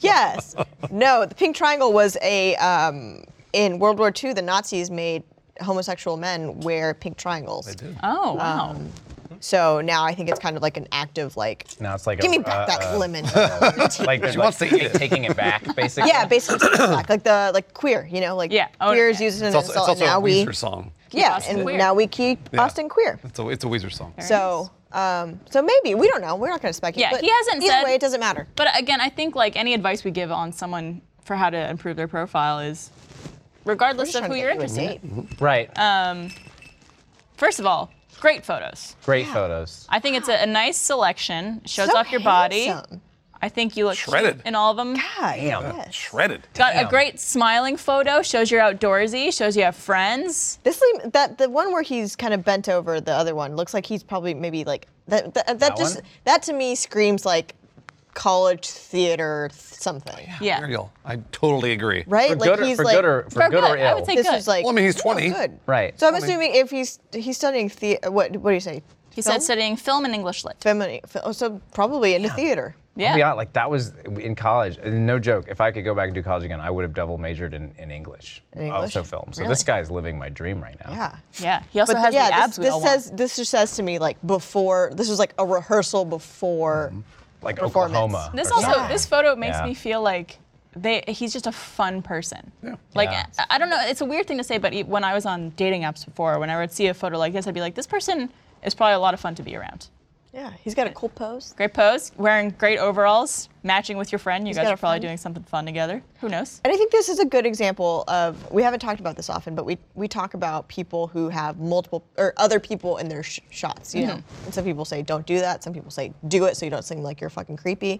Speaker 4: Yes. no, the pink triangle was a um, in World War II. The Nazis made homosexual men wear pink triangles. They did.
Speaker 1: Oh wow.
Speaker 4: Um, So now I think it's kind of like an active like.
Speaker 2: No, it's like
Speaker 4: Give
Speaker 2: a,
Speaker 4: me
Speaker 2: uh,
Speaker 4: back that
Speaker 2: uh,
Speaker 4: lemon.
Speaker 2: Like, like
Speaker 3: wants to eat it.
Speaker 2: taking it back, basically.
Speaker 4: yeah, basically take it back. like the like queer, you know, like
Speaker 1: Yeah, oh,
Speaker 4: queer is
Speaker 1: okay.
Speaker 4: used
Speaker 3: It's
Speaker 4: as an
Speaker 3: also, it's
Speaker 4: insult.
Speaker 3: also
Speaker 4: and now
Speaker 3: a
Speaker 4: we
Speaker 3: Weezer song.
Speaker 4: yeah,
Speaker 1: Austin
Speaker 4: and
Speaker 1: queer.
Speaker 4: now we keep
Speaker 3: Yeah.
Speaker 4: Austin queer.
Speaker 3: It's a, it's a Weezer song.
Speaker 4: So, um, so maybe we don't know. We're not going to speculate.
Speaker 1: Yeah,
Speaker 4: but
Speaker 1: he hasn't
Speaker 4: Either
Speaker 1: said-
Speaker 4: way, it doesn't matter.
Speaker 1: But again, I think like any advice we give on someone for how to improve their profile is, regardless of
Speaker 4: Trying
Speaker 1: who
Speaker 4: to
Speaker 1: you're
Speaker 4: get you a
Speaker 1: interested in.
Speaker 4: date.
Speaker 2: Right.
Speaker 4: Uh,
Speaker 1: First of all, great photos.
Speaker 2: Great photos.
Speaker 1: I think it's a, a nice selection. Shows
Speaker 4: So
Speaker 1: off your body.
Speaker 4: handsome.
Speaker 1: I think you look
Speaker 3: Shredded.
Speaker 1: cute in all of them.
Speaker 4: God,
Speaker 2: Damn.
Speaker 4: yes.
Speaker 3: Shredded.
Speaker 1: Got
Speaker 2: Damn.
Speaker 1: a great smiling photo. Shows you're outdoorsy. Shows you have friends.
Speaker 4: This lean- that the one where he's kind of bent over the other one looks like he's probably maybe like that. That, that, just
Speaker 2: one?
Speaker 4: that to me screams like college theater th- something,
Speaker 1: Yeah.
Speaker 3: Ariel, I totally agree.
Speaker 4: right?
Speaker 2: For
Speaker 4: like
Speaker 2: good or
Speaker 4: he's
Speaker 2: for
Speaker 4: like
Speaker 2: good or for good or
Speaker 1: I
Speaker 2: ill.
Speaker 1: would say
Speaker 4: this
Speaker 1: good.
Speaker 4: is like.
Speaker 3: Well, I mean, he's
Speaker 4: yeah,
Speaker 3: 20.
Speaker 4: good.
Speaker 2: Right.
Speaker 4: So I'm assuming if he's he's studying theater, what what do you say?
Speaker 1: he said studying film and English lit.
Speaker 4: Feminine. Oh, so probably into theater.
Speaker 2: I'll be
Speaker 1: Yeah.
Speaker 2: honest, like that was in college. and No joke. If I could go back and do college again, I would have double majored in, in English,
Speaker 4: In
Speaker 2: also
Speaker 4: English?
Speaker 2: film. So this guy's living my dream right now.
Speaker 4: Yeah.
Speaker 1: Yeah. He also
Speaker 4: But
Speaker 1: has
Speaker 4: yeah,
Speaker 1: the abs
Speaker 4: this,
Speaker 1: we
Speaker 4: this
Speaker 1: all want.
Speaker 4: says this just says to me like before this was like a rehearsal before
Speaker 3: Mm-hmm.
Speaker 2: Like
Speaker 4: Performance.
Speaker 2: Oklahoma.
Speaker 1: This
Speaker 2: or
Speaker 1: also,
Speaker 2: something.
Speaker 1: this photo makes
Speaker 2: Yeah.
Speaker 1: me feel like they, he's just a fun person. Like,
Speaker 2: Yeah.
Speaker 1: I, I don't know, it's a weird thing to say, but e- when I was on dating apps before, when I would see a photo like this, I'd be like, this person is probably a lot of fun to be around.
Speaker 4: yeah he's got a cool pose.
Speaker 1: Great pose, wearing great overalls, matching with your friend. You guys
Speaker 4: got
Speaker 1: are
Speaker 4: a
Speaker 1: probably
Speaker 4: friend.
Speaker 1: doing something fun together. Who knows?
Speaker 4: And I think this is a good example of we haven't talked about this often, but we we talk about people who have multiple or other people in their sh- shots, you know.
Speaker 1: Mm-hmm.
Speaker 4: And some people say don't do that. Some people say do it so you don't seem like you're fucking creepy.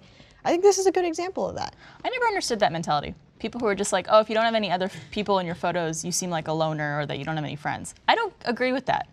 Speaker 4: I think this is a good example of that.
Speaker 1: I never understood that mentality. People who are just like, oh, if you don't have any other people in your photos, you seem like a loner or that you don't have any friends. I don't agree with that.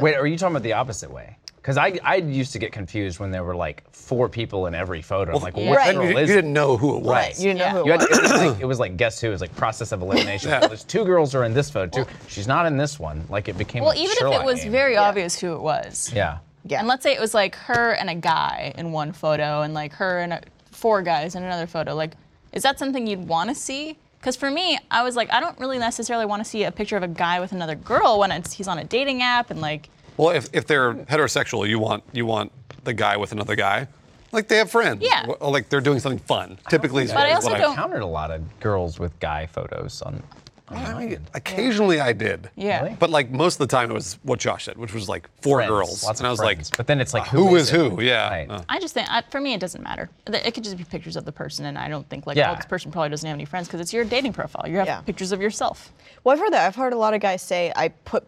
Speaker 2: Wait, are you talking about the opposite way? Because I, I used to get confused when there were like four people in every photo. I'm like, well, what
Speaker 4: Right.
Speaker 3: You,
Speaker 2: girl
Speaker 3: you
Speaker 2: is it?
Speaker 3: didn't know who it was.
Speaker 2: Right.
Speaker 4: You didn't
Speaker 1: Yeah.
Speaker 4: know who
Speaker 2: You
Speaker 4: it
Speaker 2: had
Speaker 4: was.
Speaker 2: to, it, was like, it was like guess who? It was like process of elimination. So There's two girls are in this photo. Two, she's not in this one. Like it became.
Speaker 1: Well,
Speaker 2: a
Speaker 1: even if
Speaker 2: Sherlock
Speaker 1: it was
Speaker 2: game.
Speaker 1: very obvious who it was.
Speaker 2: Yeah.
Speaker 4: Yeah.
Speaker 1: And let's say it was like her and a guy in one photo, and like her and a, four guys in another photo. Like, is that something you'd want to see? Because for me, I was like, I don't really necessarily want to see a picture of a guy with another girl when it's, he's on a dating app and like,
Speaker 3: Well, if, if they're heterosexual, you want you want the guy with another guy. Like they have friends.
Speaker 1: Yeah.
Speaker 3: Or like they're doing something fun. Typically, is
Speaker 1: But I
Speaker 3: is
Speaker 1: also
Speaker 3: what
Speaker 1: don't-
Speaker 2: I encountered a lot of girls with guy photos on.
Speaker 3: I mean, occasionally I did.
Speaker 1: yeah.
Speaker 2: Really?
Speaker 3: But like most of the time, it was what Josh said, which was like four
Speaker 2: friends,
Speaker 3: girls,
Speaker 2: Lots
Speaker 3: and
Speaker 2: of
Speaker 3: I was
Speaker 2: friends.
Speaker 3: like,
Speaker 2: but then it's like
Speaker 3: who is
Speaker 2: it?
Speaker 3: who? Yeah.
Speaker 2: Right.
Speaker 3: Uh,
Speaker 1: I just think, I, for me, it doesn't matter. The- It could just be pictures of the person, and I don't think like,
Speaker 2: Yeah.
Speaker 1: oh, this person probably doesn't have any friends because it's your dating profile. You have
Speaker 4: Yeah.
Speaker 1: pictures of yourself.
Speaker 4: Well, I've heard that. I've heard a lot of guys say I put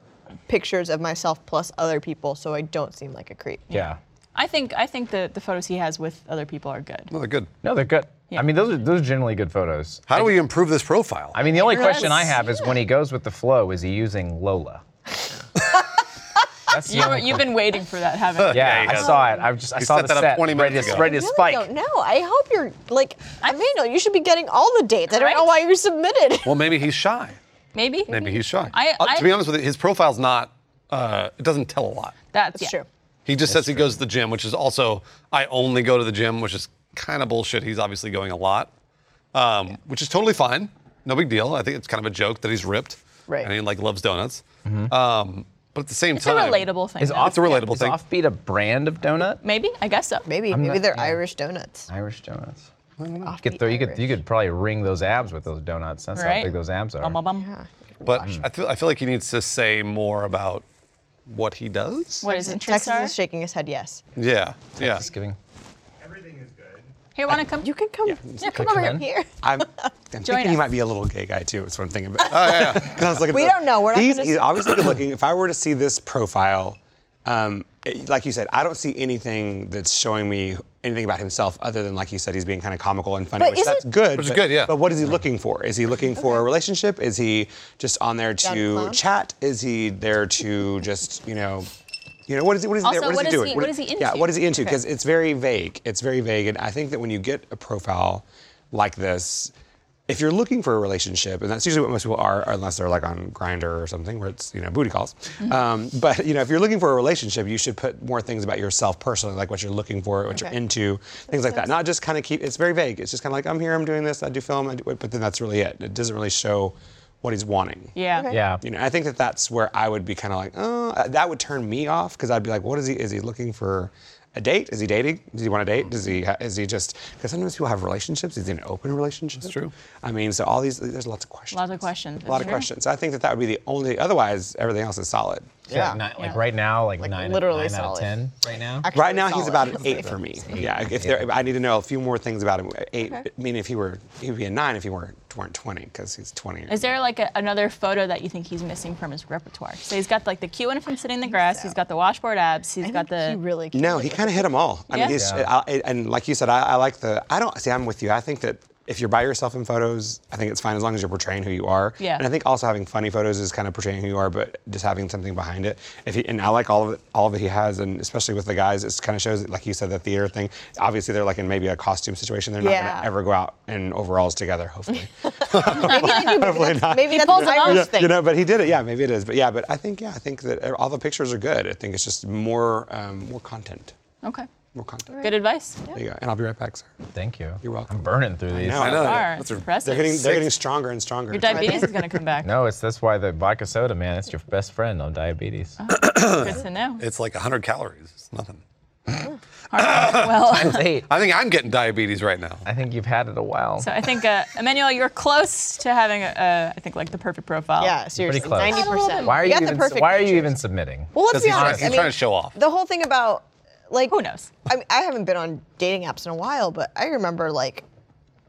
Speaker 4: pictures of myself plus other people so I don't seem like a creep.
Speaker 2: Yeah.
Speaker 1: I think I think the, the photos he has with other people are good.
Speaker 3: well, they're good.
Speaker 2: No, they're good. I mean, those are those are generally good photos.
Speaker 3: How do we improve this profile?
Speaker 2: I mean, the only
Speaker 1: Yes.
Speaker 2: question I have is when he goes with the flow, is he using Lola? That's the
Speaker 1: You,
Speaker 2: only
Speaker 1: you've been waiting for that, haven't you?
Speaker 2: Yeah,
Speaker 3: Yeah, he
Speaker 2: I
Speaker 3: has.
Speaker 2: saw it. I just I
Speaker 3: He
Speaker 2: saw
Speaker 3: set
Speaker 2: the
Speaker 3: that up
Speaker 2: set
Speaker 3: 20
Speaker 2: ready
Speaker 3: minutes
Speaker 2: to,
Speaker 3: ago.
Speaker 2: ready to
Speaker 4: I really
Speaker 2: spike.
Speaker 4: don't know. I hope you're like, I mean, no, you should be getting all the dates. I don't know
Speaker 1: Right?
Speaker 4: why you submitted.
Speaker 3: well, maybe he's shy.
Speaker 1: Maybe.
Speaker 3: Maybe he's shy.
Speaker 1: I-
Speaker 3: Uh,
Speaker 1: I-
Speaker 3: to be honest with you, his profile's not. Uh, it doesn't tell a lot.
Speaker 1: That's,
Speaker 4: That's
Speaker 1: yeah.
Speaker 4: true.
Speaker 3: He just says he goes to the gym, which is also I only go to the gym, which is kind of bullshit. He's obviously going a lot, um, which is totally fine, no big deal. I think it's kind of a joke that he's ripped,
Speaker 4: Right.
Speaker 3: And he like loves donuts, um, but at the same
Speaker 1: It's a
Speaker 3: time,
Speaker 1: relatable thing.
Speaker 2: Is
Speaker 1: though.
Speaker 2: off
Speaker 3: It's a relatable
Speaker 2: is
Speaker 3: thing.
Speaker 2: Offbeat a brand of donut?
Speaker 1: Maybe. I guess so.
Speaker 4: Maybe maybe
Speaker 2: not-
Speaker 4: they're Irish donuts.
Speaker 2: Irish donuts.
Speaker 4: Off
Speaker 2: Get
Speaker 4: the
Speaker 2: through, you could you
Speaker 4: Irish.
Speaker 2: could probably wring those abs with those donuts. That's how
Speaker 1: Right.
Speaker 2: big those abs are.
Speaker 1: Bum, bum, bum.
Speaker 3: But I feel I feel like he needs to say more about what he does.
Speaker 1: What is interest
Speaker 4: Texas
Speaker 1: are?
Speaker 4: is shaking his head yes.
Speaker 3: Yeah, yeah.
Speaker 2: Just giving.
Speaker 6: Everything is good.
Speaker 1: Here, wanna come?
Speaker 4: You can come. Yeah, come over
Speaker 2: Come in.
Speaker 4: here.
Speaker 5: I'm, I'm thinking
Speaker 1: us.
Speaker 5: he might be a little gay guy too. That's what I'm thinking about. Oh yeah. I was looking
Speaker 4: We
Speaker 5: at the-
Speaker 4: don't know. We're not
Speaker 5: he's,
Speaker 4: gonna-
Speaker 5: he's obviously good looking. If I were to see this profile, um, it- like you said, I don't see anything that's showing me anything about himself other than, like you said, he's being kind of comical and funny,
Speaker 4: But
Speaker 5: which
Speaker 4: isn't-
Speaker 5: that's good.
Speaker 3: Which is
Speaker 5: but-
Speaker 3: good, yeah.
Speaker 5: But what is he looking for? Is he looking for a relationship? Is he just on there
Speaker 4: Down to
Speaker 5: to
Speaker 4: clown?
Speaker 5: chat? Is he there to just, you know? You know what is he? What is he
Speaker 1: Also,
Speaker 5: there?
Speaker 1: what
Speaker 5: is he
Speaker 1: is
Speaker 5: doing?
Speaker 1: he- what is he
Speaker 5: Yeah,
Speaker 1: into?
Speaker 5: what is he into? Because it's very vague. It's very vague, and I think that when you get a profile like this, if you're looking for a relationship, and that's usually what most people are, unless they're like on Grinder or something, where it's you know booty calls.
Speaker 1: Mm-hmm.
Speaker 5: Um, but you know, if you're looking for a relationship, you should put more things about yourself personally, like what you're looking for, what
Speaker 4: Okay.
Speaker 5: you're into, things like that. Not just kind of keep. It's very vague. It's just kind of like I'm here, I'm doing this, I do film, I do, but then that's really it. It doesn't really show what he's wanting.
Speaker 1: Yeah.
Speaker 4: Okay.
Speaker 2: Yeah.
Speaker 5: You know, I think that that's where I would be kind of like, oh, that would turn me off because I'd be like, what is he? Is he looking for a date? Is he dating? Does he want to date? Does he? ha- Is he just? Because sometimes people have relationships. Is he in an open relationship? That's
Speaker 3: true.
Speaker 5: I mean, so all these, there's lots of questions.
Speaker 1: Lots of questions,
Speaker 5: A lot of
Speaker 1: sure.
Speaker 5: questions. So I think that that would be the only. Otherwise, everything else is solid.
Speaker 2: Yeah. Like, nine- like
Speaker 1: Yeah.
Speaker 2: right now, like, nine,
Speaker 4: literally
Speaker 2: nine out of
Speaker 4: solid.
Speaker 2: ten right now.
Speaker 4: Actually
Speaker 5: Right now, he's
Speaker 4: solid.
Speaker 5: about an eight for me. Yeah. If there, I need to know a few more things about him. Eight. I mean, if he were, he'd be a nine if he weren't weren't twenty because he's twenty.
Speaker 1: Is there like a, another photo that you think he's missing from his repertoire? So he's got like the cute one of him sitting in the grass. He's got the washboard abs. He's
Speaker 4: I
Speaker 1: got
Speaker 4: think
Speaker 1: the
Speaker 4: he really.
Speaker 5: No,
Speaker 4: killed
Speaker 5: he
Speaker 4: it.
Speaker 5: kind of hit them all. I mean,
Speaker 1: Yeah?
Speaker 5: he's,
Speaker 2: Yeah.
Speaker 5: I, I- and like you said, I, I like the. I don't see. I'm with you. I think that if you're by yourself in photos, I think it's fine as long as you're portraying who you are.
Speaker 1: Yeah.
Speaker 5: And I think also having funny photos is kind of portraying who you are, but just having something behind it. If he, and I like all of it, all of it he has, and especially with the guys, it kind of shows, like you said, the theater thing. Obviously, they're like in maybe a costume situation. They're not
Speaker 4: Yeah.
Speaker 5: gonna ever go out in overalls together. Hopefully.
Speaker 4: Maybe they do- that's-
Speaker 5: not.
Speaker 4: Maybe that's
Speaker 1: pulls
Speaker 4: an
Speaker 1: it off.
Speaker 4: Irish
Speaker 1: Yeah,
Speaker 4: thing.
Speaker 5: You know, but he did it. Yeah, maybe it is. But yeah, but I think yeah, I think that all the pictures are good. I think it's just more um, more content.
Speaker 1: okay.
Speaker 5: More content.
Speaker 1: Good advice.
Speaker 5: There you go. And I'll be right back, sir.
Speaker 2: Thank you.
Speaker 5: You're welcome.
Speaker 2: I'm burning through these.
Speaker 5: know, I know.
Speaker 1: Are.
Speaker 3: That's a-
Speaker 1: impressive.
Speaker 5: They're getting they're getting stronger and stronger.
Speaker 1: Your diabetes is gonna come back.
Speaker 2: No, it's that's why the vodka soda, man. It's your best friend on diabetes.
Speaker 4: Uh-huh.
Speaker 1: Good to know.
Speaker 3: It's like 100 calories. It's nothing.
Speaker 1: All right. Well.
Speaker 2: Eight.
Speaker 3: I think I'm getting diabetes right now.
Speaker 2: I think you've had it a while.
Speaker 1: So I think uh, Emmanuel, you're close to having a, uh, I think like the perfect profile.
Speaker 4: Yeah, seriously,
Speaker 2: close.
Speaker 4: ninety percent.
Speaker 2: why are you,
Speaker 4: got
Speaker 2: even,
Speaker 4: the perfect
Speaker 2: why are you
Speaker 4: picture.
Speaker 2: even submitting?
Speaker 4: Well,
Speaker 3: Because
Speaker 4: let's be
Speaker 3: he's trying-
Speaker 4: honest.
Speaker 3: he's
Speaker 4: I mean,
Speaker 3: trying to show off.
Speaker 4: The whole thing about like
Speaker 1: Who knows?
Speaker 4: I mean, I haven't been on dating apps in a while, but I remember like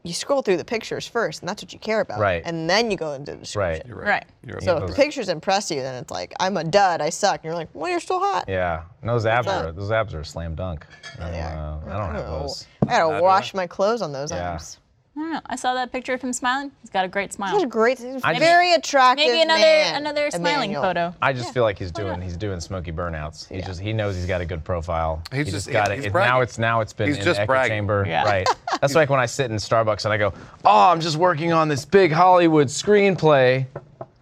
Speaker 4: you scroll through the pictures first, and that's what you care about.
Speaker 2: Right.
Speaker 4: And then you go into the description.
Speaker 2: Right.
Speaker 3: You're
Speaker 1: Right.
Speaker 3: You're
Speaker 4: So
Speaker 3: right.
Speaker 4: if the pictures impress you, then it's like I'm a dud, I suck, and you're like, well, you're still hot.
Speaker 2: Yeah. And those abs
Speaker 4: up?
Speaker 2: are those abs are a slam dunk. I don't,
Speaker 4: they are.
Speaker 2: know. I don't have
Speaker 4: Oh,
Speaker 2: those.
Speaker 4: I gotta
Speaker 3: do
Speaker 4: wash
Speaker 3: I.
Speaker 4: my clothes on those
Speaker 2: Yeah.
Speaker 4: arms.
Speaker 1: I don't know. I saw that picture of him smiling. He's got a great smile.
Speaker 4: He's a great, he's
Speaker 2: I just-
Speaker 4: very attractive.
Speaker 1: Maybe another
Speaker 4: man,
Speaker 1: another smiling
Speaker 4: Emmanuel.
Speaker 1: photo.
Speaker 2: I just feel like he's doing he's doing smoky burnouts. He just he knows he's got a good profile.
Speaker 3: He's
Speaker 2: he just
Speaker 3: just-
Speaker 2: got
Speaker 3: yeah,
Speaker 2: it.
Speaker 3: he's
Speaker 2: it.
Speaker 3: bragging.
Speaker 2: Now it's now it's been
Speaker 3: He's
Speaker 2: in
Speaker 3: just
Speaker 2: the echo
Speaker 3: bragging.
Speaker 2: chamber.
Speaker 1: Yeah.
Speaker 2: Right. That's like when I sit in Starbucks and I go, "Oh, I'm just working on this big Hollywood screenplay."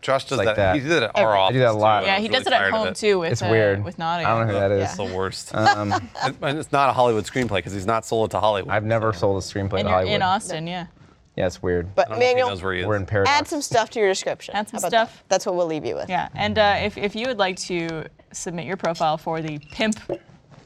Speaker 3: Josh does
Speaker 2: like
Speaker 3: that.
Speaker 2: that.
Speaker 3: He did it at our
Speaker 1: Every-
Speaker 3: office.
Speaker 2: I do that a lot.
Speaker 3: too.
Speaker 1: Yeah,
Speaker 3: I
Speaker 1: he
Speaker 3: was
Speaker 1: does it
Speaker 3: really
Speaker 1: at
Speaker 3: tired of
Speaker 1: home
Speaker 3: it.
Speaker 1: too Uh, with
Speaker 2: It's
Speaker 1: uh,
Speaker 2: weird.
Speaker 1: with Nadia.
Speaker 2: I don't know who that
Speaker 3: It's
Speaker 2: is. Um,
Speaker 3: the worst. And- and it's not a Hollywood screenplay because he's not sold it to Hollywood.
Speaker 2: I've never sold a screenplay
Speaker 1: And
Speaker 2: to
Speaker 1: you're
Speaker 2: Hollywood.
Speaker 1: in Austin, yeah.
Speaker 2: Yeah, it's weird.
Speaker 3: I
Speaker 4: But
Speaker 3: don't know if he
Speaker 4: Emmanuel,
Speaker 3: knows where he is.
Speaker 2: We're in paradise.
Speaker 4: add some stuff to your description.
Speaker 1: Add some
Speaker 4: How about
Speaker 1: stuff.
Speaker 4: that? That's what we'll leave you with.
Speaker 1: Yeah, and uh, if, if you would like to submit your profile for the pimp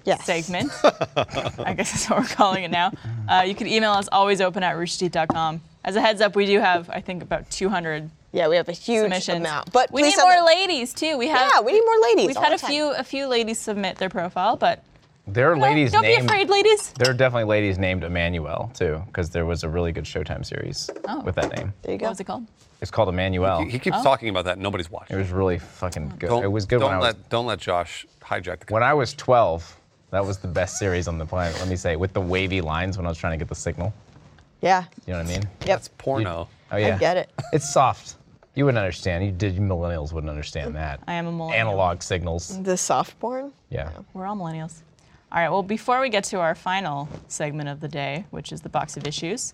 Speaker 4: Yes.
Speaker 1: segment, I guess that's what we're calling it now, uh, you can email us alwaysopen at roosterteeth.com. As a heads up, we do have, I think, about 200
Speaker 4: Yeah, we have a huge
Speaker 1: submissions.
Speaker 4: amount. But
Speaker 1: we
Speaker 4: please
Speaker 1: need
Speaker 4: send
Speaker 1: more
Speaker 4: them-
Speaker 1: ladies, too. We have,
Speaker 4: Yeah, we need more ladies.
Speaker 1: We've
Speaker 4: all
Speaker 1: had
Speaker 4: the
Speaker 1: a
Speaker 4: time.
Speaker 1: few a few ladies submit their profile, but uh,
Speaker 2: there are ladies
Speaker 1: don't
Speaker 2: named
Speaker 1: be afraid, ladies.
Speaker 2: There are definitely ladies named Emmanuel too, because there was a really good Showtime series
Speaker 1: Oh.
Speaker 2: with that name.
Speaker 4: There you
Speaker 1: What
Speaker 4: go.
Speaker 1: was it called?
Speaker 2: It's called Emmanuel.
Speaker 3: He, he
Speaker 1: Oh.
Speaker 3: keeps talking about that. and Nobody's watching.
Speaker 2: it was really fucking good.
Speaker 3: Don't-
Speaker 2: it was good
Speaker 3: Don't
Speaker 2: when I was
Speaker 3: let don't let Josh hijack the.
Speaker 2: when I was 12. That was the best series on the planet. Let me say, with the wavy lines when I was trying to get the signal.
Speaker 4: Yeah.
Speaker 2: You know what I mean?
Speaker 4: Yep.
Speaker 3: porno.
Speaker 2: Oh yeah.
Speaker 4: I get it.
Speaker 2: It's soft. You wouldn't understand. You did. You millennials wouldn't understand that.
Speaker 1: I am a millennial.
Speaker 2: Analog signals.
Speaker 4: The soft porn.
Speaker 2: Yeah.
Speaker 1: We're all millennials. All right, well, before we get to our final segment of the day, which is the box of issues,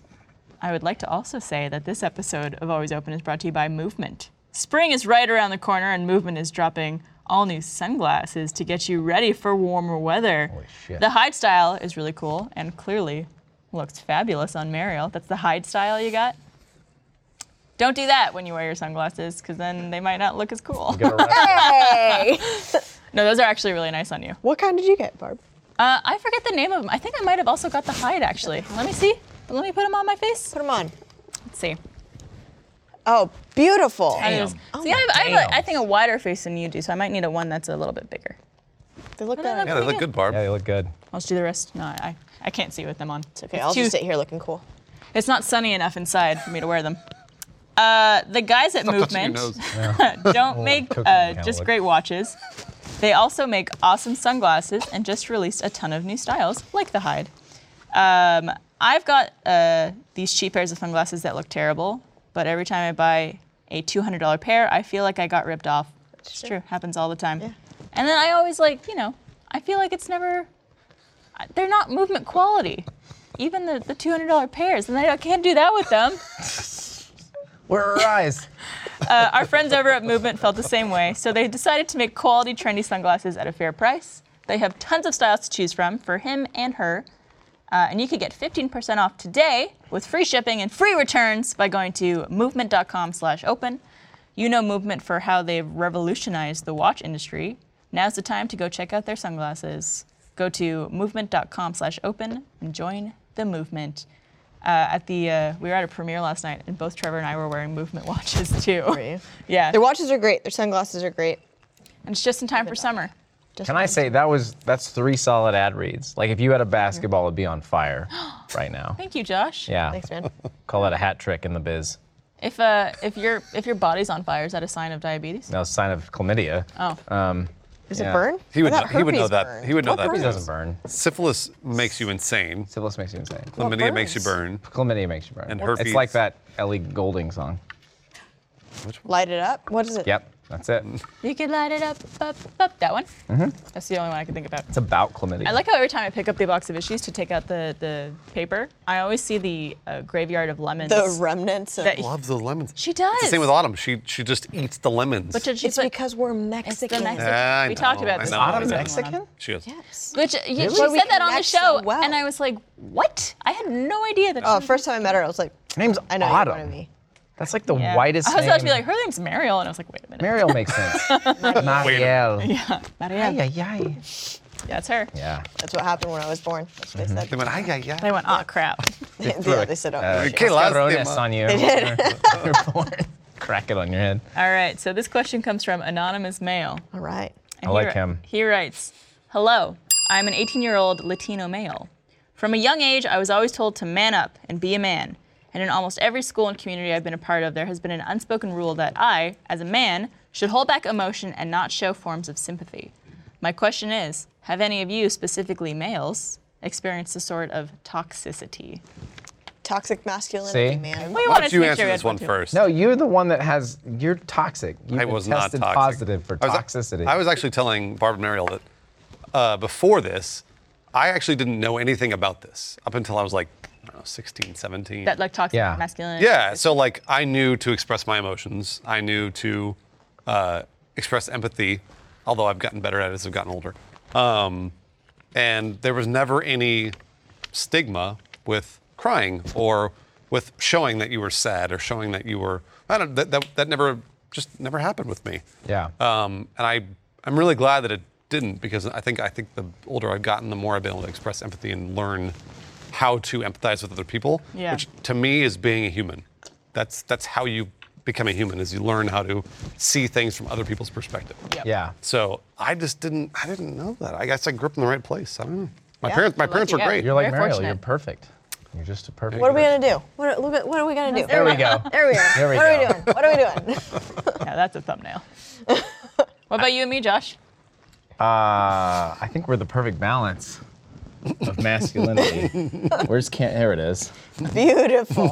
Speaker 1: I would like to also say that this episode of Always Open is brought to you by Movement. Spring is right around the corner, and Movement is dropping all new sunglasses to get you ready for warmer weather. Holy
Speaker 2: shit.
Speaker 1: The hide style is really cool and clearly looks fabulous on Mariel. That's the hide style you got. Don't do that when you wear your sunglasses, because then they might not look as cool.
Speaker 2: Get arrested.
Speaker 4: Hey!
Speaker 1: no, those are actually really nice on you.
Speaker 4: what kind did you get, Barb?
Speaker 1: Uh, I forget the name of them. I think I might have also got the hide actually. Let me see. Let me put them on my face.
Speaker 4: Put them on.
Speaker 1: Let's see.
Speaker 4: Oh, beautiful.
Speaker 1: How do those-
Speaker 4: Oh
Speaker 1: see,
Speaker 4: my
Speaker 1: I have, I, have
Speaker 2: damn.
Speaker 1: a, I think a wider face than you do, so I might need a one that's a little bit bigger.
Speaker 4: They look
Speaker 1: I don't
Speaker 4: good.
Speaker 1: know.
Speaker 3: Yeah, they look good, Barb.
Speaker 2: yeah, you look good.
Speaker 1: I'll just do the rest. No, I, I can't see with them on. It's
Speaker 4: Okay, I'll
Speaker 1: too-
Speaker 4: just sit here looking cool.
Speaker 1: It's not sunny enough inside for me to wear them. Uh, the guys at
Speaker 3: touching
Speaker 1: Movement
Speaker 3: your nose.
Speaker 1: don't make
Speaker 2: cooking
Speaker 1: uh,
Speaker 2: catalog.
Speaker 1: just great watches. They also make awesome sunglasses and just released a ton of new styles, like the Hyde. Um, I've got uh, these cheap pairs of sunglasses that look terrible, but every time I buy a $200 pair, I feel like I got ripped off. It's true. Happens all the time. And then I always like, you know, I feel like it's never. I- They're not movement quality. Even the, the $200 pairs, and I I can't do that with them.
Speaker 2: Where are our eyes?
Speaker 1: uh, Our friends over at Movement felt the same way, so they decided to make quality, trendy sunglasses at a fair price. They have tons of styles to choose from for him and her. Uh, and you can get 15% off today with free shipping and free returns by going to movement.com slash open. You know Movement for how they've revolutionized the watch industry. Now's the time to go check out their sunglasses. Go to movement.com slash open and join the movement. Uh, at the uh, we were at a premiere last night, and both Trevor and I were wearing Movement watches too.
Speaker 4: you?
Speaker 1: Yeah,
Speaker 4: Their watches are great. Their sunglasses are great.
Speaker 1: and it's just in time for summer.
Speaker 2: Can I say that was that's three solid ad reads? Like if you had a basketball, it'd be on fire right now.
Speaker 1: Thank you, Josh.
Speaker 2: Yeah.
Speaker 4: Thanks, man.
Speaker 2: Call that a hat trick in the biz.
Speaker 1: If uh, if your if your body's on fire, is that a sign of diabetes?
Speaker 2: No sign of chlamydia.
Speaker 1: Oh,
Speaker 4: Is
Speaker 2: Yeah.
Speaker 4: it burn?
Speaker 3: He would,
Speaker 4: I
Speaker 3: know,
Speaker 4: thought
Speaker 3: he would know
Speaker 4: herpes
Speaker 3: that.
Speaker 4: burn.
Speaker 3: He would know that.
Speaker 2: It
Speaker 3: because
Speaker 2: doesn't burn.
Speaker 3: Syphilis makes you insane.
Speaker 2: Syphilis makes you insane.
Speaker 3: Chlamydia makes you burn.
Speaker 2: Chlamydia makes you burn.
Speaker 3: And
Speaker 2: It's
Speaker 3: herpes.
Speaker 2: like that Ellie Golding song.
Speaker 4: Light it up. What is it?
Speaker 2: Yep, that's it.
Speaker 1: you could light it up, up, up. That one. Mm-hmm. That's the only one I can think about.
Speaker 2: It's about chlamydia.
Speaker 1: I like how every time I pick up the box of issues to take out the the paper, I always see the uh, graveyard of lemons.
Speaker 4: The remnants of.
Speaker 1: That-
Speaker 3: Loves the lemons.
Speaker 1: she does.
Speaker 3: It's the same with Autumn. She she just eats the lemons.
Speaker 1: Which is-
Speaker 4: it's
Speaker 1: but-
Speaker 4: because we're
Speaker 1: it's the
Speaker 4: Mexican.
Speaker 1: Mexican.
Speaker 3: Yeah, I
Speaker 1: we talked
Speaker 3: know,
Speaker 1: about
Speaker 3: I
Speaker 1: this.
Speaker 3: know.
Speaker 1: when we
Speaker 3: Autumn
Speaker 1: were doing
Speaker 2: Mexican?
Speaker 1: one on-
Speaker 3: she is.
Speaker 4: Yes.
Speaker 1: Which y- she
Speaker 4: Why we
Speaker 1: said that on the
Speaker 4: connect so
Speaker 1: show,
Speaker 4: well.
Speaker 1: and I was like, "What? I had no idea that."
Speaker 4: Oh,
Speaker 1: she-
Speaker 4: first time I met her, I was like,
Speaker 2: Her name's
Speaker 4: I know you're one of
Speaker 2: Autumn.
Speaker 4: me.
Speaker 2: That's like the
Speaker 1: Yeah.
Speaker 2: whitest.
Speaker 1: I was about to be
Speaker 2: name.
Speaker 1: like, "Her name's Mariel," and I was like, "Wait a minute,
Speaker 2: Mariel makes sense. Mariel. Yeah.
Speaker 1: Mariel? Yeah,
Speaker 2: Yeah. Yeah.
Speaker 1: that's her."
Speaker 2: Yeah.
Speaker 4: That's what happened when I was born. That's what they
Speaker 3: They
Speaker 4: said.
Speaker 3: went, ay, ay, ay.
Speaker 1: They went, "Oh crap."
Speaker 4: yeah, they said, oh,
Speaker 2: Uh,
Speaker 4: shit.
Speaker 3: Okay, last
Speaker 2: Cabrones
Speaker 3: name, uh,
Speaker 2: on you. You're born. Crack it on your head.
Speaker 1: All right, so this question comes from Anonymous Male.
Speaker 4: All right.
Speaker 1: And he
Speaker 2: I like
Speaker 1: wri-
Speaker 2: him.
Speaker 1: He writes Hello, I'm an 18 year old Latino male. From a young age, I was always told to man up and be a man. And in almost every school and community I've been a part of, there has been an unspoken rule that I, as a man, should hold back emotion and not show forms of sympathy. My question is Have any of you, specifically males, experienced a sort of toxicity?
Speaker 4: Toxic masculinity,
Speaker 2: See?
Speaker 4: man.
Speaker 1: We
Speaker 3: Why
Speaker 1: wanted
Speaker 3: don't
Speaker 1: to
Speaker 3: you
Speaker 1: make
Speaker 3: answer
Speaker 1: sure we
Speaker 3: this
Speaker 1: had one
Speaker 3: one
Speaker 1: too.
Speaker 3: first?
Speaker 2: No, you're the one that has. You're toxic. You've
Speaker 3: I
Speaker 2: been
Speaker 3: was not
Speaker 2: tested
Speaker 3: toxic.
Speaker 2: positive for
Speaker 3: I was-
Speaker 2: toxicity.
Speaker 3: I was actually telling Barb and Mariel that uh, before this, I actually didn't know anything about this up until I was like, I don't know, 16, 17.
Speaker 1: That like toxic
Speaker 2: Yeah.
Speaker 1: masculinity?
Speaker 3: yeah, so like I knew to express my emotions. I knew to uh, express empathy, although I've gotten better at it as I've gotten older. Um, and there was never any stigma with crying or with showing that you were sad or showing that you were. I don't. That that, that never just never happened with me.
Speaker 2: Yeah.
Speaker 3: Um, and I, I'm really glad that it didn't because I think I think the older I've gotten, the more I've been able to express empathy and learn how to empathize with other people.
Speaker 1: Yeah.
Speaker 3: Which to me is being a human. That's that's how you become a human is you learn how to see things from other people's perspective.
Speaker 1: Yep.
Speaker 2: yeah.
Speaker 3: So I just didn't I didn't know that. I guess I grew up in the right place. I don't know. My
Speaker 4: Yeah,
Speaker 3: parents my
Speaker 4: you're
Speaker 3: parents were
Speaker 1: lucky. Yeah,
Speaker 3: great.
Speaker 2: You're like
Speaker 1: Very
Speaker 2: Mariel.
Speaker 1: fortunate.
Speaker 2: You're perfect. You're just a perfect.
Speaker 4: What are we going to do? What, look at, what are we going to do?
Speaker 2: There we go.
Speaker 4: There we are.
Speaker 2: There we
Speaker 4: what are we
Speaker 2: go.
Speaker 4: doing? What are we doing?
Speaker 1: Yeah, that's a thumbnail. what about you and me, Josh?
Speaker 2: Uh, I think we're the perfect balance of masculinity. Where's Kent? Here it is.
Speaker 4: Beautiful.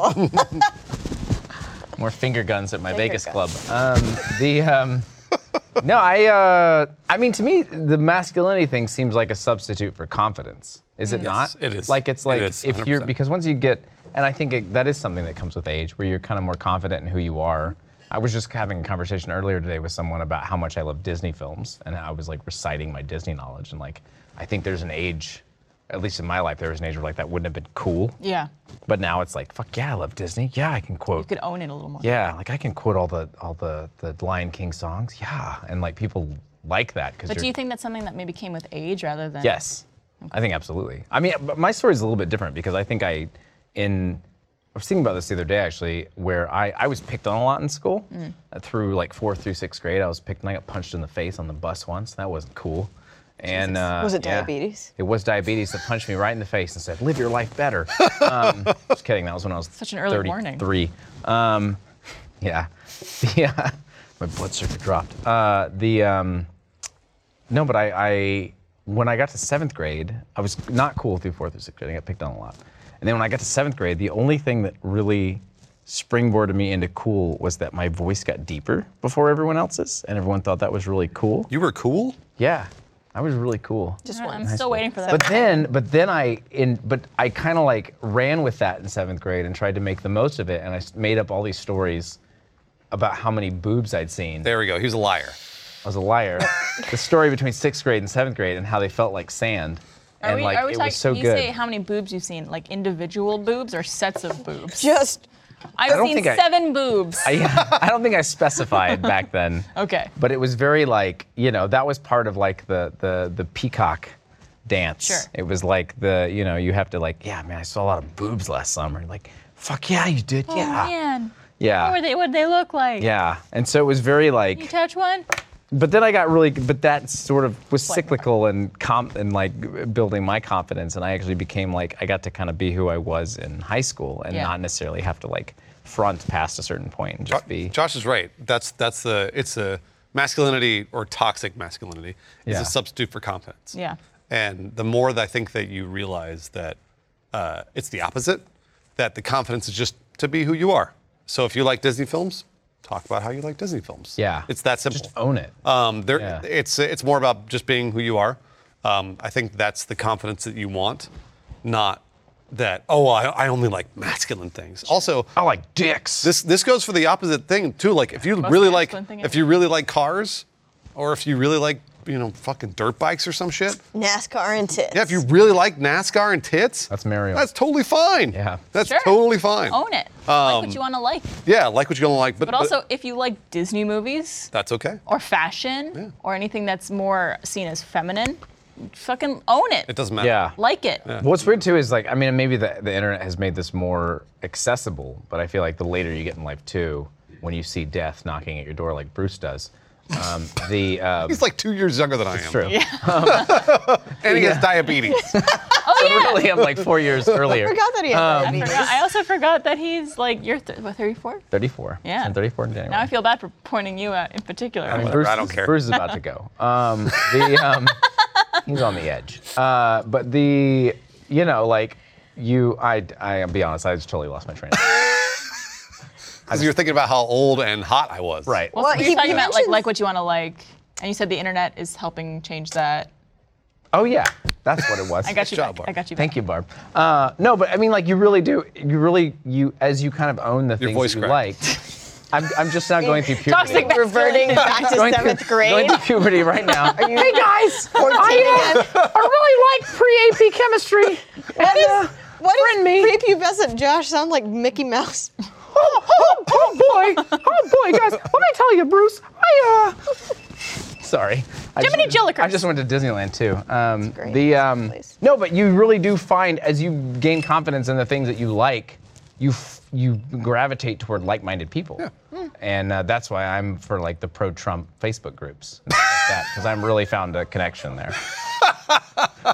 Speaker 2: More finger guns at my
Speaker 4: Finger
Speaker 2: Vegas
Speaker 4: guns.
Speaker 2: club. Um, the um, no, I. Uh, I mean, to me, the masculinity thing seems like a substitute for confidence. Is
Speaker 4: Mm.
Speaker 2: it not?
Speaker 3: it is.
Speaker 2: Like it's
Speaker 3: It
Speaker 2: like
Speaker 3: is,
Speaker 2: if you're
Speaker 3: 100%.
Speaker 2: because once you get, and I think it, that is something that comes with age, where you're kind of more confident in who you are. I was just having a conversation earlier today with someone about how much I love Disney films, and I was like reciting my Disney knowledge, and like I think there's an age, at least in my life, there was an age where like that wouldn't have been cool.
Speaker 1: Yeah.
Speaker 2: But now it's like, fuck yeah, I love Disney. Yeah, I can quote.
Speaker 1: You could own it a little more.
Speaker 2: yeah, like I can quote all the all the the Lion King songs. Yeah, and like people like that because.
Speaker 1: But do you think that's something that maybe came with age rather than?
Speaker 2: Yes, I think absolutely. I mean, but my story is a little bit different because I think I, in, I was thinking about this the other day actually, where I, I was picked on a lot in school Uh, through like fourth through sixth grade. I was picked and I got punched in the face on the bus once. That wasn't cool. And uh,
Speaker 7: Was it
Speaker 2: yeah.
Speaker 7: diabetes?
Speaker 2: It was diabetes that punched me right in the face and said, "Live your life better." Um, just kidding. That was when I was
Speaker 1: Such an early warning.
Speaker 2: 33. Um, yeah, yeah. My blood sugar dropped. Uh, the um, no, but I, I when I got to seventh grade, I was not cool through fourth or sixth grade. I got picked on a lot. And then when I got to seventh grade, the only thing that really springboarded me into cool was that my voice got deeper before everyone else's, and everyone thought that was really cool.
Speaker 3: You were cool?
Speaker 2: Yeah, I was really cool.
Speaker 1: Just one. I'm still waiting for that.
Speaker 2: But then, but then I in but I kind of like ran with that in seventh grade and tried to make the most of it, and I s- made up all these stories about how many boobs I'd seen.
Speaker 3: There we go. He was a liar.
Speaker 2: I was a liar. the story between sixth grade and seventh grade and how they felt like sand,
Speaker 1: are
Speaker 2: and
Speaker 1: we,
Speaker 2: like
Speaker 1: are we
Speaker 2: it
Speaker 1: talking?
Speaker 2: was so
Speaker 1: you
Speaker 2: good.
Speaker 1: say how many boobs you've seen? Like individual boobs or sets of boobs?
Speaker 7: Just
Speaker 1: I've
Speaker 2: don't
Speaker 1: seen
Speaker 2: think I-
Speaker 1: seven boobs.
Speaker 2: I, I don't think I specified back then.
Speaker 1: Okay.
Speaker 2: But it was very like you know that was part of like the the the peacock dance.
Speaker 1: Sure.
Speaker 2: It was like the you know you have to like yeah man I saw a lot of boobs last summer like fuck yeah you did
Speaker 1: Oh
Speaker 2: yeah
Speaker 1: man.
Speaker 2: yeah
Speaker 1: What were they? What did they look like?
Speaker 2: yeah and so it was very
Speaker 1: You
Speaker 2: like
Speaker 1: touch one.
Speaker 2: but then I got really but that sort of was
Speaker 1: Slightly.
Speaker 2: cyclical and com and like building my confidence and I actually became like I got to kind of be who I was in high school and
Speaker 1: Yeah.
Speaker 2: not necessarily have to like front past a certain point and just be
Speaker 3: Josh is right. That's that's the it's a masculinity or toxic masculinity is
Speaker 2: Yeah.
Speaker 3: a substitute for confidence.
Speaker 1: Yeah.
Speaker 3: And the more that I think that you realize that uh, it's the opposite, that the confidence is just to be who you are. So if you like Disney films, talk about how you like Disney films.
Speaker 2: Yeah.
Speaker 3: It's that simple.
Speaker 2: own it.
Speaker 3: Um, there,
Speaker 2: Yeah.
Speaker 3: it's it's more about just being who you are. Um, I think that's the confidence that you want, not that oh I, I only like masculine things. Also,
Speaker 2: Oh, I like dicks.
Speaker 3: this this goes for the opposite thing too. Like if you
Speaker 1: Most
Speaker 3: really like
Speaker 1: masculine thing
Speaker 3: if
Speaker 1: ever.
Speaker 3: you really like cars, or if you really like you know fucking dirt bikes or some shit.
Speaker 7: NASCAR and tits.
Speaker 3: Yeah, if you really like NASCAR and tits,
Speaker 2: That's Mario.
Speaker 3: That's totally fine.
Speaker 2: Yeah.
Speaker 3: that's
Speaker 1: Sure.
Speaker 3: totally fine. Um,
Speaker 1: Own it. like what you want to like.
Speaker 3: Yeah, like what you're gonna like, but,
Speaker 1: But also, if you like Disney movies
Speaker 3: that's okay.
Speaker 1: or fashion or anything that's more seen as feminine, fucking own it.
Speaker 3: It doesn't matter.
Speaker 2: yeah.
Speaker 1: Like it.
Speaker 2: What's weird too is like I mean maybe the, the internet has made this more accessible, but I feel like the later you get in life too, when you see death knocking at your door like Bruce does, um, the uh,
Speaker 3: He's like two years younger than I am,
Speaker 2: true.
Speaker 3: and he has diabetes.
Speaker 1: Oh yeah.
Speaker 2: Really, I'm like four years earlier.
Speaker 4: I forgot that he had
Speaker 2: Um,
Speaker 1: I,
Speaker 4: diabetes.
Speaker 1: forgot- I also forgot that he's like you're th- what 34.
Speaker 2: 34.
Speaker 1: Yeah.
Speaker 2: I'm 34 in January.
Speaker 1: Now I feel bad for pointing you out in particular.
Speaker 2: I mean,
Speaker 3: Whatever,
Speaker 2: Bruce,
Speaker 3: I don't
Speaker 2: is-
Speaker 3: care.
Speaker 2: Bruce is about to go. Um, the, um, he's on the edge. Uh, but the, you know, like, you, I, I, I'll be honest, I just totally lost my train. of thought.
Speaker 3: Because you were thinking about how old and hot I was.
Speaker 2: right.
Speaker 1: well,
Speaker 7: Well,
Speaker 1: you're
Speaker 7: he-
Speaker 1: talking
Speaker 7: he
Speaker 1: about like
Speaker 7: mentions-
Speaker 1: like what you want to like, and you said the internet is helping change that.
Speaker 2: Oh yeah, that's what it was.
Speaker 1: I got you
Speaker 3: job,
Speaker 1: back.
Speaker 3: Barb.
Speaker 1: I got you.
Speaker 2: Thank
Speaker 1: back.
Speaker 2: you, Barb. Uh, no, but I mean, like, you really do. You really, you as you kind of own the things
Speaker 3: voice
Speaker 2: that you like.
Speaker 3: cracked.
Speaker 2: I'm, I'm just now going through puberty.
Speaker 1: Toxic masculinity.
Speaker 7: reverting back to
Speaker 2: Going through-
Speaker 7: seventh grade.
Speaker 2: Going through puberty right now. hey guys,
Speaker 7: I,
Speaker 2: I really like pre-AP chemistry.
Speaker 4: What is what
Speaker 2: Friend me.
Speaker 4: does prepubescent Josh sound like Mickey Mouse?
Speaker 2: oh, oh, oh boy, oh boy, guys. Let me tell you, Bruce. I uh. Sorry.
Speaker 1: Jiminy
Speaker 2: I just,
Speaker 1: Jillikers.
Speaker 2: I just went to Disneyland too. Um,
Speaker 4: great.
Speaker 2: The um,
Speaker 4: Place.
Speaker 2: no, but you really do find as you gain confidence in the things that you like, you f- you gravitate toward like-minded people, and uh, that's why I'm for like the pro-Trump Facebook groups because I'm really found a connection there.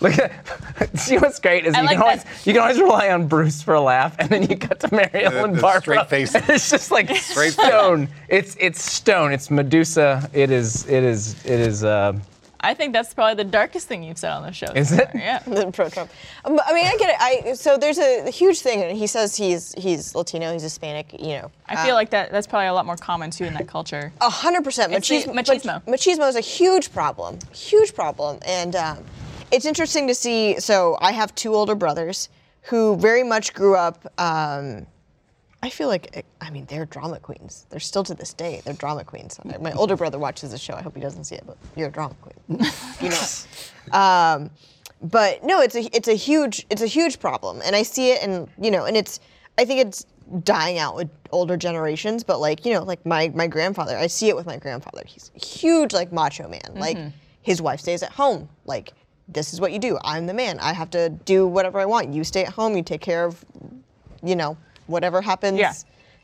Speaker 2: Look at see what's great is
Speaker 1: I
Speaker 2: you
Speaker 1: like
Speaker 2: can always
Speaker 1: that.
Speaker 2: you can always rely on Bruce for a laugh, and then you cut to Mary Ellen
Speaker 3: the
Speaker 2: Barbara.
Speaker 3: straight face.
Speaker 2: And it's just like
Speaker 3: Straight face.
Speaker 2: stone. It's it's stone. It's Medusa. It is it is it is. Uh,
Speaker 1: I think that's probably the darkest thing you've said on the show. so
Speaker 2: Is it?
Speaker 1: far, Yeah.
Speaker 7: than pro Trump.
Speaker 4: Um, I mean, I get it. I so there's a huge thing. and He says he's he's Latino, he's Hispanic. You know,
Speaker 1: I
Speaker 7: Uh,
Speaker 1: feel like that that's probably a lot more common too in that culture.
Speaker 4: a hundred percent
Speaker 1: It's the
Speaker 4: machismo.
Speaker 1: machismo.
Speaker 4: mach- Machismo is a huge problem, huge problem, and um, it's interesting to see. So I have two older brothers who very much grew up. Um, I feel like, I mean, they're drama queens. They're still to this day, they're drama queens. My older brother watches the show. I hope he doesn't see it, but you're a drama queen. you know. Um, but no, it's a it's a huge it's a huge problem, and I see it, and you know, and it's I think it's dying out with older generations. But like you know, like my my grandfather, I see it with my grandfather. He's a huge like macho man. Like his wife stays at home. Like this is what you do. I'm the man. I have to do whatever I want. You stay at home. You take care of, you know, whatever happens
Speaker 1: Yeah.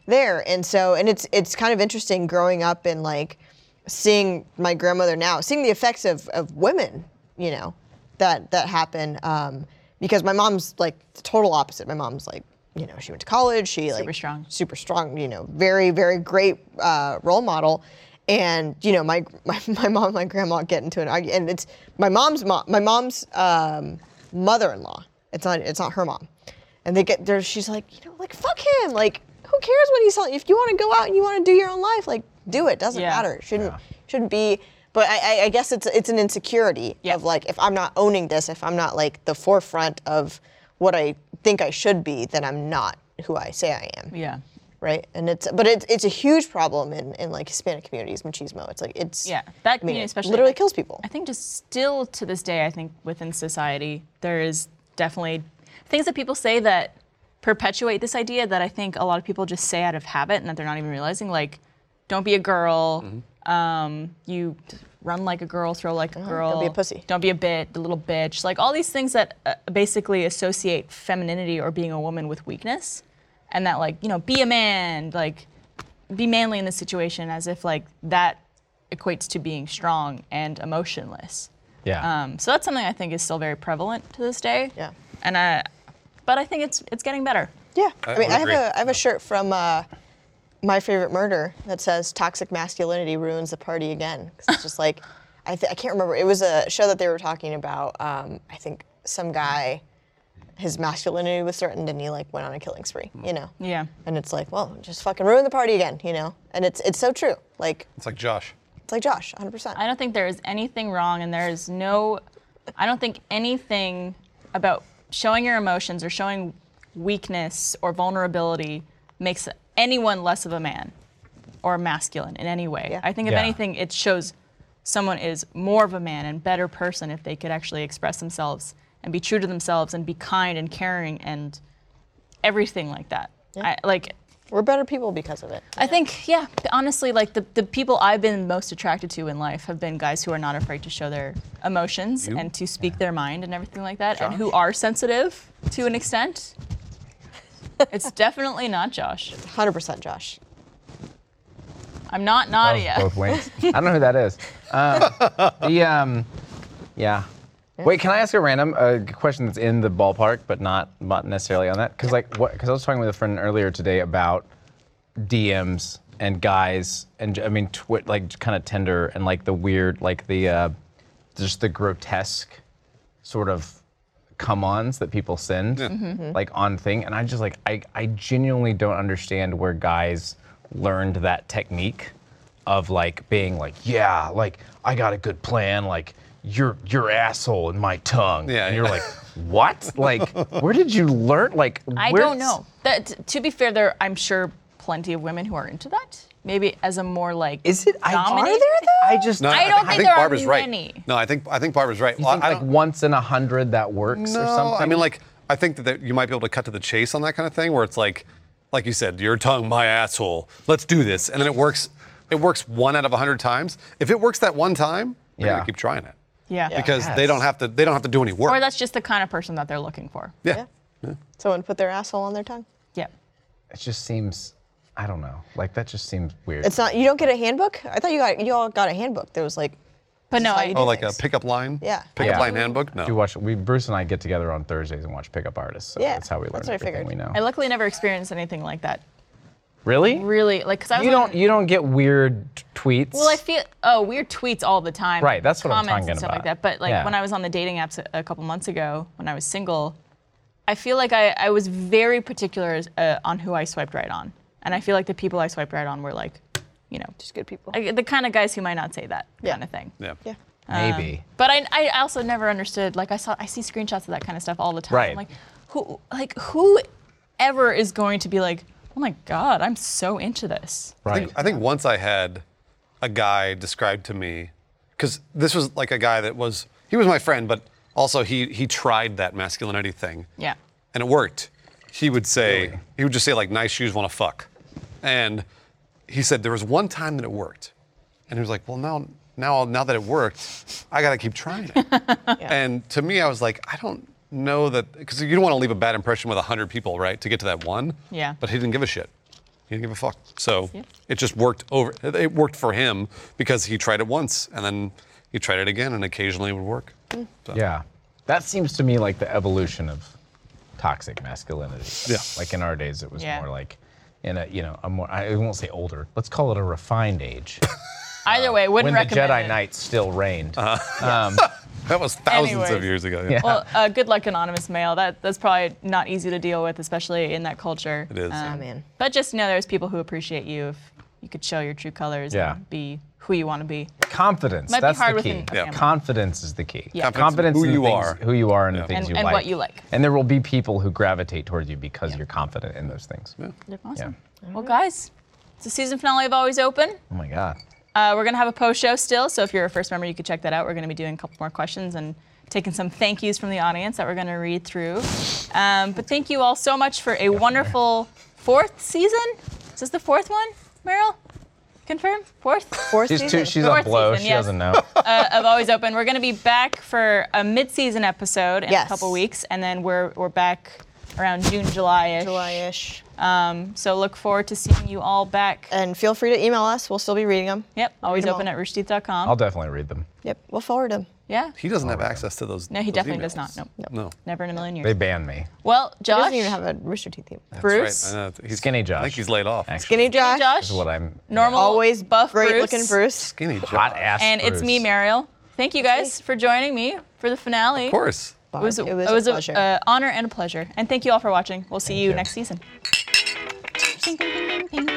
Speaker 4: there. And so, and it's it's kind of interesting growing up and like seeing my grandmother now, seeing the effects of, of women, you know, that that happen. Um, because my mom's like the total opposite. My mom's like, you know, she went to college. She like
Speaker 1: Super strong.
Speaker 4: super strong. You know, very very great uh, role model. And you know, my, my my mom and my grandma get into an argument, and it's my mom's mom, my mom's um, mother-in-law. It's not it's not her mom. And they get there. She's like, you know, like fuck him. Like, who cares what he's telling? If you want to go out and you want to do your own life, like, do it. Doesn't
Speaker 1: Yeah.
Speaker 4: matter. It shouldn't shouldn't be. But I, I, I guess it's it's an insecurity
Speaker 1: Yeah.
Speaker 4: of like, if I'm not owning this, if I'm not like the forefront of what I think I should be, then I'm not who I say I am.
Speaker 1: Yeah.
Speaker 4: Right. And it's but it's it's a huge problem in, in like Hispanic communities, machismo. It's like it's
Speaker 1: Yeah, that
Speaker 4: I mean,
Speaker 1: community
Speaker 4: it
Speaker 1: especially
Speaker 4: literally
Speaker 1: like,
Speaker 4: kills people.
Speaker 1: I think just still to this day, I think within society there is definitely things that people say that perpetuate this idea that I think a lot of people just say out of habit and that they're not even realizing. Like, don't be a girl. Um, you run like a girl, throw like a girl.
Speaker 4: Mm-hmm. be a pussy.
Speaker 1: Don't be a bit, a little bitch. Like all these things that uh, basically associate femininity or being a woman with weakness, and that like you know be a man, like be manly in this situation, as if like that equates to being strong and emotionless.
Speaker 2: Yeah.
Speaker 1: Um, so that's something I think is still very prevalent to this day.
Speaker 4: Yeah.
Speaker 1: And I, but I think it's it's getting better.
Speaker 4: Yeah,
Speaker 3: I
Speaker 4: I, mean,
Speaker 3: would
Speaker 4: I have
Speaker 3: agree.
Speaker 4: a I have a shirt from uh, My Favorite Murder that says "Toxic masculinity ruins the party again." 'Cause it's just like I th- I can't remember. It was a show that they were talking about. Um, I think some guy, his masculinity was threatened, and he like went on a killing spree. You know.
Speaker 1: Yeah.
Speaker 4: And it's like, well, just fucking ruin the party again. You know. And it's it's so true. Like
Speaker 3: It's like Josh.
Speaker 4: it's like Josh, 100. percent
Speaker 1: I don't think there is anything wrong, and there is no, I don't think anything about showing your emotions or showing weakness or vulnerability makes anyone less of a man or masculine in any way.
Speaker 4: Yeah.
Speaker 1: I think if
Speaker 2: Yeah.
Speaker 1: anything, it shows someone is more of a man and better person if they could actually express themselves and be true to themselves and be kind and caring and everything like that. I, like
Speaker 4: We're better people because of it.
Speaker 1: I think, yeah, honestly, like the, the people I've been most attracted to in life have been guys who are not afraid to show their emotions and to speak their mind and everything like that, and who are sensitive to an extent. it's definitely not Josh.
Speaker 4: 100 percent, Josh.
Speaker 1: I'm not
Speaker 2: That was
Speaker 1: Nadia.
Speaker 2: Both wings. I don't know who that is. Um, the um, yeah. Wait, can I ask a random uh, question that's in the ballpark, but not, not necessarily on that? Because like, what? Because I was talking with a friend earlier today about DMs and guys, and I mean, twi- like kind of Tinder and like the weird, like the uh, just the grotesque sort of come-ons that people send
Speaker 1: Mm-hmm.
Speaker 3: Mm-hmm.
Speaker 2: like on thing and i just like I, I genuinely don't understand where guys learned that technique of like being like yeah like i got a good plan like your your asshole in my tongue
Speaker 3: Yeah,
Speaker 2: and you're
Speaker 3: yeah.
Speaker 2: like what like where did you learn like
Speaker 1: I
Speaker 2: where's-
Speaker 1: don't know. That, to be fair, there I'm sure plenty of women who are into that. Maybe as a more like
Speaker 2: is it I,
Speaker 1: dominating thing.
Speaker 2: i just
Speaker 3: No,
Speaker 1: I don't think there are
Speaker 3: Barbara's right.
Speaker 1: many.
Speaker 3: No, I think I think Barbara's right.
Speaker 2: you
Speaker 3: Well,
Speaker 2: think
Speaker 3: I
Speaker 2: like
Speaker 3: don't-
Speaker 2: once in a hundred that works or
Speaker 3: No,
Speaker 2: something
Speaker 3: I mean, like, I think that there- you might be able to cut to the chase on that kind of thing, where it's like, like you said, your tongue, my asshole. Let's do this, and then it works. It works one out of a hundred times. If it works that one time, they're
Speaker 2: Yeah.
Speaker 3: gonna keep trying it
Speaker 1: Yeah.
Speaker 3: because they don't have to. They don't have to do any work.
Speaker 1: Or that's just the kind of person that they're looking for.
Speaker 3: yeah.
Speaker 4: Yeah. Someone put their asshole on their tongue.
Speaker 1: Yeah.
Speaker 2: it just seems i don't know like that just seems weird
Speaker 4: It's not. You don't get a handbook. I thought you got. You all got a handbook. There was like.
Speaker 1: But
Speaker 4: This
Speaker 1: no,
Speaker 4: is how
Speaker 1: I,
Speaker 4: you do
Speaker 3: Oh, like a
Speaker 4: Thanks.
Speaker 3: pickup line.
Speaker 4: Yeah.
Speaker 3: Pickup
Speaker 2: Yeah.
Speaker 3: line handbook. No.
Speaker 2: We watch we Bruce and I get together on Thursdays and watch pickup artists. So
Speaker 4: Yeah,
Speaker 2: that's how we learn
Speaker 4: that's what I
Speaker 2: everything
Speaker 4: figured.
Speaker 2: we know.
Speaker 1: I luckily never experienced anything like that.
Speaker 2: really?
Speaker 1: Really, like, cause I was
Speaker 2: You
Speaker 1: on-
Speaker 2: don't you don't get weird t- tweets.
Speaker 1: Well, I feel oh weird tweets all the time.
Speaker 2: Right, that's what I'm
Speaker 1: comments
Speaker 2: talking
Speaker 1: and stuff like that.
Speaker 2: about.
Speaker 1: But like
Speaker 2: Yeah.
Speaker 1: when I was on the dating apps a, a couple months ago, when I was single, I feel like I, I was very particular as, uh, on who I swiped right on, and I feel like the people I swiped right on were like, you know,
Speaker 4: Just good people.
Speaker 1: like, the kind of guys who might not say that
Speaker 4: Yeah.
Speaker 1: kind of thing.
Speaker 3: yeah.
Speaker 4: yeah.
Speaker 2: Maybe.
Speaker 1: But I, I also never understood. Like I saw, I see screenshots of that kind of stuff all the time.
Speaker 2: Right.
Speaker 1: I'm like, who, like who, ever is going to be like, oh my God, I'm so into this.
Speaker 3: I think, I think once I had a guy described to me, because this was like a guy that was he was my friend, but also he he tried that masculinity thing.
Speaker 1: Yeah.
Speaker 3: And it worked. He would say he would just say like nice shoes want to fuck, and he said there was one time that it worked, and he was like well now now now that it worked, I gotta keep trying it. And to me I was like I don't know that because you don't want to leave a bad impression with hundred people right to get to that one.
Speaker 1: Yeah.
Speaker 3: But he didn't give a shit. He didn't give a fuck. So it just worked over. It worked for him because he tried it once and then he tried it again, and occasionally it would work. So,
Speaker 2: Yeah. That seems to me like the evolution of toxic masculinity.
Speaker 3: Yeah.
Speaker 2: Like in our days, it was
Speaker 1: Yeah.
Speaker 2: more like, in a you know a more I won't say older. Let's call it a refined age.
Speaker 1: Either way, wouldn't
Speaker 2: when the
Speaker 1: recommend
Speaker 2: Jedi
Speaker 1: it.
Speaker 2: Knights still reigned.
Speaker 3: Uh-huh. That was thousands of
Speaker 1: Anyways.
Speaker 3: years ago. Yeah.
Speaker 1: Well, uh, good luck, anonymous mail. That that's probably not easy to deal with, especially in that culture. Um,
Speaker 3: It is.
Speaker 4: Oh, man.
Speaker 1: But just know there's people who appreciate you if you could show your true colors
Speaker 2: Yeah.
Speaker 1: and be who you want to be.
Speaker 2: Confidence.
Speaker 1: Might be
Speaker 2: that's
Speaker 1: hard
Speaker 2: the
Speaker 1: with
Speaker 2: key.
Speaker 1: an- a Yeah. family.
Speaker 2: Confidence is the key.
Speaker 1: Yeah.
Speaker 2: Confidence
Speaker 3: Confidence in
Speaker 2: in
Speaker 3: who
Speaker 2: the
Speaker 3: you
Speaker 2: things-
Speaker 3: are.
Speaker 2: who you are and the
Speaker 3: Yeah.
Speaker 2: things
Speaker 1: And-
Speaker 2: you
Speaker 1: and
Speaker 2: like.
Speaker 1: what you like.
Speaker 2: And there will be people who gravitate towards you because you're confident in those things.
Speaker 1: Awesome. Well, guys, it's the season finale of Always Open.
Speaker 2: Oh my God.
Speaker 1: Uh, we're gonna have a post show still, so if you're a first member, you can check that out. We're gonna be doing a couple more questions and taking some thank yous from the audience that we're gonna read through. Um, but thank you all so much for a wonderful fourth season. Is this the fourth one, Meryl? Confirm fourth
Speaker 4: Fourth
Speaker 2: She's
Speaker 4: season.
Speaker 2: too, she's
Speaker 1: Fourth
Speaker 2: on blow.
Speaker 1: season,
Speaker 2: she
Speaker 1: yes.
Speaker 2: doesn't know.
Speaker 1: uh, of Always Open. We're gonna be back for a mid-season episode in a
Speaker 4: Yes.
Speaker 1: couple weeks, and then we're we're back around June, July-ish.
Speaker 4: July-ish.
Speaker 1: So look forward to seeing you all back.
Speaker 4: And feel free to email us. We'll still be reading them.
Speaker 1: Yep, always
Speaker 4: them
Speaker 1: open
Speaker 4: all.
Speaker 1: at roosterteeth.com.
Speaker 2: I'll definitely read them.
Speaker 4: Yep, we'll forward them.
Speaker 1: yeah.
Speaker 3: he doesn't have access to those.
Speaker 1: No, he
Speaker 3: those
Speaker 1: definitely
Speaker 3: emails.
Speaker 1: does not. Nope. Nope.
Speaker 3: No.
Speaker 1: Never in a million years.
Speaker 2: They ban me.
Speaker 1: Well,
Speaker 4: He
Speaker 1: Josh,
Speaker 4: doesn't even have a Rooster Teeth theme.
Speaker 1: Bruce,
Speaker 3: Right. I know. He's
Speaker 2: Skinny Josh.
Speaker 3: I think he's laid off.
Speaker 2: Actually,
Speaker 4: Skinny Josh.
Speaker 1: Josh,
Speaker 2: is what I'm.
Speaker 1: normal,
Speaker 4: Always
Speaker 1: buff,
Speaker 4: great
Speaker 1: Bruce,
Speaker 4: looking Bruce.
Speaker 3: Skinny Josh.
Speaker 2: Hot ass.
Speaker 1: and it's me,
Speaker 2: Bruce.
Speaker 1: Mariel. Thank you guys for joining me for the finale.
Speaker 3: Of course.
Speaker 1: It was,
Speaker 4: Barb, it was
Speaker 1: it
Speaker 4: a
Speaker 1: was uh,
Speaker 4: pleasure.
Speaker 1: an honor and a pleasure. And thank you all for watching. We'll see you
Speaker 2: you.
Speaker 1: next season. Ding, ding, ding, ding, ding.